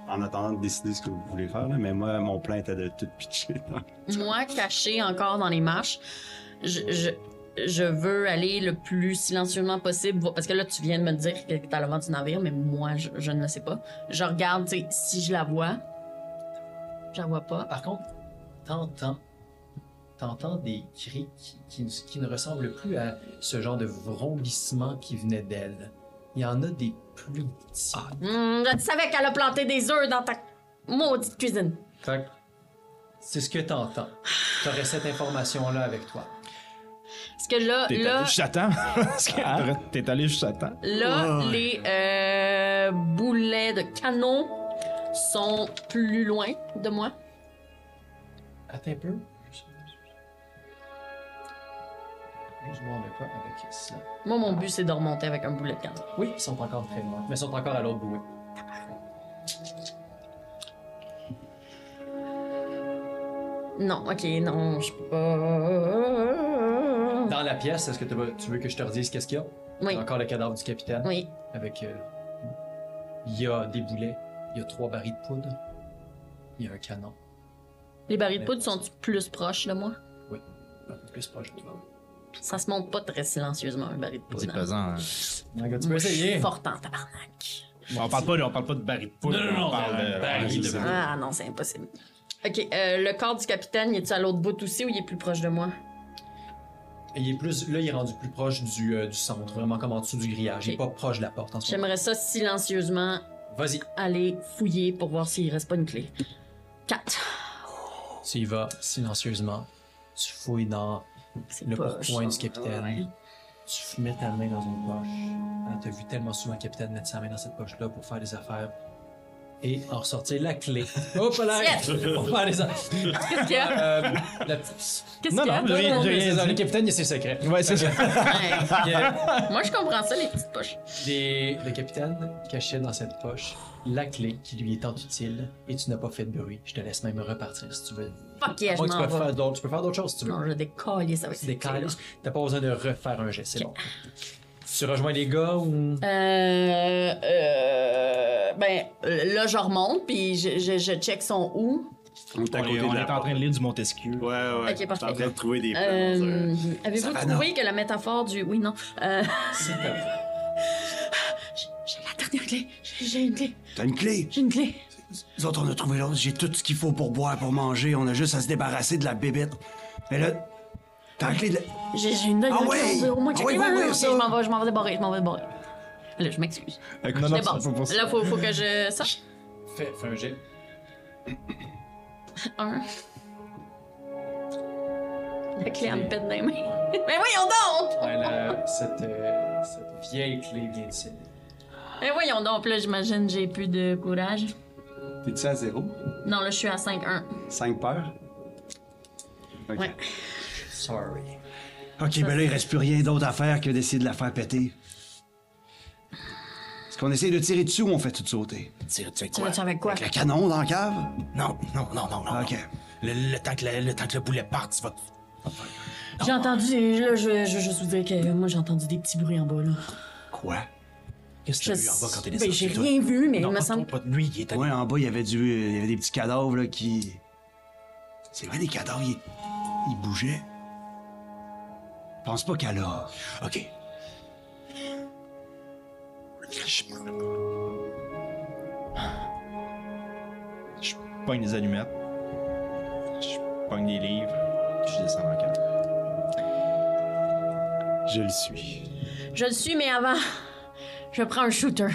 Speaker 3: en attendant de décider ce que vous voulez faire, là, mais moi, mon plan était de tout pitcher.
Speaker 2: moi caché encore dans les marches, je, je, je veux aller le plus silencieusement possible. vo- Parce que là, tu viens de me dire que t'es à l'avant du navire, mais moi, je, je ne le sais pas. Je regarde, tu sais, si je la vois. Je la vois pas.
Speaker 1: Par contre, t'entends, t'entends des cris qui, qui- qui ne ressemblent plus à ce genre de vrombissement qui venait d'elle. Il y en a des plus petits.
Speaker 2: Hum, je savais qu'elle a planté des œufs dans ta maudite cuisine.
Speaker 1: Fait que c'est ce que t'entends. T'aurais cette information-là avec toi.
Speaker 2: Parce que là,
Speaker 4: T'es
Speaker 2: là,
Speaker 4: allé juste à temps. Parce que
Speaker 5: Hein?
Speaker 4: t'aurais- T'es allé juste à temps.
Speaker 2: là les euh, boulets de canon sont plus loin de moi.
Speaker 1: Attends un peu. Juste voir le pas avec ça.
Speaker 2: Moi, mon but, c'est de remonter avec un boulet de canon.
Speaker 1: Oui, ils sont encore très loin, mais ils sont encore à l'autre bout.
Speaker 2: Non, ok, non, je peux pas.
Speaker 1: Dans la pièce, est-ce que tu veux- tu veux que je te redise qu'est-ce qu'il y a?
Speaker 2: Oui,
Speaker 1: Il y a encore le cadavre du capitaine.
Speaker 2: oui.
Speaker 1: avec. euh, il y a des boulets, il y a trois barils de poudre, il y a un canon,
Speaker 2: Les barils de poudre sont plus proches de moi?
Speaker 1: un peu plus proche de toi.
Speaker 2: Ça se monte pas très silencieusement, un baril de
Speaker 4: C'est
Speaker 2: poudre. hein.
Speaker 4: pesant. hein.
Speaker 1: Donc, tu peux
Speaker 2: Moi, je
Speaker 1: essayer.
Speaker 2: suis forte en tabarnak.
Speaker 4: On parle pas de, on parle pas de baril de poudre.
Speaker 1: Non, non, non,
Speaker 4: on parle
Speaker 1: euh,
Speaker 4: de
Speaker 1: baril de
Speaker 4: c'est ça.
Speaker 1: poudre.
Speaker 2: Ah non, c'est impossible. Ok, euh, le corps du capitaine, il est-tu à l'autre bout aussi ou il est plus proche de moi?
Speaker 1: Il est plus, là, il est rendu plus proche du, euh, du centre, vraiment comme en dessous du grillage. Il est pas
Speaker 2: Ok.
Speaker 1: proche de la porte en ce moment.
Speaker 2: J'aimerais ça silencieusement
Speaker 1: Vas-y.
Speaker 2: aller fouiller pour voir s'il reste pas une clé. 4.
Speaker 1: Tu y vas silencieusement. Tu fouilles dans le pourpoint du capitaine. Tu mets ta main dans une poche. Tu T'as vu tellement souvent le capitaine mettre sa main dans cette poche-là pour faire des affaires. Et en ressortir la clé. Hop là! Pour faire des affaires.
Speaker 2: Qu'est-ce qu'il y a?
Speaker 1: Euh, la petite-
Speaker 2: Qu'est-ce
Speaker 4: Non,
Speaker 2: qu'il y a?
Speaker 4: non, j'ai-
Speaker 1: Non,
Speaker 4: j'ai
Speaker 1: mais c'est ça,
Speaker 4: rien
Speaker 1: Le
Speaker 4: dit.
Speaker 1: capitaine, il a ses secrets.
Speaker 4: Ouais, c'est ça.
Speaker 2: Ouais.
Speaker 1: Il y a
Speaker 2: moi, je comprends ça, les petites poches.
Speaker 1: des- Le capitaine cachait dans cette poche la clé qui lui est tant utile et tu n'as pas fait de bruit. Je te laisse même repartir si tu veux.
Speaker 2: Fuck yeah,
Speaker 1: À
Speaker 2: je
Speaker 1: moins que tu
Speaker 2: m'en
Speaker 1: peux
Speaker 2: vais.
Speaker 1: faire d'autres- tu peux faire d'autres choses si tu veux.
Speaker 2: Non, je décolle ça avec
Speaker 1: C'est
Speaker 2: cette
Speaker 1: des
Speaker 2: clé-là.
Speaker 1: calices. T'as pas besoin de refaire un geste, c'est bon. Tu rejoins les gars ou.
Speaker 2: Euh, euh, ben, là, je remonte, puis je, je, je check son où.
Speaker 3: On est à
Speaker 4: On
Speaker 3: côté
Speaker 4: est,
Speaker 3: de
Speaker 4: on
Speaker 3: la
Speaker 4: est en train de lire du Montesquieu.
Speaker 3: Ouais, ouais.
Speaker 2: Ok, parfait.
Speaker 3: T'es en train de trouver des plans.
Speaker 2: Euh, Avez-vous
Speaker 3: Savannah.
Speaker 2: trouvé que la métaphore du. Oui, non. Euh,
Speaker 1: C'est pas vrai.
Speaker 2: j'ai la dernière clé. J'ai j'ai une clé.
Speaker 3: T'as une clé!
Speaker 2: J'ai une clé.
Speaker 3: Nous autres, on a trouvé l'autre. J'ai tout ce qu'il faut pour boire, pour manger. On a juste à se débarrasser de la bébête. Mais là, t'as la clé de la...
Speaker 2: J'ai j'ai une dernière
Speaker 3: Ah ouais!
Speaker 2: clé. On peut Au moins,
Speaker 3: Ah
Speaker 2: checker.
Speaker 3: ouais,
Speaker 2: Non,
Speaker 3: ouais,
Speaker 2: non,
Speaker 3: ouais,
Speaker 2: non,
Speaker 3: ça.
Speaker 2: Je m'en vais, je m'en vais débarrer. Je m'en vais débarrer. Là, je m'excuse. Je
Speaker 4: non, non,
Speaker 2: déborde.
Speaker 4: c'est pas pour ça.
Speaker 2: Là, faut, faut que je. Ça,
Speaker 1: Fais, fais un jet.
Speaker 2: un. La clé en me pète dans les mains. Mais voyons donc!
Speaker 1: Ouais, la- cette, euh, cette vieille clé bien utile.
Speaker 2: Mais voyons donc, là, j'imagine, j'ai plus de courage.
Speaker 3: T'es-tu à zéro?
Speaker 2: Non, là, je suis à 5-1.
Speaker 3: 5 peurs? Ok.
Speaker 2: Ouais.
Speaker 1: Sorry.
Speaker 3: Ok, ben là, il reste plus rien d'autre à faire que d'essayer de la faire péter. Est-ce qu'on essaie de tirer dessus ou on fait tout sauter?
Speaker 6: Tire, tu sais
Speaker 2: Tu
Speaker 6: quoi?
Speaker 2: vas avec quoi?
Speaker 3: Avec le canon dans la cave?
Speaker 6: Non, non, non, non, non.
Speaker 3: Ok.
Speaker 6: non. Le, le temps que le, le temps que le boulet parte, tu vas.
Speaker 2: J'ai entendu, là, je vais je vais juste vous dire que moi, j'ai entendu des petits bruits en bas, là.
Speaker 6: Quoi? Qu'est-ce
Speaker 2: Je
Speaker 6: que tu as vu en bas quand t'es
Speaker 2: ben,
Speaker 6: descendu?
Speaker 2: j'ai
Speaker 6: toi?
Speaker 2: rien vu, mais
Speaker 6: Non,
Speaker 2: il me
Speaker 6: pas
Speaker 2: semble.
Speaker 6: toi, pas- lui, il est allé.
Speaker 3: Ouais, en bas, il y avait du, euh, il y avait des petits cadavres là, qui. C'est vrai, les cadavres, ils, ils bougeaient. Je pense pas qu'elle a.
Speaker 6: Ok.
Speaker 4: Je pogne des allumettes. Je pogne des livres. Je descends en cave.
Speaker 10: Je le suis.
Speaker 2: Je le suis, mais avant, je prends un shooter.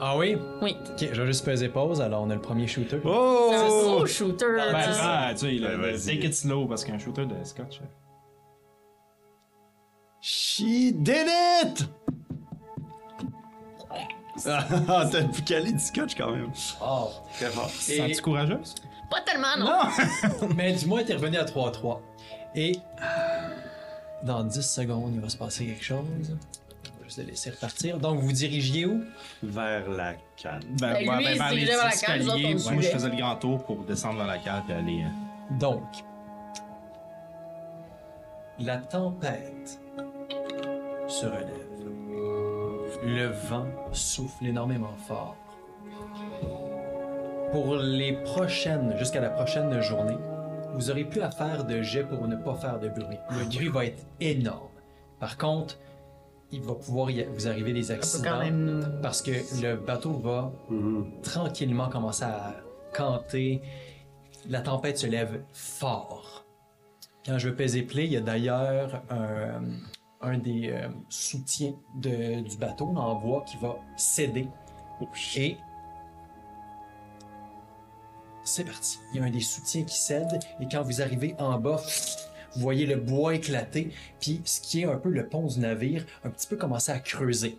Speaker 1: Ah oui?
Speaker 5: Oui.
Speaker 1: Ok, je vais juste peser pause, alors on a le premier shooter.
Speaker 3: Oh!
Speaker 5: C'est un slow shooter.
Speaker 4: Ben,
Speaker 5: là.
Speaker 4: ah, tu sais, le- le
Speaker 3: vas-y.
Speaker 4: take it slow parce qu'un shooter de scotch. euh,
Speaker 3: She did it! Ah, T'as pu caler du scotch quand même.
Speaker 1: Oh.
Speaker 3: Très fort.
Speaker 1: Et-
Speaker 4: Sens-tu courageuse?
Speaker 5: Pas tellement, non.
Speaker 1: Mais du moins, t'es revenu à 3-3. Et euh, dans 10 secondes, il va se passer quelque chose. Je vais juste le laisser repartir. Donc, vous vous dirigiez où?
Speaker 3: Vers la canne.
Speaker 5: Ben,
Speaker 4: Ben, ouais,
Speaker 5: lui,
Speaker 4: ben, vers
Speaker 5: il s'est
Speaker 4: les
Speaker 5: levé à la cage,
Speaker 4: escaliers.
Speaker 5: nous autres, on
Speaker 4: ouais, moi, je
Speaker 5: suivait.
Speaker 4: faisais le grand tour pour descendre dans la cave et aller. euh,
Speaker 1: Donc, la tempête se relève. Le vent souffle énormément fort. Pour les prochaines, jusqu'à la prochaine journée, vous aurez plus à faire de jet pour ne pas faire de bruit. Le bruit va être énorme. Par contre, il va pouvoir y- vous arriver des accidents
Speaker 5: quand même Mhm. nous-
Speaker 1: parce que le bateau va tranquillement commencer à canter. La tempête se lève fort. Quand je veux peser play, il y a d'ailleurs un, un des euh, soutiens de- du bateau en bois qui va céder. Et c'est parti. Il y a un des soutiens qui cède et quand vous arrivez en bas, vous voyez le bois éclater, puis ce qui est un peu le pont du navire, un petit peu commencer à creuser.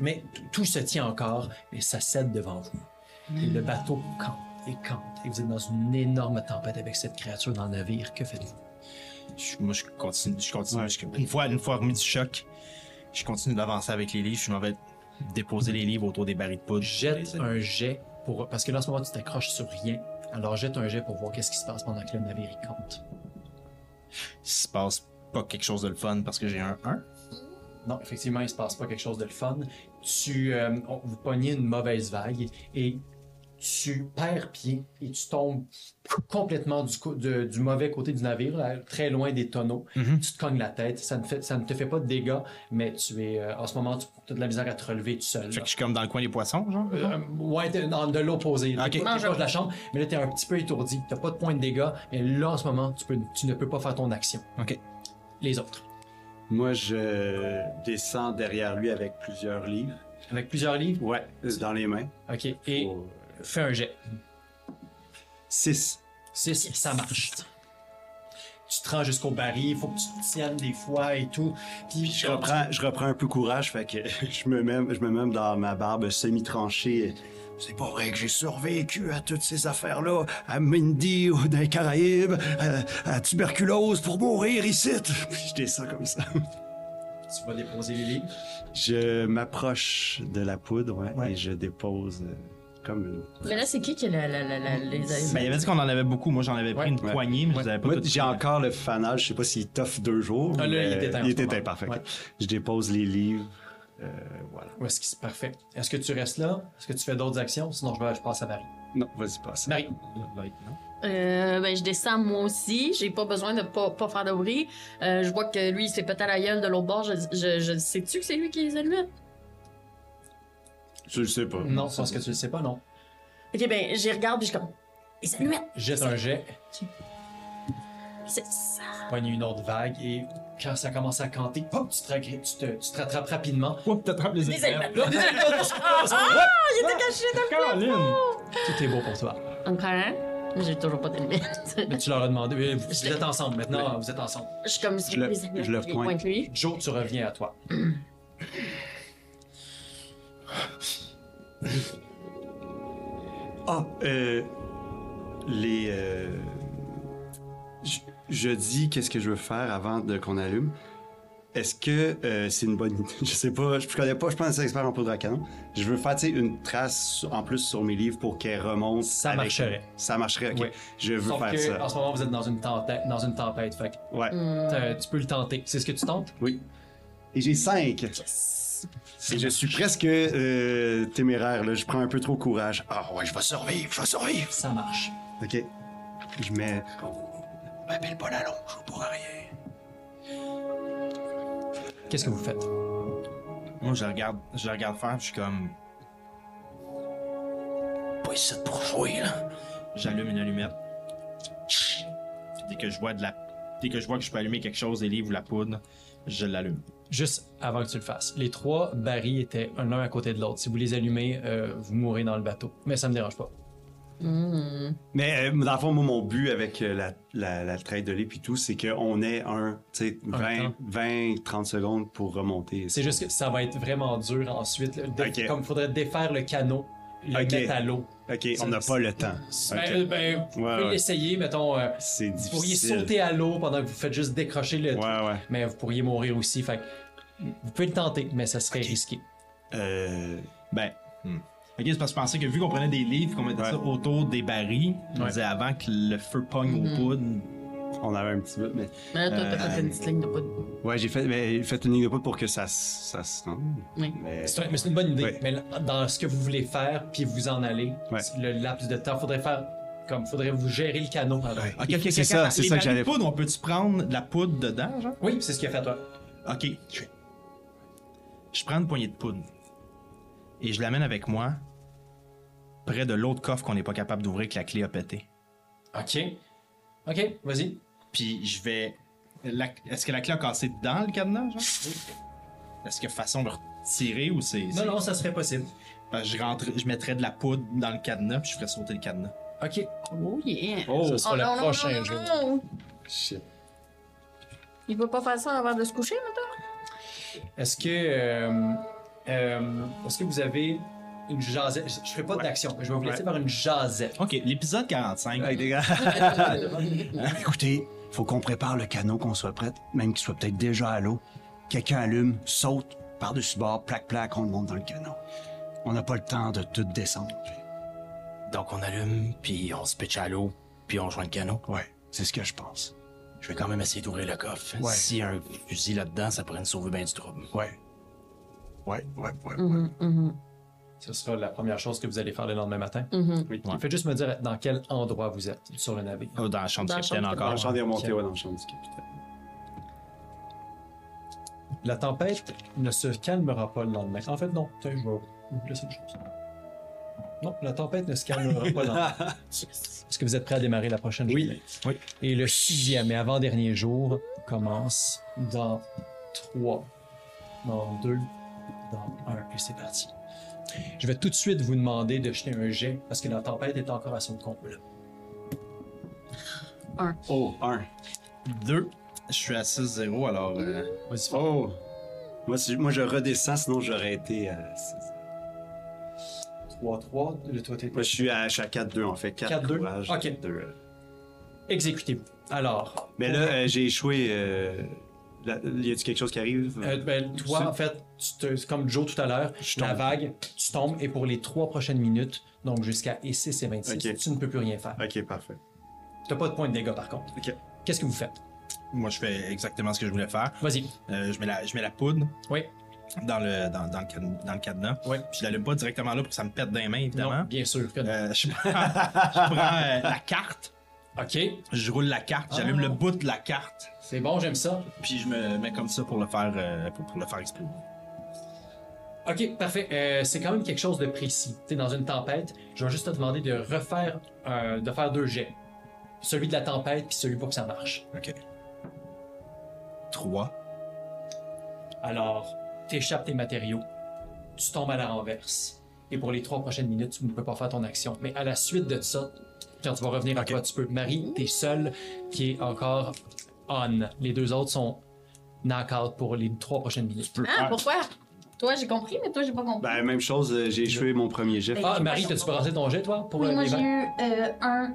Speaker 1: Mais t- tout se tient encore, mais ça cède devant vous. Et le bateau campe et campe, et vous êtes dans une énorme tempête avec cette créature dans le navire. Que faites-vous?
Speaker 4: je- moi, je continue. Je continue jusqu'à- une, fois, une fois remis du choc, je continue d'avancer avec les livres. Je m'en vais déposer les livres autour des barils de poudre.
Speaker 1: Jette un jet pour. Parce que là, en ce moment, tu t'accroches sur rien. Alors jette un jet pour voir qu'est-ce qui se passe pendant que le navire il compte.
Speaker 4: Il se passe pas quelque chose de le fun parce que j'ai un 1.
Speaker 1: Non, effectivement, il se passe pas quelque chose de le fun. Tu, euh, on- vous pognez une mauvaise vague et tu perds pied et tu tombes complètement du, co- de- du mauvais côté du navire, là, très loin des tonneaux. Tu te cognes la tête, ça ne, fait, ça ne te fait pas de dégâts, mais tu es, euh, en ce moment, tu as de la misère à te relever tout seul.
Speaker 4: Fait que je suis comme dans le coin des poissons, genre.
Speaker 1: Euh, ouais, t'es dans- de l'opposé.
Speaker 4: Ok.
Speaker 1: T'es pas- t'es proche de la chambre, mais là, t'es un petit peu étourdi. T'as pas de point de dégâts, mais là, en ce moment, tu, peux, tu ne peux pas faire ton action.
Speaker 4: Ok.
Speaker 1: Les autres.
Speaker 3: Moi, je descends derrière lui avec plusieurs livres.
Speaker 1: Avec plusieurs livres.
Speaker 3: Ouais, dans les mains.
Speaker 1: OK. Et
Speaker 3: Oh.
Speaker 1: fais un jet.
Speaker 3: Six.
Speaker 1: 6, ça marche. Tu te rends jusqu'au baril, il faut que tu te tiennes des fois et tout. Puis
Speaker 3: Je reprends, je reprends un peu courage, fait que je me mets, je me mets dans ma barbe semi-tranchée. C'est pas vrai que j'ai survécu à toutes ces affaires-là, à Mindy, ou dans les Caraïbes, à, à tuberculose pour mourir ici. Puis je descends comme ça.
Speaker 1: Tu vas déposer les livres.
Speaker 3: Je m'approche de la poudre, ouais,
Speaker 1: Ouais.
Speaker 3: et je dépose euh, comme une.
Speaker 5: Mais là, c'est qui qui a la, la, la, la- les a
Speaker 4: Ben, il avait dit qu'on en avait beaucoup. Moi, j'en avais pris
Speaker 1: Ouais.
Speaker 4: une
Speaker 3: Ouais.
Speaker 4: poignée, mais je les avais pas
Speaker 3: Moi,
Speaker 4: toutes
Speaker 3: j'ai
Speaker 4: prises.
Speaker 3: encore le fanal, je sais pas s'il toffe deux jours.
Speaker 1: Ah, là,
Speaker 3: mais euh,
Speaker 1: il est éteint en
Speaker 3: Il
Speaker 1: ce
Speaker 3: est
Speaker 1: moment.
Speaker 3: éteint, parfait.
Speaker 1: Ouais.
Speaker 3: Je dépose les livres. euh, voilà.
Speaker 1: Où est-ce que c'est parfait? Est-ce que tu restes là? Est-ce que tu fais d'autres actions? Sinon, je, vais, je passe à Marie.
Speaker 3: Non, vas-y, passe.
Speaker 1: Marie.
Speaker 5: Euh, ben, je descends moi aussi. J'ai pas besoin de pas, pas faire de bruit. Euh, je vois que lui, il s'est pété à la gueule de l'autre bord. Je, je, je- Sais-tu que c'est lui qui les allume?
Speaker 3: Je le sais pas.
Speaker 1: Non, parce que tu le sais pas, non.
Speaker 5: Ok, ben, j'y regarde puis je suis comme. Les allumettes!
Speaker 1: Jette un jet,
Speaker 5: C'est ça!
Speaker 1: pogne une autre vague et quand ça commence à canter, pop, tu te, ragra- tu te, tu te rattrapes rapidement.
Speaker 4: Oups, t'attrapes les
Speaker 5: Les allumettes!
Speaker 4: Ah, il était caché dans
Speaker 1: Tout est beau pour toi.
Speaker 5: Encore un? Mais hein? j'ai toujours pas d'allumettes.
Speaker 1: Mais tu leur as demandé. euh, Vous, vous êtes ensemble maintenant, vous êtes ensemble.
Speaker 5: je suis comme.
Speaker 3: Je le-
Speaker 5: les allumettes,
Speaker 3: je le
Speaker 5: les
Speaker 3: pointe.
Speaker 5: pointe lui.
Speaker 1: Joe, tu reviens à toi.
Speaker 3: Ah, euh, les. euh, je, je dis qu'est-ce que je veux faire avant de qu'on allume. Est-ce que euh, c'est une bonne idée? Je sais pas, je connais pas, je pense que c'est expert en poudre à canon. Je veux faire, tu sais, une trace sur- en plus sur mes livres pour qu'elle remonte.
Speaker 1: Ça
Speaker 3: avec-
Speaker 1: marcherait.
Speaker 3: Ça marcherait, ok.
Speaker 1: Oui.
Speaker 3: Je veux
Speaker 1: Sauf
Speaker 3: faire
Speaker 1: que,
Speaker 3: ça.
Speaker 1: en Hmm. ce moment, vous êtes dans une tempête. Dans une tempête fait que
Speaker 3: Ouais.
Speaker 4: Hmm.
Speaker 1: t'as- tu peux le tenter. C'est ce que tu tentes?
Speaker 3: Oui. Et j'ai 5. Et je suis presque euh, téméraire, là. Je prends un peu trop courage. Ah ouais, je vais survivre, je vais survivre.
Speaker 1: Ça marche.
Speaker 3: Ok. Je mets.
Speaker 6: M'appelle pas la longue, je joue pour rien.
Speaker 1: Qu'est-ce que vous faites?
Speaker 4: Moi, je le regarde, je le regarde faire, puis je suis comme.
Speaker 6: Pas ici pour jouer, là.
Speaker 4: J'allume une allumette. Puis Dès que je vois de la. Dès que je vois que je peux allumer quelque chose, des livres ou la poudre, je l'allume.
Speaker 1: Juste avant que tu le fasses, les trois barils étaient un l'un à côté de l'autre. Si vous les allumez, euh, vous mourrez dans le bateau. Mais ça me dérange pas.
Speaker 3: Mais euh, dans le fond, moi, mon but avec euh, la, la, la traite de lait puis tout, c'est qu'on ait un, tu sais,
Speaker 1: Un
Speaker 3: 20,
Speaker 1: temps.
Speaker 3: 20, 30 secondes pour remonter.
Speaker 1: C'est juste que ça va être vraiment dur ensuite. là. Dé-
Speaker 3: Ok.
Speaker 1: Comme il faudrait défaire le canot, le
Speaker 3: Ok.
Speaker 1: mettre à l'eau.
Speaker 3: OK, on n'a pas le temps.
Speaker 1: Ben,
Speaker 3: Ok.
Speaker 1: euh, ben, vous
Speaker 3: Ouais,
Speaker 1: pouvez
Speaker 3: ouais.
Speaker 1: l'essayer, mettons. euh,
Speaker 3: C'est
Speaker 1: vous pourriez
Speaker 3: difficile.
Speaker 1: sauter à l'eau pendant que vous faites juste décrocher le
Speaker 3: Ouais,
Speaker 1: truc.
Speaker 3: ouais.
Speaker 1: Mais vous pourriez mourir aussi. Fait que vous pouvez le tenter, mais ça serait risqué.
Speaker 3: Euh,
Speaker 4: Ben. hmm. Ok, c'est parce que je pensais que vu qu'on prenait des livres, qu'on mettait
Speaker 3: Ouais.
Speaker 4: ça autour des barils, on
Speaker 1: Ouais.
Speaker 4: disait avant que le feu pogne au poudre.
Speaker 3: on avait un petit bout, mais...
Speaker 5: Mais là, toi, t'as
Speaker 3: Euh,
Speaker 5: fait une petite ligne de poudre.
Speaker 3: Ouais, j'ai fait, mais, j'ai fait une ligne de poudre pour que ça, s- ça se rende.
Speaker 5: Oui.
Speaker 3: Mais...
Speaker 1: C'est un- mais c'est une bonne idée.
Speaker 3: Ouais.
Speaker 1: Mais là, dans ce que vous voulez faire, puis vous en aller,
Speaker 3: Ouais.
Speaker 1: le laps de temps, faudrait faire comme faudrait vous gérer le canot. avant.
Speaker 4: Ok, ok, ok,
Speaker 3: C'est ça,
Speaker 4: attends,
Speaker 3: c'est
Speaker 4: les
Speaker 3: ça que
Speaker 4: barils de
Speaker 3: j'allais-
Speaker 4: poudre, on peut-tu prendre de la poudre dedans, genre?
Speaker 1: Oui, c'est ce qu'il a fait à toi.
Speaker 4: Ok. Je prends une poignée de poudre et je l'amène avec moi près de l'autre coffre qu'on n'est pas capable d'ouvrir que la clé a pété.
Speaker 1: Ok. Ok, vas-y.
Speaker 4: Puis je vais. la- Est-ce que la clé a cassé dans le cadenas, genre? Est-ce que façon de retirer ou c'est.
Speaker 1: Non, non, ça serait possible.
Speaker 4: Parce que je, rentre, je mettrais de la poudre dans le cadenas puis je ferais sauter le cadenas.
Speaker 1: Ok.
Speaker 5: Oh yeah!
Speaker 1: Oh, ça sera
Speaker 5: Oh
Speaker 1: le
Speaker 5: non, non,
Speaker 1: prochain
Speaker 5: non, non,
Speaker 1: jeu.
Speaker 5: non. Il peut pas faire ça avant de se coucher, maintenant?
Speaker 1: Est-ce que. euh, euh, Est-ce que vous avez une jasette Je ne ferai pas d'action, mais je vais vous laisser par une jasette.
Speaker 4: Ok, l'épisode 45.
Speaker 3: Hey, des gars. Écoutez, faut qu'on prépare le canot, qu'on soit prête, même qu'il soit peut-être déjà à l'eau. Quelqu'un allume, saute par-dessus bord, plaque, plaque, on monte dans le canot. On n'a pas le temps de tout descendre.
Speaker 6: Donc on allume, puis on se pitch à l'eau, puis on joint le canot.
Speaker 3: Ouais, c'est ce que je pense.
Speaker 6: Je vais quand même essayer d'ouvrir le coffre.
Speaker 3: Ouais.
Speaker 6: Si un fusil là-dedans, ça pourrait nous sauver bien du trouble.
Speaker 3: Ouais. Ouais, ouais, ouais.
Speaker 1: Ce sera la première chose que vous allez faire le lendemain matin.
Speaker 4: Mm-hmm.
Speaker 5: Mm.
Speaker 1: Faites juste me dire dans quel endroit vous êtes sur le navire.
Speaker 4: Oh, dans la chambre
Speaker 5: Dans
Speaker 4: du
Speaker 5: la
Speaker 4: capitaine
Speaker 5: chambre du
Speaker 3: Dans
Speaker 4: encore.
Speaker 3: le champ des remontées, ouais, dans le champ du capitaine.
Speaker 1: La tempête ne se calmera pas le lendemain. En fait, non. Putain, je vais vous laisser une chose. Non, la tempête ne se calmera pas le lendemain. Est-ce que vous êtes prêt à démarrer la prochaine journée?
Speaker 4: Oui.
Speaker 1: Et le sixième et avant-dernier jour commence dans trois, dans deux, dans un, et c'est parti. Je vais tout de suite vous demander de jeter un jet parce que la tempête est encore à son comble.
Speaker 3: Oh, un.
Speaker 4: Deux. Je suis à 6-0, alors. euh,
Speaker 1: Vas-y, fais-
Speaker 3: Oh! Moi, si- moi je redescends, sinon j'aurais été euh, à. six.
Speaker 1: 3-3, le toi t'es
Speaker 3: Moi, je suis à, je suis à 4-2, en fait. 4-2.
Speaker 1: 4-2?
Speaker 3: Courage,
Speaker 1: Ok.
Speaker 3: 4-2, euh.
Speaker 1: Exécutez-vous. Alors,
Speaker 3: Mais là, euh, j'ai échoué. euh, là, y a-tu quelque chose qui arrive?
Speaker 1: Euh, ben, toi, en fait, tu te- c'est comme Joe tout à l'heure, la vague, tu tombes et pour les trois prochaines minutes, donc jusqu'à 6 et 26,
Speaker 3: Ok.
Speaker 1: tu ne peux plus rien faire.
Speaker 3: Ok, parfait.
Speaker 1: T'as pas de point de dégâts par contre.
Speaker 3: Ok.
Speaker 1: Qu'est-ce que vous faites?
Speaker 4: moi, je fais exactement ce que je voulais faire.
Speaker 1: Vas-y.
Speaker 4: Euh, je, mets la, je mets la poudre
Speaker 1: Oui.
Speaker 4: dans le, dans, dans le, can- dans le cadenas.
Speaker 1: Oui.
Speaker 4: Puis je l'allume pas directement là pour que ça me pète dans les mains,
Speaker 1: Non,
Speaker 4: évidemment.
Speaker 1: bien sûr. que non.
Speaker 4: Euh, je prends, je prends, euh, la carte,
Speaker 1: Ok,
Speaker 4: je roule la carte, j'allume
Speaker 1: Ah.
Speaker 4: le bout de la carte,
Speaker 1: c'est bon, j'aime ça.
Speaker 4: puis je me mets comme ça pour le faire, euh, pour, pour le faire exploser.
Speaker 1: Ok, parfait. Euh, c'est quand même quelque chose de précis. T'es dans une tempête, je vais juste te demander de refaire, euh, de faire deux jets. Celui de la tempête puis celui pour que ça marche.
Speaker 4: Ok. 3.
Speaker 1: Alors, t'échappes tes matériaux, tu tombes à la renverse, et pour les trois prochaines minutes, tu ne peux pas faire ton action. Mais à la suite de ça, quand tu vas revenir à toi, tu peux. Marie, t'es seule qui est encore on. Les deux autres sont knock-out pour les trois prochaines minutes.
Speaker 3: Ah.
Speaker 5: Hein? Pourquoi? Toi, j'ai compris, mais toi, j'ai pas compris.
Speaker 3: Ben, même chose, euh, j'ai échoué mon premier jet.
Speaker 1: Ah, Marie, t'as-tu brassé ton jet, toi, pour
Speaker 2: Oui,
Speaker 1: euh,
Speaker 2: moi
Speaker 1: les
Speaker 2: j'ai
Speaker 1: vents?
Speaker 3: Ben.
Speaker 2: eu euh, un.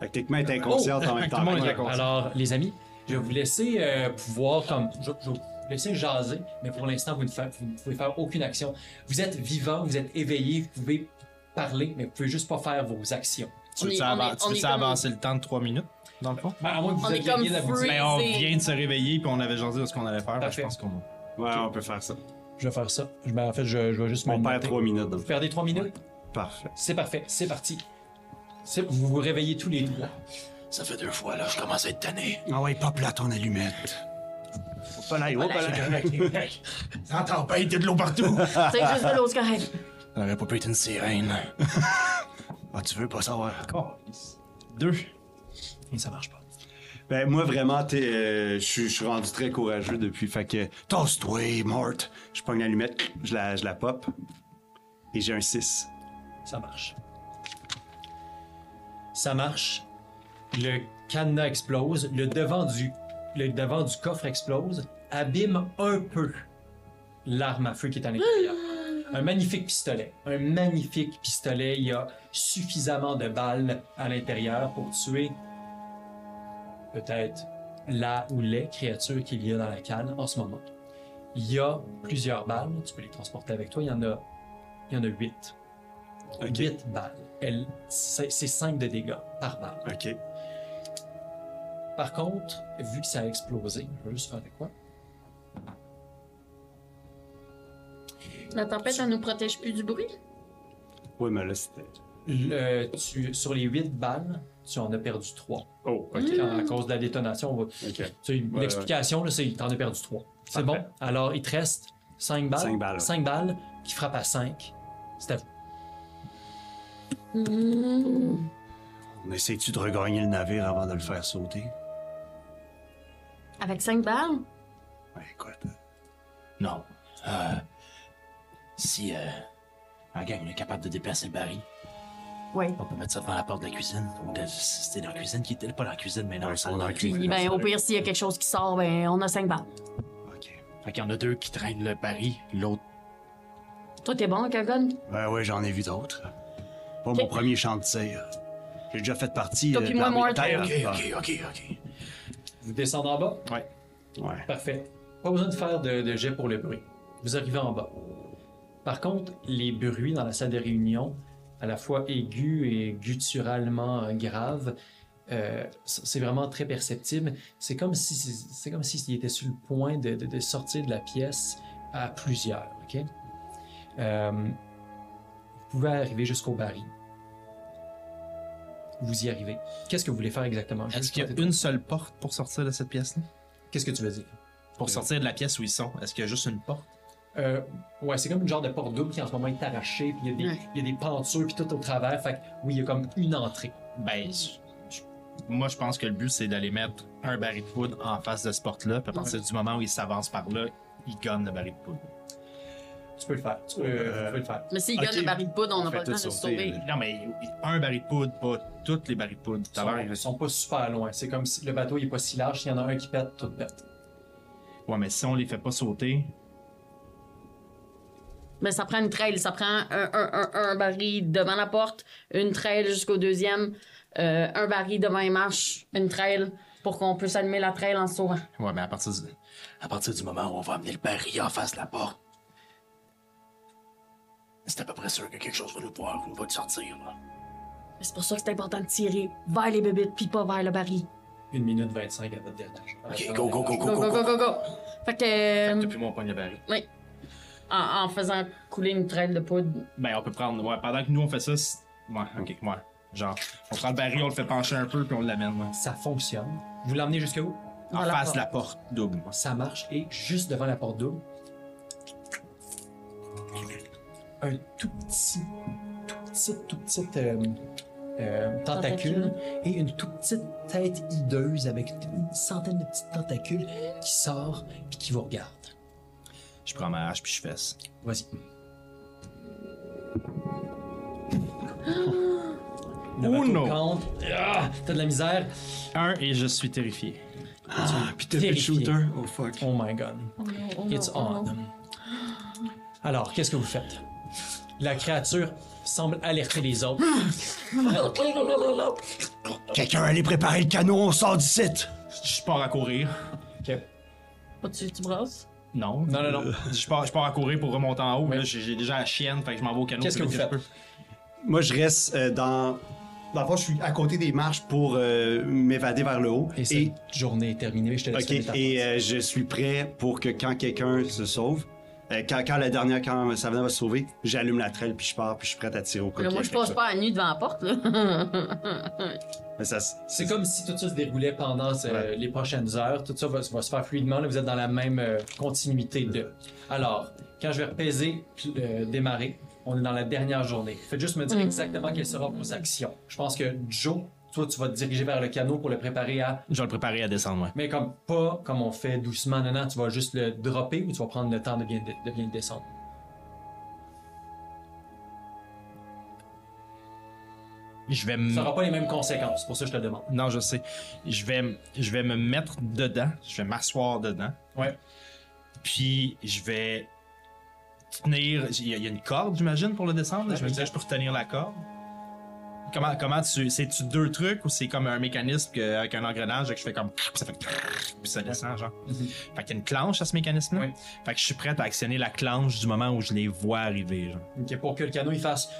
Speaker 3: Fait que techniquement, elle est inconsciente
Speaker 1: Oh.
Speaker 5: Oh!
Speaker 3: en même temps.
Speaker 4: Tout le monde est inconscient.
Speaker 1: Alors, les amis, je vais vous laisser euh, pouvoir, comme, je, je vais vous laisser jaser, mais pour l'instant, vous ne, fa- vous ne pouvez faire aucune action. Vous êtes vivant, vous êtes éveillé, vous pouvez parler, mais vous pouvez juste pas faire vos actions.
Speaker 4: Tu
Speaker 5: On
Speaker 4: veux-tu
Speaker 5: est- on
Speaker 4: avan-
Speaker 5: est-
Speaker 4: tu
Speaker 5: on
Speaker 4: veux-tu
Speaker 5: est comme-
Speaker 4: avancer le temps de 3 minutes, dans le fond?
Speaker 1: Ben, à moins que vous
Speaker 5: On est
Speaker 1: ayez
Speaker 5: comme
Speaker 1: la
Speaker 5: free.
Speaker 4: Ben, on
Speaker 5: C'est-
Speaker 4: vient de se réveiller, puis on avait jasé de ce qu'on allait faire. Ben, je
Speaker 1: Parfait.
Speaker 4: pense qu'on.
Speaker 3: Ouais, on peut faire ça.
Speaker 1: Je vais faire ça. Je, ben, en fait, je, je vais juste me
Speaker 3: On
Speaker 1: le
Speaker 3: perd
Speaker 1: noter.
Speaker 3: 3 minutes. donc.
Speaker 1: Vous perdez trois minutes?
Speaker 3: Parfait.
Speaker 1: C'est parfait, c'est parti. C'est- Vous vous réveillez tous les trois.
Speaker 6: Ça fait deux fois, là, je commence à être tanné.
Speaker 3: Ah ouais, pas plat ton allumette. Pas là, pas là.
Speaker 6: Ça tempête, il y a de l'eau partout.
Speaker 5: C'est juste de l'eau, c'est correct.
Speaker 6: Ça aurait pas pu être une sirène. ah, tu veux pas savoir?
Speaker 4: 2.
Speaker 1: Et ça marche pas.
Speaker 3: Ben, moi, vraiment, t'es, euh, je suis- je suis rendu très courageux depuis. Fait que, tosse-toi, Mort! Je pogne l'allumette, je la, je la pop. Et j'ai un 6.
Speaker 1: Ça marche. Ça marche. Le cadenas explose. Le devant du, le devant du coffre explose. Abîme un peu l'arme à feu qui est à l'intérieur. Un magnifique pistolet. Un magnifique pistolet. Il y a suffisamment de balles à l'intérieur pour tuer peut-être la ou les créatures qu'il y a dans la canne en ce moment. Il y a plusieurs balles. Tu peux les transporter avec toi. Il y en a, il y en a huit. 8 balles. Elle, c'est 5 de dégâts par balle.
Speaker 3: OK.
Speaker 1: Par contre, vu que ça a explosé, je veux juste faire de quoi?
Speaker 5: La tempête, elle nous protège plus du bruit?
Speaker 3: Ouais, mais là, c'était.
Speaker 1: Le- tu- sur les 8 balles, tu en as perdu 3.
Speaker 3: Oh, OK.
Speaker 1: À cause de la détonation, on va-
Speaker 3: OK.
Speaker 1: c'est une
Speaker 3: Ouais,
Speaker 1: explication, là, c'est t'en as perdu 3. C'est bon?
Speaker 3: Parfait.
Speaker 1: Alors, il te reste 5 balles.
Speaker 3: Cinq balles, ouais.
Speaker 1: Cinq balles qui frappent à 5. C'est à vous.
Speaker 3: On essaie-tu de regagner le navire avant de le faire sauter?
Speaker 2: Avec 5 balles?
Speaker 3: Ouais, Ben, écoute.
Speaker 6: Non. Euh, si, euh, en gang, on est capable de déplacer le baril,
Speaker 2: Oui.
Speaker 6: on peut mettre ça devant la porte de la cuisine. Ou de- C'était dans la cuisine qui était pas dans la cuisine, mais dans le salon.
Speaker 3: dans la cuisine.
Speaker 2: Puis, ben, au pire, s'il y a quelque chose qui sort, ben, on a 5 balles.
Speaker 6: OK. Fait qu'il y en a deux qui traînent le baril, l'autre.
Speaker 2: Toi, t'es bon, Kagon?
Speaker 3: Ben ouais, j'en ai vu d'autres. Pas mon premier champ de tir. J'ai déjà fait partie
Speaker 2: Toi
Speaker 3: euh,
Speaker 2: puis
Speaker 3: de
Speaker 2: moi,
Speaker 3: l'armée de
Speaker 2: Mort.
Speaker 3: terre.
Speaker 6: OK, OK, OK, OK.
Speaker 1: Vous descendez en bas?
Speaker 3: Ouais.
Speaker 1: Parfait. Pas besoin de faire de, de jet pour le bruit. Vous arrivez en bas. Par contre, les bruits dans la salle de réunion, à la fois aigus et gutturalement euh, graves, euh, c- c'est vraiment très perceptible. C'est comme si c'est comme s'il était sur le point de, de- de sortir de la pièce à plusieurs. ok? Euh, vous pouvez arriver jusqu'au baril. Vous y arrivez. Qu'est-ce que vous voulez faire exactement Je veux
Speaker 4: Est-ce
Speaker 1: juste
Speaker 4: qu'il y a
Speaker 1: tenter de-
Speaker 4: une seule porte pour sortir de cette pièce-là?
Speaker 1: Qu'est-ce que tu veux dire
Speaker 4: Pour sortir de la pièce où ils sont, est-ce qu'il y a juste une porte?
Speaker 1: Euh, ouais, c'est comme une genre de porte double qui en ce moment est arrachée, puis il y, a des-
Speaker 2: Ouais.
Speaker 1: il y a des pentures, puis tout au travers. Fait que oui, il y a comme une entrée.
Speaker 4: Ben, je- je- moi, je pense que le but, c'est d'aller mettre un baril de poudre en face de ce porte-là. Puis à partir du moment où il s'avance par là, il gomme le baril de poudre.
Speaker 1: Tu peux le faire. Tu peux,
Speaker 6: Euh,
Speaker 1: tu peux le faire.
Speaker 5: Mais s'il
Speaker 4: Ok.
Speaker 5: gagne le baril de poudre, on n'a
Speaker 3: Fait
Speaker 5: pas le temps
Speaker 3: tout
Speaker 5: de se
Speaker 3: sauter,
Speaker 5: sauver.
Speaker 4: Euh, Non, mais un baril de poudre, pas toutes les barils de poudre. Tout
Speaker 1: Ils
Speaker 4: à
Speaker 1: sont,
Speaker 4: l'heure, il
Speaker 1: ils
Speaker 4: reste-
Speaker 1: sont pas super loin. C'est comme si le bateau il est pas si large. S'il y en a un qui pète, tout pète.
Speaker 4: Ouais, mais si on les fait pas sauter,
Speaker 5: Mais ça prend une trail, ça prend un, un, un, un baril devant la porte, une trail jusqu'au deuxième, euh, un baril devant les marches, une trail pour qu'on puisse allumer la trail en se sauvant.
Speaker 4: ouais, mais à partir du.
Speaker 6: À partir du moment où on va amener le baril en face de la porte, c'est à peu près sûr que quelque chose va nous voir ou va nous sortir. là.
Speaker 2: Mais C'est pour ça que c'est important de tirer vers les bébites puis pas vers le baril.
Speaker 1: Une minute 25 à votre dernière.
Speaker 6: Ok, go, go, go, go,
Speaker 5: Go, go, go, go, go! Fait que. euh,
Speaker 4: Depuis moi, on pogne le baril.
Speaker 5: en, en faisant couler une trail de poudre.
Speaker 4: Ben, on peut prendre. Ouais, pendant que nous, on fait ça. c'est- Ouais, ok, ouais. Genre, on prend le baril, on le fait pencher un peu, puis on l'amène. ouais.
Speaker 1: Ça fonctionne. Vous l'emmenez jusqu'où
Speaker 4: En
Speaker 5: Dans la
Speaker 4: face de la porte double.
Speaker 1: Ça marche et juste devant la porte double, un tout petit, tout petit, tout petit euh, euh, tentacule
Speaker 5: Tentacule.
Speaker 1: et une toute petite tête hideuse avec une centaine de petits tentacules qui sort puis qui vous regarde.
Speaker 4: Je prends ma hache, puis je fesse.
Speaker 1: Vas-y. Le bateau
Speaker 4: Uno.
Speaker 1: campe. Ah, T'as de la misère.
Speaker 4: Un, et je suis terrifié.
Speaker 3: Ah, puis t'as plus de
Speaker 1: Terrifié.
Speaker 3: shooter? Oh fuck.
Speaker 1: Oh my god.
Speaker 2: Oh
Speaker 1: It's on. Alors, qu'est-ce que vous faites? La créature semble alerter les autres.
Speaker 3: Quelqu'un allez préparer le canot, on sort d'ici!
Speaker 4: Je pars à courir.
Speaker 1: Ok.
Speaker 5: Oh, tu, tu brasses?
Speaker 4: Non.
Speaker 1: Non, non, non.
Speaker 4: Je pars, je pars à courir pour remonter en haut.
Speaker 1: Ouais.
Speaker 4: Là, j'ai j'ai déjà la chienne, fait que je m'en vais au canot.
Speaker 1: Qu'est-ce que vous
Speaker 4: puis je
Speaker 1: faites?
Speaker 4: peux.
Speaker 3: Moi, je reste euh, dans. Dans le fond, je suis à côté des marches pour euh, m'évader vers le haut.
Speaker 1: Et cette journée est terminée. Je te laisse
Speaker 3: Ok,
Speaker 1: finir ta
Speaker 3: et
Speaker 1: phrase.
Speaker 3: euh, je suis prêt pour que quand quelqu'un se sauve, euh, quand, quand la dernière, quand Savannah va se sauver, j'allume la traîne puis je pars, puis je suis prêt à tirer au coup.
Speaker 5: Là, moi, je passe pas à nu devant la porte, là.
Speaker 3: Mais ça, c'est
Speaker 1: C'est comme si tout ça se déroulait pendant ce-
Speaker 3: Ouais.
Speaker 1: les prochaines heures. Tout ça va, va se faire fluidement. Là, vous êtes dans la même euh, continuité de. Alors, quand je vais repaiser, puis, euh, démarrer, on est dans la dernière journée. Faites juste me dire exactement quelles seront vos actions. Je pense que Joe Toi, tu vas te diriger vers le canot pour le préparer à.
Speaker 4: Je vais le préparer à descendre, ouais.
Speaker 1: Mais comme pas comme on fait doucement, non, non, tu vas juste le dropper ou tu vas prendre le temps de bien, de bien le descendre.
Speaker 4: Je vais me.
Speaker 1: Ça n'aura pas les mêmes conséquences, c'est pour ça que je te le demande.
Speaker 4: Non, je sais. Je vais, m- je vais me mettre dedans. Je vais m'asseoir dedans.
Speaker 1: Ouais.
Speaker 4: Puis je vais tenir. Il y, a- il y a une corde, j'imagine, pour le descendre. je me disais, je peux retenir la corde. Comment, comment tu. C'est-tu deux trucs ou c'est comme un mécanisme que- avec un engrenage que je fais comme. Puis ça fait. Puis ça descend, genre. Fait qu'il y a une clanche à ce mécanisme-là.
Speaker 1: Ouais.
Speaker 4: Fait que je suis prêt à actionner la clanche du moment où je les vois arriver, genre.
Speaker 1: Ok, pour que le canot il fasse.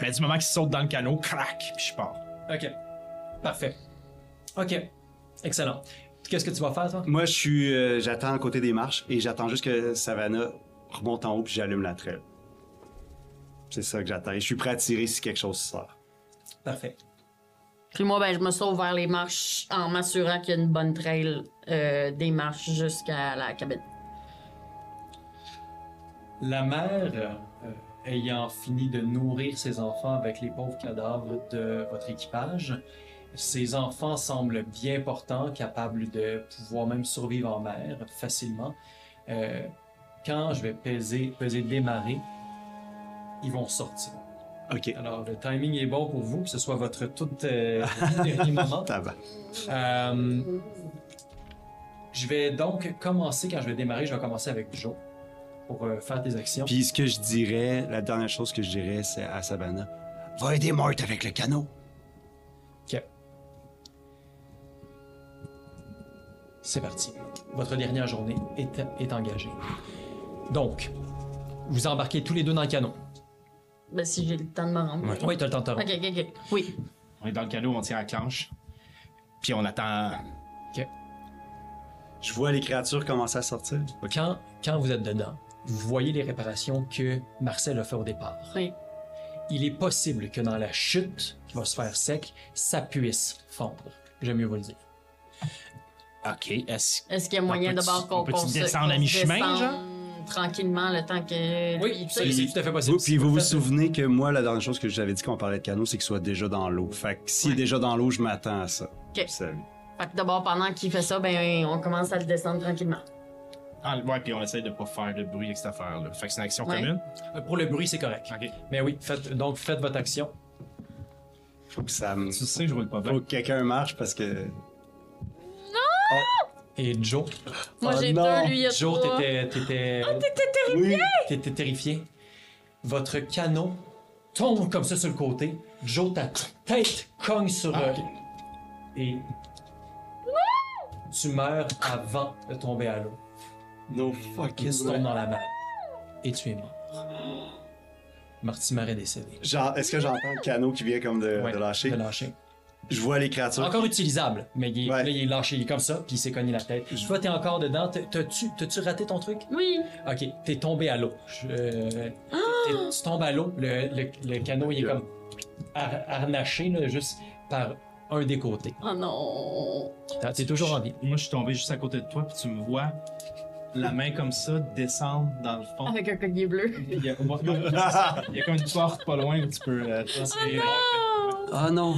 Speaker 4: Mais du moment qu'ils sautent dans le canot, crac, puis je pars.
Speaker 1: Ok. Parfait. Ok. Excellent. Qu'est-ce que tu vas faire, toi?
Speaker 3: Moi, je suis, euh, j'attends à côté des marches et j'attends juste que Savannah remonte en haut puis j'allume la traîne. C'est ça que j'attends. Et je suis prêt à tirer si quelque chose sort.
Speaker 1: Parfait.
Speaker 5: Puis moi, ben, je me sauve vers les marches en m'assurant qu'il y a une bonne trail euh, des marches jusqu'à la cabine.
Speaker 1: La mère, euh, euh, ayant fini de nourrir ses enfants avec les pauvres cadavres de votre équipage, ces enfants semblent bien portants, capables de pouvoir même survivre en mer facilement. Euh, quand je vais peser, peser démarrer, ils vont sortir.
Speaker 3: OK.
Speaker 1: Alors, le timing est bon pour vous, que ce soit votre tout euh, dernier moment.
Speaker 3: Tabac.
Speaker 1: Euh, je vais donc commencer, quand je vais démarrer, je vais commencer avec Joe pour euh, faire tes actions.
Speaker 3: Puis ce que je dirais, la dernière chose que je dirais, c'est à Savannah Va aider Mort avec le canot.
Speaker 1: Ok. C'est parti. Votre dernière journée est, est engagée. Donc, vous embarquez tous les deux dans le canot.
Speaker 5: Ben, si j'ai le temps de me rendre.
Speaker 1: Oui, tu le temps de te rendre.
Speaker 5: Ok, ok, ok. Oui.
Speaker 4: On est dans le canot, on tire la clanche. Puis on attend.
Speaker 3: Je vois les créatures commencer à sortir.
Speaker 1: Quand, quand vous êtes dedans, vous voyez les réparations que Marcel a fait au départ.
Speaker 5: Oui.
Speaker 1: Il est possible que dans la chute qui va se faire sec, ça puisse fondre. J'aime mieux vous le dire.
Speaker 4: OK, est-ce
Speaker 5: Est-ce qu'il y a moyen
Speaker 4: On peut-tu-
Speaker 5: d'abord qu'on
Speaker 4: on peut-tu
Speaker 5: qu'on se-
Speaker 4: descendre
Speaker 5: qu'on
Speaker 4: à
Speaker 5: se
Speaker 4: mi-chemin,
Speaker 5: descende
Speaker 4: genre?
Speaker 5: Tranquillement, le temps que. lui, tu sais,
Speaker 1: c'est tout à fait possible.
Speaker 3: Vous, puis vous vous
Speaker 1: Faites-
Speaker 3: souvenez que moi, la dernière chose que j'avais dit quand on parlait de canot, c'est qu'il soit déjà dans l'eau. Fait que s'il est déjà dans l'eau, je m'attends à ça.
Speaker 5: Ok.
Speaker 3: Vous savez.
Speaker 5: Fait que d'abord, pendant qu'il fait ça, ben, on commence à le descendre tranquillement.
Speaker 1: Oh
Speaker 4: Ah, ouais, puis on essaie de pas faire de bruit avec cette affaire-là. Fait que c'est une action
Speaker 5: Ouais.
Speaker 4: commune.
Speaker 1: Euh, Pour le bruit, c'est correct.
Speaker 4: OK.
Speaker 1: Mais oui, faites, donc faites votre action.
Speaker 3: Faut que ça me-
Speaker 4: Tu sais que je roule pas bien.
Speaker 3: Faut que quelqu'un marche parce que.
Speaker 1: Et Joe,
Speaker 5: Moi,
Speaker 3: Oh
Speaker 5: j'ai
Speaker 3: non,
Speaker 5: deux, lui, il y a
Speaker 1: Joe,
Speaker 5: trois. Ah,
Speaker 1: t'étais, t'étais,
Speaker 3: Oui!
Speaker 1: t'étais terrifié. Votre canot tombe comme ça sur le côté. Joe, ta tête cogne sur
Speaker 3: Ah,
Speaker 1: euh, et tu meurs avant de tomber à l'eau.
Speaker 3: No fucking
Speaker 1: Tu tombes dans la mer et tu es mort. Martimar est décédé.
Speaker 3: Genre, est-ce que j'entends le canot qui vient comme de,
Speaker 1: Ouais,
Speaker 3: de lâcher?
Speaker 1: de lâcher.
Speaker 3: Je vois les créatures.
Speaker 1: Encore utilisable, mais il est,
Speaker 3: Ouais.
Speaker 1: là, il est lâché, il est comme ça, puis il s'est cogné la tête. Toi, t'es encore dedans. T'as- T'as-tu t'as-tu raté ton truc?
Speaker 5: Oui.
Speaker 1: Ok, t'es tombé à l'eau. Je- euh, t'es- tu tombes à l'eau, le, le- le canot il est comme har- harnaché là, juste par un des côtés.
Speaker 5: Oh non.
Speaker 1: T'as- T'es toujours en vie.
Speaker 4: Moi, je suis tombé juste à côté de toi, puis tu me vois la main comme ça descendre dans le fond.
Speaker 5: Avec un collier bleu.
Speaker 4: Il y, a, il y a comme une porte pas loin où tu peux. euh, passer.
Speaker 3: Ah non!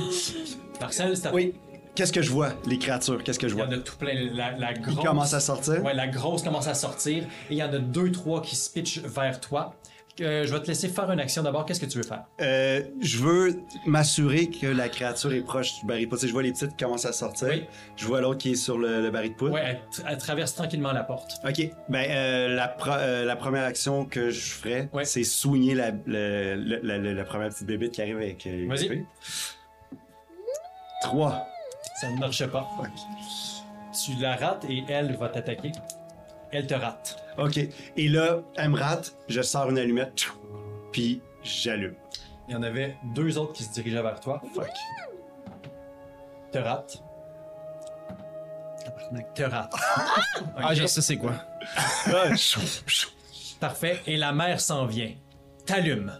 Speaker 1: Marcel, c'est à-
Speaker 3: Oui. Qu'est-ce que je vois? Les créatures, qu'est-ce que je
Speaker 1: il y
Speaker 3: vois?
Speaker 1: en a tout plein. La, la
Speaker 3: Ils
Speaker 1: grosse.
Speaker 3: commencent à sortir.
Speaker 1: Ouais, la grosse commence à sortir. Et il y en a deux, trois qui se pitchent vers toi. Euh, je vais te laisser faire une action d'abord. Qu'est-ce que tu veux faire?
Speaker 3: Euh, je veux m'assurer que la créature est proche du baril de poudre. Tu sais, Je vois les petites qui commencent à sortir.
Speaker 1: Oui.
Speaker 3: Je vois l'autre qui est sur le, le baril de poudre.
Speaker 1: Ouais, elle, t- elle traverse tranquillement la porte.
Speaker 3: OK. Ben, euh, la, pro- euh, la première action que je ferais,
Speaker 1: Ouais.
Speaker 3: c'est soigner la, le- le- la- la- la première petite bébite qui arrive avec. euh,
Speaker 1: Vas-y.
Speaker 3: l'épée. Trois.
Speaker 1: Ça ne marche pas. Tu la rates et elle va t'attaquer. Elle te rate.
Speaker 3: OK. Et là, elle me rate, je sors une allumette, tchou, puis j'allume.
Speaker 1: Il y en avait deux autres qui se dirigeaient vers toi.
Speaker 3: Fuck.
Speaker 1: Te rate. Te rate.
Speaker 4: Ah, je sais c'est quoi.
Speaker 3: Ah, chou, chou.
Speaker 1: Parfait. Et la mère s'en vient. T'allumes.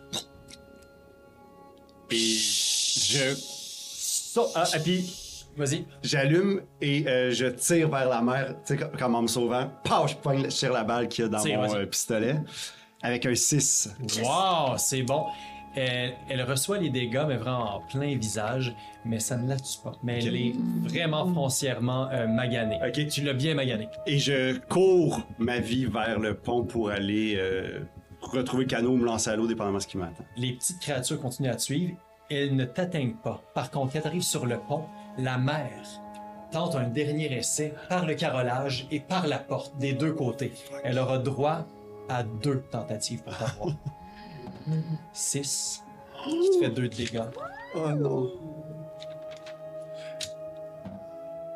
Speaker 3: puis je. so- ah, et puis
Speaker 1: Vas-y.
Speaker 3: j'allume et euh, je tire vers la mer, tu sais, comme- comme en me sauvant. Paf, je, pogne, je tire la balle qu'il y a dans euh,
Speaker 1: Tire,
Speaker 3: mon
Speaker 1: vas-y.
Speaker 3: euh, pistolet avec un 6.
Speaker 1: Wow, c'est bon. Elle, elle reçoit les dégâts, mais vraiment en plein visage, mais ça ne la tue pas. Mais elle est vraiment foncièrement euh, maganée.
Speaker 3: Ok.
Speaker 1: Tu l'as bien maganée.
Speaker 3: Et je cours ma vie vers le pont pour aller euh, retrouver le canot ou me lancer à l'eau, dépendamment de ce qui m'attend.
Speaker 1: Les petites créatures continuent à te suivre. Elles ne t'atteignent pas. Par contre, quand tu arrives sur le pont, la mère tente un dernier essai par le carrelage et par la porte des deux côtés. Elle aura droit à deux tentatives pour t'avoir. Six. qui te fait deux de dégâts.
Speaker 3: Oh non.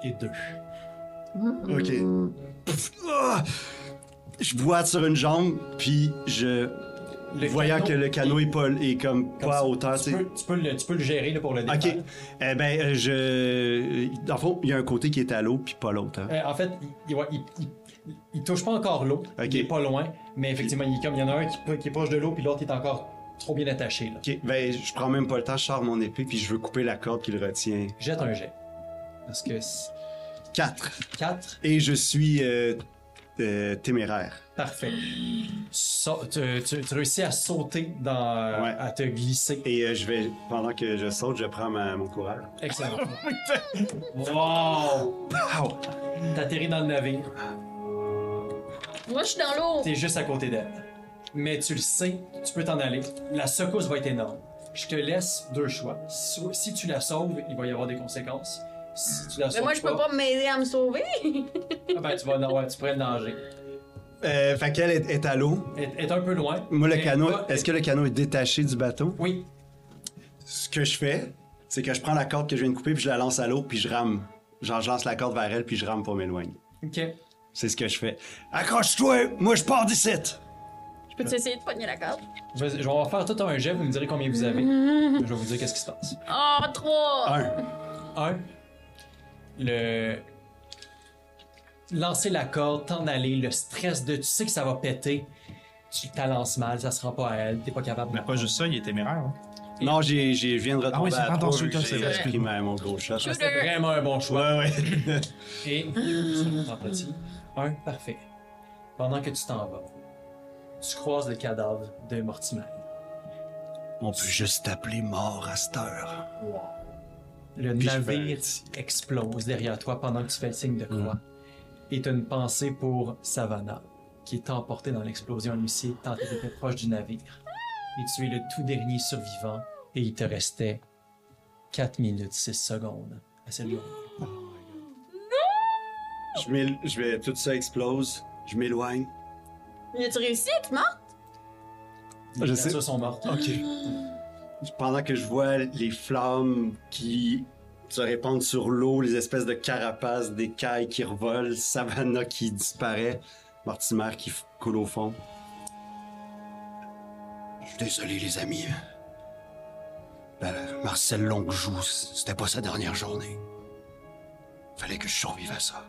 Speaker 1: Et deux.
Speaker 3: Ok. Pff, ah! Je boite sur une jambe, puis je.
Speaker 1: Le
Speaker 3: voyant
Speaker 1: canot
Speaker 3: que le canot est, pas, est comme
Speaker 1: Comme
Speaker 3: pas
Speaker 1: ça,
Speaker 3: à hauteur,
Speaker 1: tu
Speaker 3: tu sais.
Speaker 1: peux, tu peux le, tu peux le gérer là, pour le défaire.
Speaker 3: Ok. Eh ben, euh, je. Dans le fond, il y a un côté qui est à l'eau, puis pas l'autre. hein.
Speaker 1: Euh, en fait, il, il- il- il- il touche pas encore l'eau.
Speaker 3: Ok.
Speaker 1: Il est pas loin. Mais effectivement, il, est comme, il y en a un qui, peut- qui est proche de l'eau, puis l'autre est encore trop bien attaché. Là.
Speaker 3: Ok. Ben, je prends même pas le temps, je sors mon épée, puis je veux couper la corde qui le retient.
Speaker 1: Jette un jet. Parce que
Speaker 3: 4.
Speaker 1: 4,
Speaker 3: Et je suis euh, euh, téméraire.
Speaker 1: parfait. Sau- tu, tu- tu réussis à sauter dans.
Speaker 3: Ouais.
Speaker 1: à te glisser.
Speaker 3: Et euh, je vais, pendant que je saute, je prends ma- mon courage.
Speaker 1: Excellent.
Speaker 3: Oh,
Speaker 1: wow!
Speaker 3: Pow!
Speaker 1: T'atterris dans le navire.
Speaker 5: Moi, je suis dans l'eau.
Speaker 1: T'es juste à côté d'elle. Mais tu le sais, tu peux t'en aller. La secousse va être énorme. Je te laisse deux choix. So- si tu la sauves, il va y avoir des conséquences. Si tu la sauves
Speaker 5: Mais moi, je peux pas m'aider à me sauver.
Speaker 1: Ah ben, tu vas dans- ouais, tu pourrais le danger.
Speaker 3: Euh, fait qu'elle est, est à l'eau.
Speaker 1: Elle elle est un peu loin.
Speaker 3: Moi, le
Speaker 1: mais
Speaker 3: canot,
Speaker 1: va-
Speaker 3: est-ce que le canot est détaché du bateau?
Speaker 1: Oui,
Speaker 3: Ce que je fais, c'est que je prends la corde que je viens de couper, puis je la lance à l'eau, puis je rame. Genre, je lance la corde vers elle, puis je rame pour m'éloigner.
Speaker 1: ok.
Speaker 3: C'est ce que je fais. Accroche-toi, moi je pars d'ici!
Speaker 5: Je peux-tu essayer de pogner la corde?
Speaker 1: Je vais, je vais en faire tout un jet, vous me direz combien vous avez. Je vais vous dire qu'est-ce qui se passe.
Speaker 5: Oh, trois!
Speaker 3: Un.
Speaker 1: Un, le. Lancer la corde, t'en aller, le stress de tu sais que ça va péter, tu la lances mal, ça se rend pas à elle, t'es pas capable de.
Speaker 4: Mais pas juste ça, il est téméraire. hein.
Speaker 3: Non, j'ai, j'ai- je viens de retomber
Speaker 4: Ah oui, c'est
Speaker 3: à
Speaker 4: pas
Speaker 3: trois,
Speaker 4: ton
Speaker 3: vu que
Speaker 4: shooter, c'est vrai,
Speaker 3: j'ai pris ma- mon gros shot.
Speaker 1: Ça, C'était vraiment un bon choix.
Speaker 3: Ouais, ouais.
Speaker 1: Et en petit, un parfait. Pendant que tu t'en vas, tu croises le cadavre de Mortimer.
Speaker 3: On peut juste t'appeler mort à cette heure.
Speaker 1: Le
Speaker 3: Puis je vais Mm.
Speaker 1: navire
Speaker 3: ici.
Speaker 1: explose derrière toi pendant que tu fais le signe de croix. Et tu une pensée pour Savannah, qui est emportée dans l'explosion Lucie tant qu'elle était proche du navire. Et tu es le tout dernier survivant, et il te restait 4 minutes 6 secondes à cette journée.
Speaker 3: Je, m'él- je vais, tout ça explose, je m'éloigne.
Speaker 5: Mais tu réussi à être morte?
Speaker 1: Les
Speaker 3: Je sais.
Speaker 1: créatures sont mortes.
Speaker 3: Ok. Pendant que je vois les flammes qui se répandent sur l'eau, les espèces de carapaces, des cailles qui revolent, Savannah qui disparaît, Mortimer qui f- coule au fond. Je suis désolé, les amis. Ben, Marcel Longjoue, c- c'était pas sa dernière journée. Fallait que je survive à ça.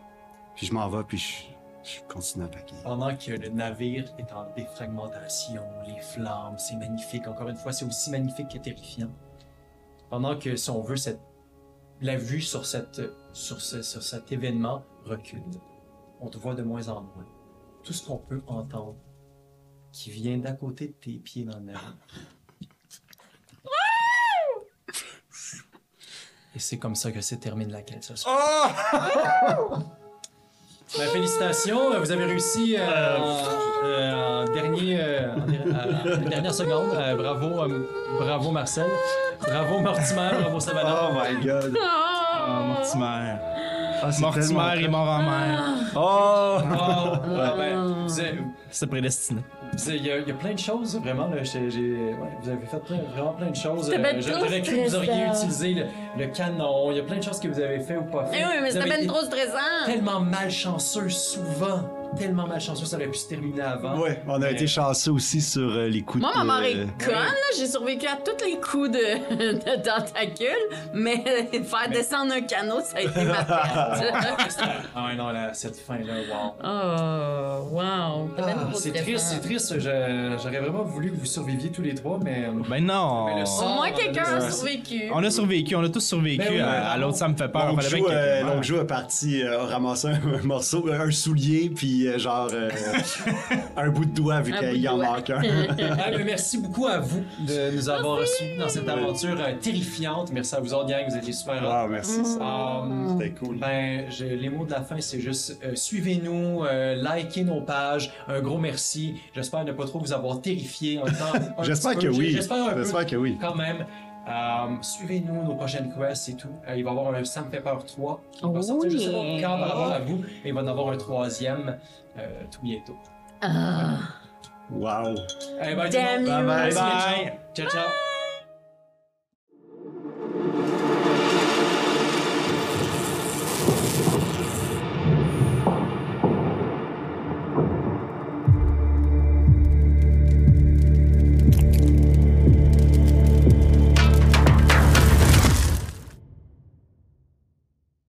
Speaker 3: Puis je m'en vais, puis je, je continue à paquer.
Speaker 1: Pendant que le navire est en défragmentation, les flammes, c'est magnifique. Encore une fois, c'est aussi magnifique que terrifiant. Pendant que, si on veut, cette... la vue sur, cette... sur, ce- sur cet événement recule. On te voit de moins en moins. Tout ce qu'on peut entendre qui vient d'à côté de tes pieds dans le navire. Et c'est comme ça que se termine la quête. ce soir. Ben, félicitations, euh, vous avez réussi euh, en, euh, en dernier, euh, en der- euh, en dernière seconde. Euh, bravo, euh, bravo Marcel, bravo Mortimer, bravo Savannah.
Speaker 3: Oh my god!
Speaker 4: Ah,
Speaker 1: Oh.
Speaker 4: Mortimer.
Speaker 3: Ah, c'est tellement
Speaker 4: Mortimer est mort en mer.
Speaker 1: Ah.
Speaker 3: Oh!
Speaker 1: Oh,
Speaker 5: Ah,
Speaker 1: ben, vous avez-
Speaker 4: C'est prédestiné.
Speaker 1: vous avez- Il y, a- il y a plein de choses, vraiment. Là, j'ai- j'ai- ouais, vous avez fait plein- vraiment plein de choses. Euh,
Speaker 5: C'était ben
Speaker 1: je-
Speaker 5: trop
Speaker 1: J'aurais cru que vous auriez
Speaker 5: stressant.
Speaker 1: utilisé le, le canon. Il y a plein de choses que vous avez fait ou pas fait.
Speaker 5: Eh oui, mais
Speaker 1: Vous
Speaker 5: c'était
Speaker 1: avez
Speaker 5: ben
Speaker 1: été
Speaker 5: trop stressant.
Speaker 1: Tellement malchanceux, souvent. Tellement malchanceux, ça aurait pu se terminer avant.
Speaker 3: Ouais, on a
Speaker 1: Mais-
Speaker 3: été chanceux aussi sur euh, les coups
Speaker 5: Moi,
Speaker 3: de...
Speaker 5: ma mère est
Speaker 3: euh,
Speaker 5: conne, là. J'ai survécu à tous les coups de, de tentacules, mais faire descendre un canot, ça a été ma perte.
Speaker 1: Ah ouais, non, là, cette fin-là, wow.
Speaker 2: Ah,
Speaker 5: oh, wow. C'était ben
Speaker 1: Ah,
Speaker 5: trop
Speaker 1: c'est triste,
Speaker 5: stressant.
Speaker 1: c'est triste. Je- J'aurais vraiment voulu que vous surviviez tous les trois, mais.
Speaker 4: Ben non.
Speaker 1: Mais le
Speaker 5: Au
Speaker 1: sang-
Speaker 5: moins, quelqu'un
Speaker 1: Ouais.
Speaker 5: a survécu.
Speaker 4: On a survécu, on a tous survécu.
Speaker 1: Ben oui,
Speaker 4: à-
Speaker 1: ben
Speaker 4: à
Speaker 1: non.
Speaker 4: l'autre, ça me fait peur.
Speaker 3: Longjoe,
Speaker 4: Fallait bien que
Speaker 3: euh,
Speaker 4: quelqu'un meure.
Speaker 3: Longjoe est parti euh, ramasser un, un morceau, euh, un soulier, puis puis euh, genre euh, un bout de doigt vu
Speaker 5: Un bout
Speaker 3: qu'il
Speaker 5: de
Speaker 3: y en
Speaker 5: doigt.
Speaker 3: manque un.
Speaker 1: Ah, ben, merci beaucoup à vous de nous avoir reçus dans cette aventure euh, terrifiante. Merci à vous autres, gang. Vous étiez super
Speaker 3: Ah,
Speaker 1: hot.
Speaker 3: merci,
Speaker 5: Mhm.
Speaker 3: ça,
Speaker 1: Um,
Speaker 3: c'était cool.
Speaker 1: Ben, j'ai- les mots de la fin, c'est juste euh, suivez-nous, euh, likez nos pages. Un gros merci. J'espère ne pas trop vous avoir terrifié en temps.
Speaker 3: J'espère que oui.
Speaker 1: J'espère un peu
Speaker 3: J'espère que oui.
Speaker 1: quand même. Um, Suivez-nous, nos prochaines quests et tout. Euh, il va y avoir un Ça me fait peur 3 qui va
Speaker 2: Oh
Speaker 1: sortir, je sais pas
Speaker 2: yeah.
Speaker 1: quand, par rapport à vous. Et il va en avoir un troisième euh, tout bientôt.
Speaker 3: Wow.
Speaker 1: Eh ben, tout le
Speaker 5: Damn
Speaker 1: monde,
Speaker 5: you.
Speaker 1: merci les
Speaker 3: Bye.
Speaker 1: gens. Ciao, ciao.